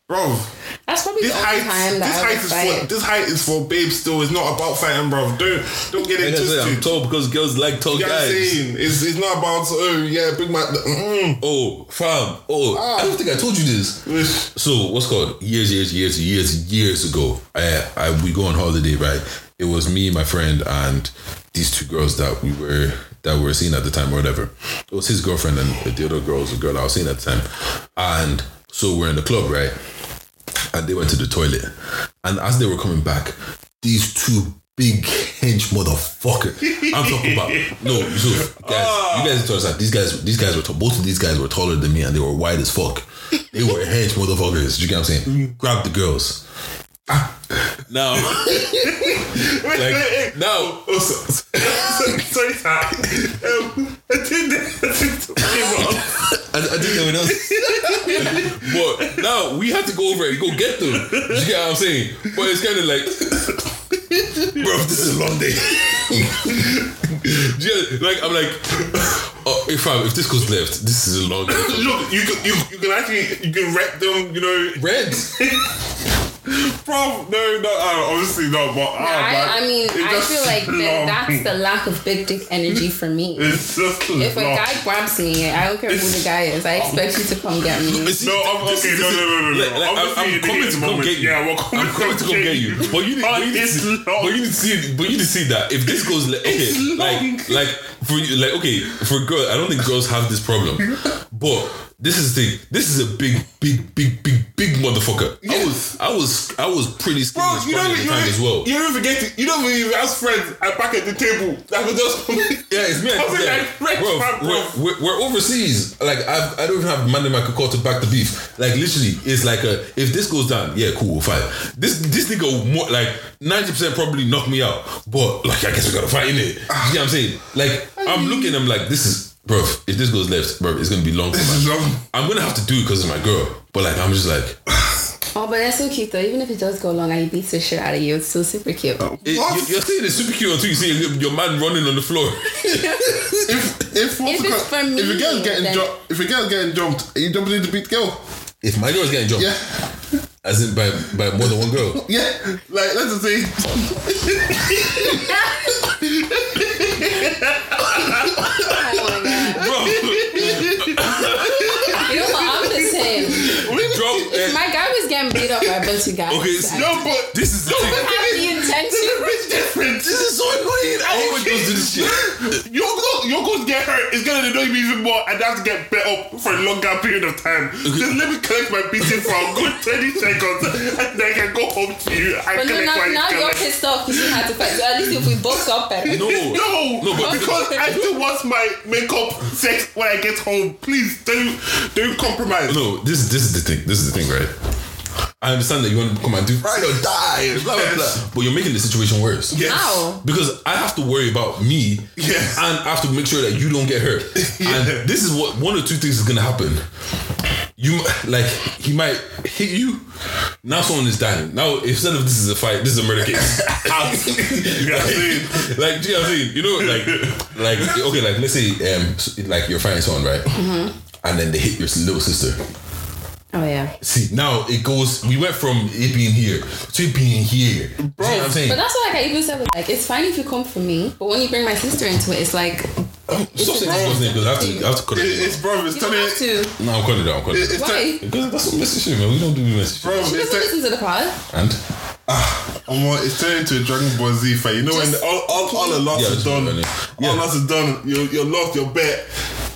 Speaker 4: bro.
Speaker 3: That's probably
Speaker 4: This
Speaker 3: the only
Speaker 4: height,
Speaker 3: time
Speaker 4: this
Speaker 3: that I
Speaker 4: height
Speaker 3: would
Speaker 4: is
Speaker 3: fight.
Speaker 4: for this height is for babes. Still, it's not about fighting, bro. Don't don't get
Speaker 2: Like I
Speaker 4: it
Speaker 2: said, I'm
Speaker 4: twisted.
Speaker 2: tall because girls like tall
Speaker 4: You know what I'm
Speaker 2: guys.
Speaker 4: saying? It's, it's not about oh yeah, big man. Mm,
Speaker 2: Oh, fam. Oh, I
Speaker 4: Ah.
Speaker 2: don't think I told you this.
Speaker 4: Yes.
Speaker 2: So what's called years, years, years, years, years ago. eh, I, I we go on holiday, right? It was me, my friend, and these two girls that we were that we were seeing at the time or whatever. It was his girlfriend and the other girl was the girl I was seeing at the time. And so we're in the club, right? and they went to the toilet. And as they were coming back, these two big hench motherfucker. I'm talking about no, so guys, you guys don't understand. These guys, these guys were t- both of these guys were taller than me, and they were wide as fuck. They were hench motherfuckers. Do you get what I'm saying? Grab the girls. Now, like now,
Speaker 4: Oh, so, so, sorry, sir. Um, I did that.
Speaker 2: I, I didn't know what else. but now we have to go over and go get them. You get what I'm saying? But it's kind of like, bro, this is a long day. yeah, like I'm like, oh, if I, if this goes left, this is a long day.
Speaker 4: Look, you can, you, you can actually you can rep them, you know.
Speaker 2: Red.
Speaker 4: Bro, no, no, uh, obviously not. But uh, like,
Speaker 3: I, I mean,
Speaker 4: it's
Speaker 3: I
Speaker 4: just
Speaker 3: feel like
Speaker 4: long.
Speaker 3: that, that's the lack of big dick energy for me.
Speaker 4: It's just
Speaker 3: If a
Speaker 4: long.
Speaker 3: guy grabs me, I don't care who the guy is. I expect you to come get me.
Speaker 2: But see,
Speaker 4: No, I'm
Speaker 2: this
Speaker 4: okay.
Speaker 2: is-
Speaker 4: No,
Speaker 2: this
Speaker 4: no,
Speaker 2: is-
Speaker 4: no, no, no.
Speaker 2: like- like, I'm- I'm
Speaker 4: Obviously, in the
Speaker 2: coming
Speaker 4: heat
Speaker 2: to
Speaker 4: of the
Speaker 2: come
Speaker 4: moment,
Speaker 2: get you.
Speaker 4: yeah, we're coming
Speaker 2: I'm coming to come get you. But you need,
Speaker 4: Oh,
Speaker 2: but you need to
Speaker 4: it's
Speaker 2: see,
Speaker 4: long.
Speaker 2: but you need to see, but you need to see that if this goes le- okay,
Speaker 4: long.
Speaker 2: like, like for you, like okay, for girls, I don't think girls have this problem, but. This is the thing. This is a big, big, big, big, big motherfucker. I was, I was, I was pretty skinny
Speaker 4: Bro,
Speaker 2: and
Speaker 4: you
Speaker 2: scrawny at
Speaker 4: don't, even-
Speaker 2: the
Speaker 4: you,
Speaker 2: time
Speaker 4: don't,
Speaker 2: as well.
Speaker 4: you don't even get to, you don't even ask friends at back at the table that would just come
Speaker 2: Yeah, it's me. and
Speaker 4: Cousin
Speaker 2: this guy.
Speaker 4: like French
Speaker 2: Bro,
Speaker 4: fam, bro.
Speaker 2: we're- We're, we're overseas. Like I've, I don't even have a man in my could call to back the beef. Like literally, it's like a, if this goes down, yeah, cool, fine. This this nigga will more like ninety percent probably knock me out. But like I guess we gotta fight in it. You know what I'm saying? Like I'm looking, I'm like this is. Bro, if this goes left, bro, it's gonna be long. for
Speaker 4: This is
Speaker 2: my-
Speaker 4: long.
Speaker 2: I'm gonna have to do it because it's my girl. But like, I'm just like,
Speaker 3: Oh, but that's so cute though. Even if it does go long, I beat the shit out of you. It's still super cute.
Speaker 2: it- you- you're saying it's super cute until you see your- your man running on the floor.
Speaker 4: If
Speaker 3: If
Speaker 4: if what's it
Speaker 3: it's
Speaker 4: called-
Speaker 3: for
Speaker 4: if a
Speaker 3: me,
Speaker 4: girl's getting
Speaker 3: then-
Speaker 4: jumped, if a girl's getting jumped, you don't need to beat the girl.
Speaker 2: if my girl's getting jumped,
Speaker 4: Yeah,
Speaker 2: as in by by more than one girl,
Speaker 4: yeah. Like let's just say,
Speaker 3: Oh my God.
Speaker 2: bro,
Speaker 3: You know what? I'm the same.
Speaker 2: drop. eh,
Speaker 3: My guy was getting beat up by a bunch of guys.
Speaker 2: Okay, it's-
Speaker 3: I
Speaker 4: no, but
Speaker 2: This is the
Speaker 3: didn't
Speaker 2: thing.
Speaker 3: have the intention.
Speaker 4: it's different.
Speaker 2: This is so annoying. I hate when girls do this shit.
Speaker 4: Your girl, your girl's get hurt. It's gonna annoy me even more, and I have to get bet up for a longer period of time. Just let me collect my beating for a good twenty seconds, and then I can go home to you. I
Speaker 3: But no,
Speaker 4: collect
Speaker 3: now,
Speaker 4: my
Speaker 3: now you're
Speaker 4: collect.
Speaker 3: pissed off because you had to fight. So at least if we both got better.
Speaker 2: No,
Speaker 4: No,
Speaker 2: No, but-
Speaker 4: because I still want my makeup sex when I get home. Please don't don't compromise.
Speaker 2: no. This this is the thing. This is the thing, right? I understand that you want to come and do right or die, blah blah blah. But you're making the situation worse.
Speaker 4: Yes.
Speaker 3: Ow.
Speaker 2: Because I have to worry about me,
Speaker 4: Yes.
Speaker 2: and I have to make sure that you don't get hurt.
Speaker 4: Yeah.
Speaker 2: And this is what one or two things is gonna happen. You like he might hit you. Now someone is dying. Now instead of this is a fight, this is a murder case. Out.
Speaker 4: You know what I'm saying?
Speaker 2: like, do you know what I mean? You know, like, like okay, like let's say, um, s- like you're fighting someone, right? And then they hit your little sister.
Speaker 3: Oh yeah.
Speaker 2: See, now it goes. We went from it being here to it being here. Bro, you know what I'm saying.
Speaker 3: But that's why like, I even said was like it's fine if you come for me, but when you bring my sister into it, it's like
Speaker 2: Stop saying this girl's name because I have to, I have to cut it.
Speaker 4: It- It's bro, it's
Speaker 3: you don't
Speaker 4: turning.
Speaker 3: have
Speaker 4: it-
Speaker 3: to.
Speaker 2: No, I'm calling it out. I'm calling it out.
Speaker 4: It's turning.
Speaker 3: Why?
Speaker 2: Because that's some messy shit, man. We don't do messy shit.
Speaker 3: She
Speaker 4: Bro, it's
Speaker 3: doesn't
Speaker 4: turning.
Speaker 3: listen to the pod.
Speaker 2: And
Speaker 4: Omo, it's turning to a Dragon Ball Z fight. You know when
Speaker 3: Just-
Speaker 4: all all all the loss
Speaker 2: Yeah,
Speaker 4: is
Speaker 2: it's
Speaker 4: done.
Speaker 2: really-
Speaker 4: All
Speaker 2: yeah.
Speaker 4: loss is done. You you lost your bet.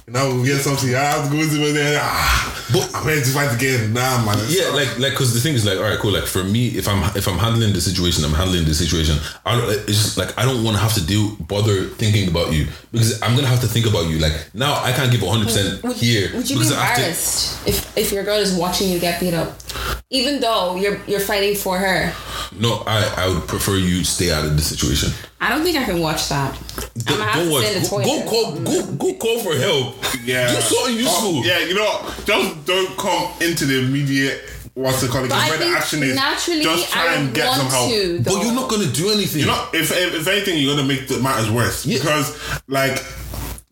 Speaker 4: Now we get something. I have to go into it. then, Ah,
Speaker 2: But-
Speaker 4: I'm ready to fight again. Nah, man.
Speaker 2: yeah, like, like, cause the thing is, like, all right, cool. Like, for me, if I'm if I'm handling the situation, I'm handling the situation. I don't. It's just like I don't want to have to deal bother thinking about you because I'm gonna have to think about you. Like now, I can't give 100 percent
Speaker 3: Would,
Speaker 2: here
Speaker 3: would you be
Speaker 2: because I have to.
Speaker 3: embarrassed if if your girl is watching you get beat up, even though you're you're fighting for her?
Speaker 2: No, I I would prefer you stay out of the situation.
Speaker 3: I don't think I can watch that. I'm gonna have
Speaker 2: Go
Speaker 3: to
Speaker 2: watch.
Speaker 3: stay in the
Speaker 2: Go,
Speaker 3: toilet.
Speaker 2: go call. Go go call for help.
Speaker 4: Yeah.
Speaker 2: do something useful.
Speaker 4: Oh, yeah, you know, just don't come into the immediate what's it called
Speaker 3: But
Speaker 4: again,
Speaker 3: I
Speaker 4: where the
Speaker 3: think
Speaker 4: action is.
Speaker 3: naturally
Speaker 4: just try
Speaker 3: I
Speaker 4: and
Speaker 3: would
Speaker 4: get
Speaker 3: want
Speaker 4: some help.
Speaker 3: to. Though.
Speaker 2: But you're not gonna do anything.
Speaker 4: You know, if, if if anything, you're gonna make the matters worse
Speaker 2: Yeah.
Speaker 4: because, like,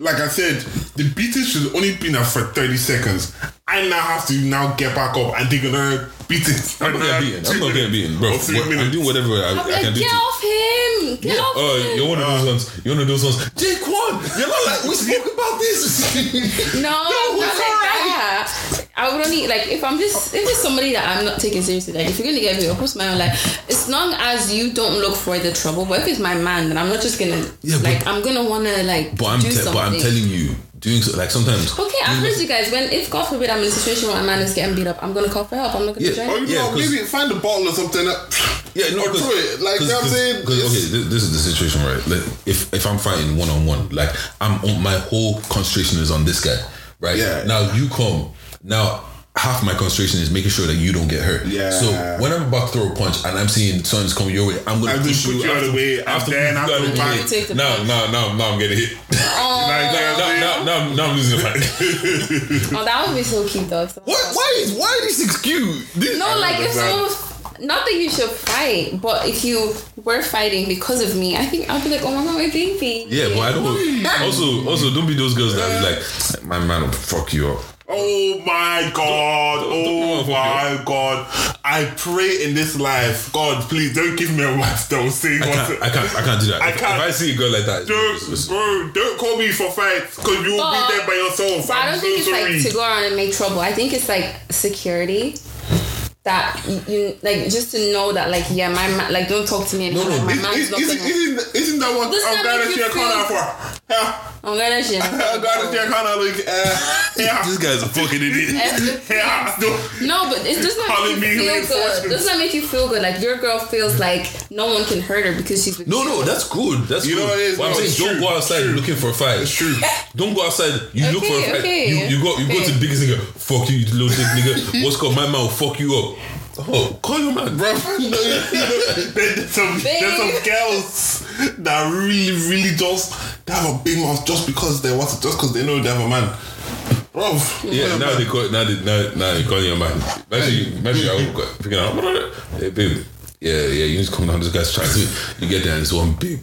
Speaker 4: like I said, the beating should only been up for thirty seconds. I now have to now get back up and take another beating.
Speaker 2: I'm not getting beaten. I'm not getting beaten, bro.
Speaker 4: Or three
Speaker 2: What- I'm
Speaker 4: minutes.
Speaker 2: doing whatever I,
Speaker 3: I'll be
Speaker 2: I can
Speaker 3: like,
Speaker 2: do.
Speaker 3: get
Speaker 2: to-
Speaker 3: off him! Get
Speaker 2: Yeah.
Speaker 3: off
Speaker 2: Oh,
Speaker 3: him!
Speaker 2: you're one of those ones. You're one of those ones. Jaquan, you're not like we spoke about this.
Speaker 3: No, not
Speaker 4: it's
Speaker 3: like
Speaker 4: alright.
Speaker 3: that. I would only like if I'm just if it's somebody that I'm not taking seriously. Like if you're gonna get me, of course, my own like as long as you don't look for the trouble. But if it's my man, then I'm not just gonna
Speaker 2: Yeah, but-
Speaker 3: like I'm gonna wanna like
Speaker 2: but I'm,
Speaker 3: do
Speaker 2: te-
Speaker 3: something.
Speaker 2: but I'm telling you, doing so, like sometimes.
Speaker 3: Okay, I've heard you guys. When if God forbid I'm in a situation where a man is getting beat up, I'm gonna call for help. I'm not gonna
Speaker 2: Yeah.
Speaker 3: join.
Speaker 4: Or you
Speaker 2: Yeah,
Speaker 4: know,
Speaker 2: 'cause-
Speaker 3: Uh,
Speaker 4: maybe find a bottle or something. That,
Speaker 2: Yeah, no,
Speaker 4: Or through it. Like, you know what I'm saying?
Speaker 2: Because okay, this, this is the situation, right? Like, if if I'm fighting one on one, like I'm on my whole concentration is on this guy, right?
Speaker 4: Yeah.
Speaker 2: Now you come. Now half my concentration is making sure that you don't get hurt.
Speaker 4: Yeah.
Speaker 2: So when I'm about to throw a punch and I'm seeing something's coming your way, I'm gonna
Speaker 4: I'm gonna
Speaker 2: push
Speaker 4: put you out of the way,
Speaker 2: I have to
Speaker 4: and
Speaker 2: push you
Speaker 4: then I'll
Speaker 2: out of
Speaker 4: go
Speaker 2: the
Speaker 4: back.
Speaker 2: way.
Speaker 3: You take the
Speaker 2: Now,
Speaker 3: punch.
Speaker 2: now, now, now I'm getting hit.
Speaker 4: Like,
Speaker 3: Oh,
Speaker 4: like,
Speaker 2: Now, now, now, now I'm losing the fight.
Speaker 3: oh, that would be so cute though. if someone
Speaker 2: what?
Speaker 3: else-
Speaker 2: Why is why these things cute? This-
Speaker 3: No, like if
Speaker 4: that.
Speaker 3: someone, was- not that you should fight, but if you were fighting because of me, I think I'll be like, oh my god, my baby.
Speaker 2: Yeah, but I don't. Also, also, don't be those girls that be like, my man will fuck you up.
Speaker 4: Oh my God! Oh
Speaker 2: don't- don't-
Speaker 4: my God! I pray in this life, God, please don't give me a wife that will say
Speaker 2: I
Speaker 4: what.
Speaker 2: can't, I can't, I can't do that.
Speaker 4: I
Speaker 2: If-
Speaker 4: can't-
Speaker 2: If I see a girl like that, it's-
Speaker 4: Don't,
Speaker 2: it's-
Speaker 4: bro, don't call me for fights because you will
Speaker 3: But-
Speaker 4: be there by yourself.
Speaker 3: But
Speaker 4: I'm
Speaker 3: I don't
Speaker 4: so
Speaker 3: think it's
Speaker 4: sorry.
Speaker 3: like to go around and make trouble. I think it's like security. That you- you like just to know that like yeah my man like don't talk to me anymore.
Speaker 2: no,
Speaker 3: my
Speaker 4: Is-
Speaker 3: man's
Speaker 4: is-
Speaker 3: not
Speaker 4: Isn't,
Speaker 3: gonna.
Speaker 4: isn't, isn't that what
Speaker 3: Doesn't
Speaker 4: I'm
Speaker 3: that
Speaker 4: glad
Speaker 3: make
Speaker 4: that
Speaker 3: you
Speaker 4: you're calling
Speaker 3: feel-
Speaker 4: for? Yeah,
Speaker 3: I'm gonna shit.
Speaker 4: I'm glad that you're calling like, uh, yeah.
Speaker 2: this guy's a fucking idiot.
Speaker 4: Yeah, no.
Speaker 3: No, but it does not
Speaker 4: Calling
Speaker 3: make you
Speaker 4: me
Speaker 3: feel
Speaker 4: reinforcements.
Speaker 3: good. Does not make you feel good. Like your girl feels like no one can hurt her because she's with
Speaker 2: No, no, that's good. That's
Speaker 4: You know
Speaker 2: good.
Speaker 4: what it is?
Speaker 2: But I'm
Speaker 4: No,
Speaker 2: saying
Speaker 4: it's
Speaker 2: don't
Speaker 4: true.
Speaker 2: go outside
Speaker 4: True.
Speaker 2: looking for a fight.
Speaker 4: It's true.
Speaker 2: Don't go outside. You look for a
Speaker 3: Okay,
Speaker 2: fight.
Speaker 3: okay.
Speaker 2: You, you go. You go
Speaker 3: Okay.
Speaker 2: to the biggest nigga. Fuck you, you little dick nigga. What's called my man will fuck you up. Oh, call your man, bro.
Speaker 4: there's some there's some
Speaker 3: Babe.
Speaker 4: girls that really really just they have a big mouth just because they want it just because they know they have a man. Bro,
Speaker 2: Yeah, now they call. Now they now, now they call your man. Imagine, imagine I would go picking out. Hey, baby. Yeah, yeah. You need to come down. This guy's trying to. You get there. and It's one big,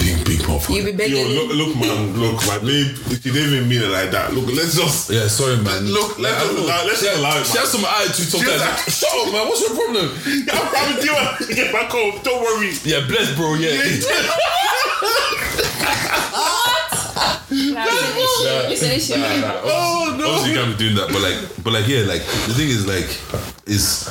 Speaker 2: big, big motherfucker.
Speaker 3: You be
Speaker 4: Yo,
Speaker 3: begging.
Speaker 4: look, look, man, look, my babe. She didn't even mean it like that. Look, let's just.
Speaker 2: Yeah, sorry, man.
Speaker 4: Look, let's
Speaker 2: I don't know.
Speaker 4: allow- let's
Speaker 2: she has-
Speaker 4: allow it,
Speaker 2: She
Speaker 4: man.
Speaker 2: has some attitude sometimes.
Speaker 4: She's-
Speaker 2: Shut up, man. What's your problem?
Speaker 4: I'm having to get back home. Don't worry.
Speaker 2: Yeah, bless, bro. Yeah.
Speaker 3: Nah, it's an issue. It's an issue.
Speaker 2: oh no. Obviously, you can't be doing that, but like, but like, yeah, like the thing is, like, is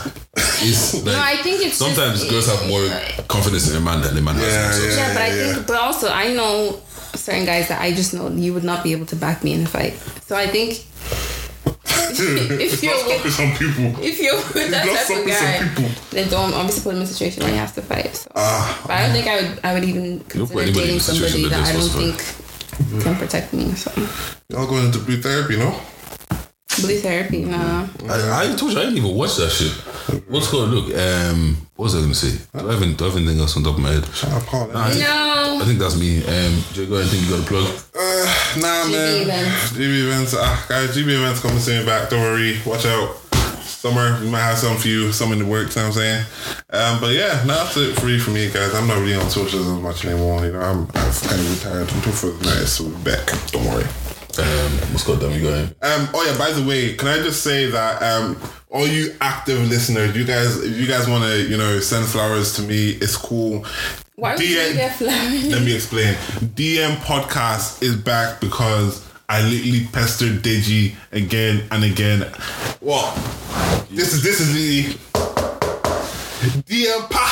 Speaker 2: is like
Speaker 3: No, I think it's
Speaker 2: sometimes
Speaker 3: just-
Speaker 2: girls have more confidence in a man than a man has.
Speaker 4: Yeah,
Speaker 2: in himself.
Speaker 4: yeah.
Speaker 3: Yeah, but I think, but also I know certain guys that I just know you would not be able to back me in a fight. So I think
Speaker 4: it's
Speaker 3: if you're
Speaker 4: not
Speaker 3: with,
Speaker 4: stopping some people.
Speaker 3: if you're with that type
Speaker 4: not
Speaker 3: of
Speaker 4: stopping some people.
Speaker 3: guy, then don't obviously put him in a situation where you have to fight. So.
Speaker 4: Ah,
Speaker 3: but I don't think I would I would even
Speaker 2: put
Speaker 3: consider
Speaker 2: anybody in
Speaker 3: dating
Speaker 2: a situation that
Speaker 3: somebody that I
Speaker 2: they're
Speaker 3: don't
Speaker 2: supposed
Speaker 3: think can protect me. So
Speaker 4: y'all going into pre therapy, no?
Speaker 3: blue therapy, nah.
Speaker 2: I, I told you I didn't even watch that shit. What's called? Look, um, what was I gonna say? Do I have, any- do I have anything else on top of my head?
Speaker 4: I'll call it.
Speaker 2: I think,
Speaker 3: No.
Speaker 2: I think that's me. Um, Jay, go ahead. I think you got a plug.
Speaker 4: Uh, nah, man.
Speaker 3: events.
Speaker 4: GB events. Ah, guys, GB events coming soon back. Don't worry. Watch out. Summer, we might have some for you, some in the works, you know what I'm saying? Um, but yeah, nah, that's it free for me, guys. I'm not really on socials as much anymore. You know, I'm I've kind of retired until for the night, so we're back. Don't worry.
Speaker 2: Um, what's called? Damn, you got him.
Speaker 4: Um, oh yeah. By the way, can I just say that um, all you active listeners, you guys, if you guys want to, you know, send flowers to me, it's cool.
Speaker 3: Why would
Speaker 4: DM
Speaker 3: you get flowers?
Speaker 4: Let me explain. DM podcast is back because I literally pestered Deji again and again. Well, this is this is the DM pa.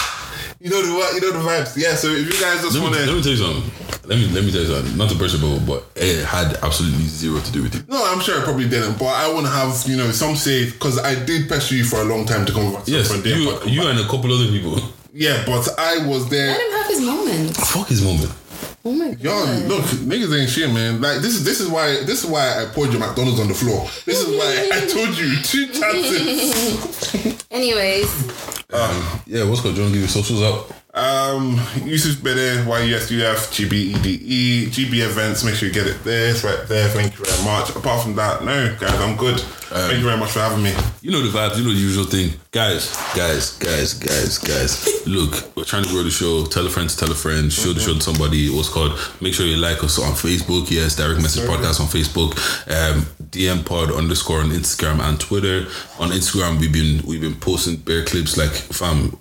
Speaker 4: You know the what? You know the vibes. Yeah. So if you guys just
Speaker 2: Let
Speaker 4: want
Speaker 2: me, let
Speaker 4: to.
Speaker 2: me tell you something. Let me let me tell you something. Not to burst your bubble, but it had absolutely zero to do with you.
Speaker 4: No, I'm sure I probably didn't, but I want to have you know some say because I did pester you for a long time to come over.
Speaker 2: Yes,
Speaker 4: for a DM
Speaker 2: you
Speaker 4: podcast.
Speaker 2: you and a couple other people.
Speaker 4: Yeah, but I was
Speaker 3: Let
Speaker 4: there.
Speaker 3: him have his moment.
Speaker 2: Fuck his moment.
Speaker 3: Oh my
Speaker 4: Yo,
Speaker 3: god.
Speaker 4: look, niggas ain't shit, man. Like this is this is why this is why I poured your McDonald's on the floor. This is why I told you two chances.
Speaker 3: Anyways,
Speaker 2: Yeah, what's called? Do you want to give your socials out?
Speaker 4: Um, Yusuf Bede, YUSUF, GBEDE, GB E, events. Make sure you get it there. It's right there. Thank you very much. Apart from that, no, guys, I'm good.
Speaker 2: Um,
Speaker 4: Thank you very much for having me.
Speaker 2: You know the vibes. You know the usual thing, guys, guys, guys, guys, guys. Look, we're trying to grow the show. Tell a friend to tell a friend. Show the show to somebody. What's called? Make sure you like us on Facebook. Yes, direct message podcast on Facebook. Um, DM pod underscore on Instagram and Twitter. On Instagram, we've been we've been posting bear clips like fam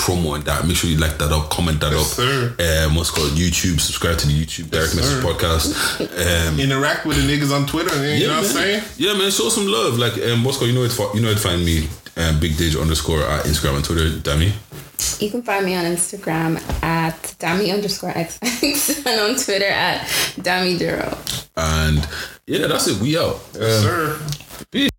Speaker 2: promo and that. Make sure you like that up, comment that up.
Speaker 4: sir.
Speaker 2: Um, what's called YouTube. Subscribe to the YouTube direct message podcast. Um,
Speaker 4: Interact with the niggas on Twitter. Man, you know what I'm
Speaker 2: man.
Speaker 4: saying?
Speaker 2: Yeah, man. Show some love. Like, um, Bosco, you know it. You know it. Find me, um, Big Dage underscore at Instagram and Twitter. Dammy.
Speaker 3: you can find me on Instagram at Dami underscore XX and on Twitter at Dami Duro.
Speaker 2: And yeah, that's it. We out. Um,
Speaker 4: Sir.
Speaker 2: peace.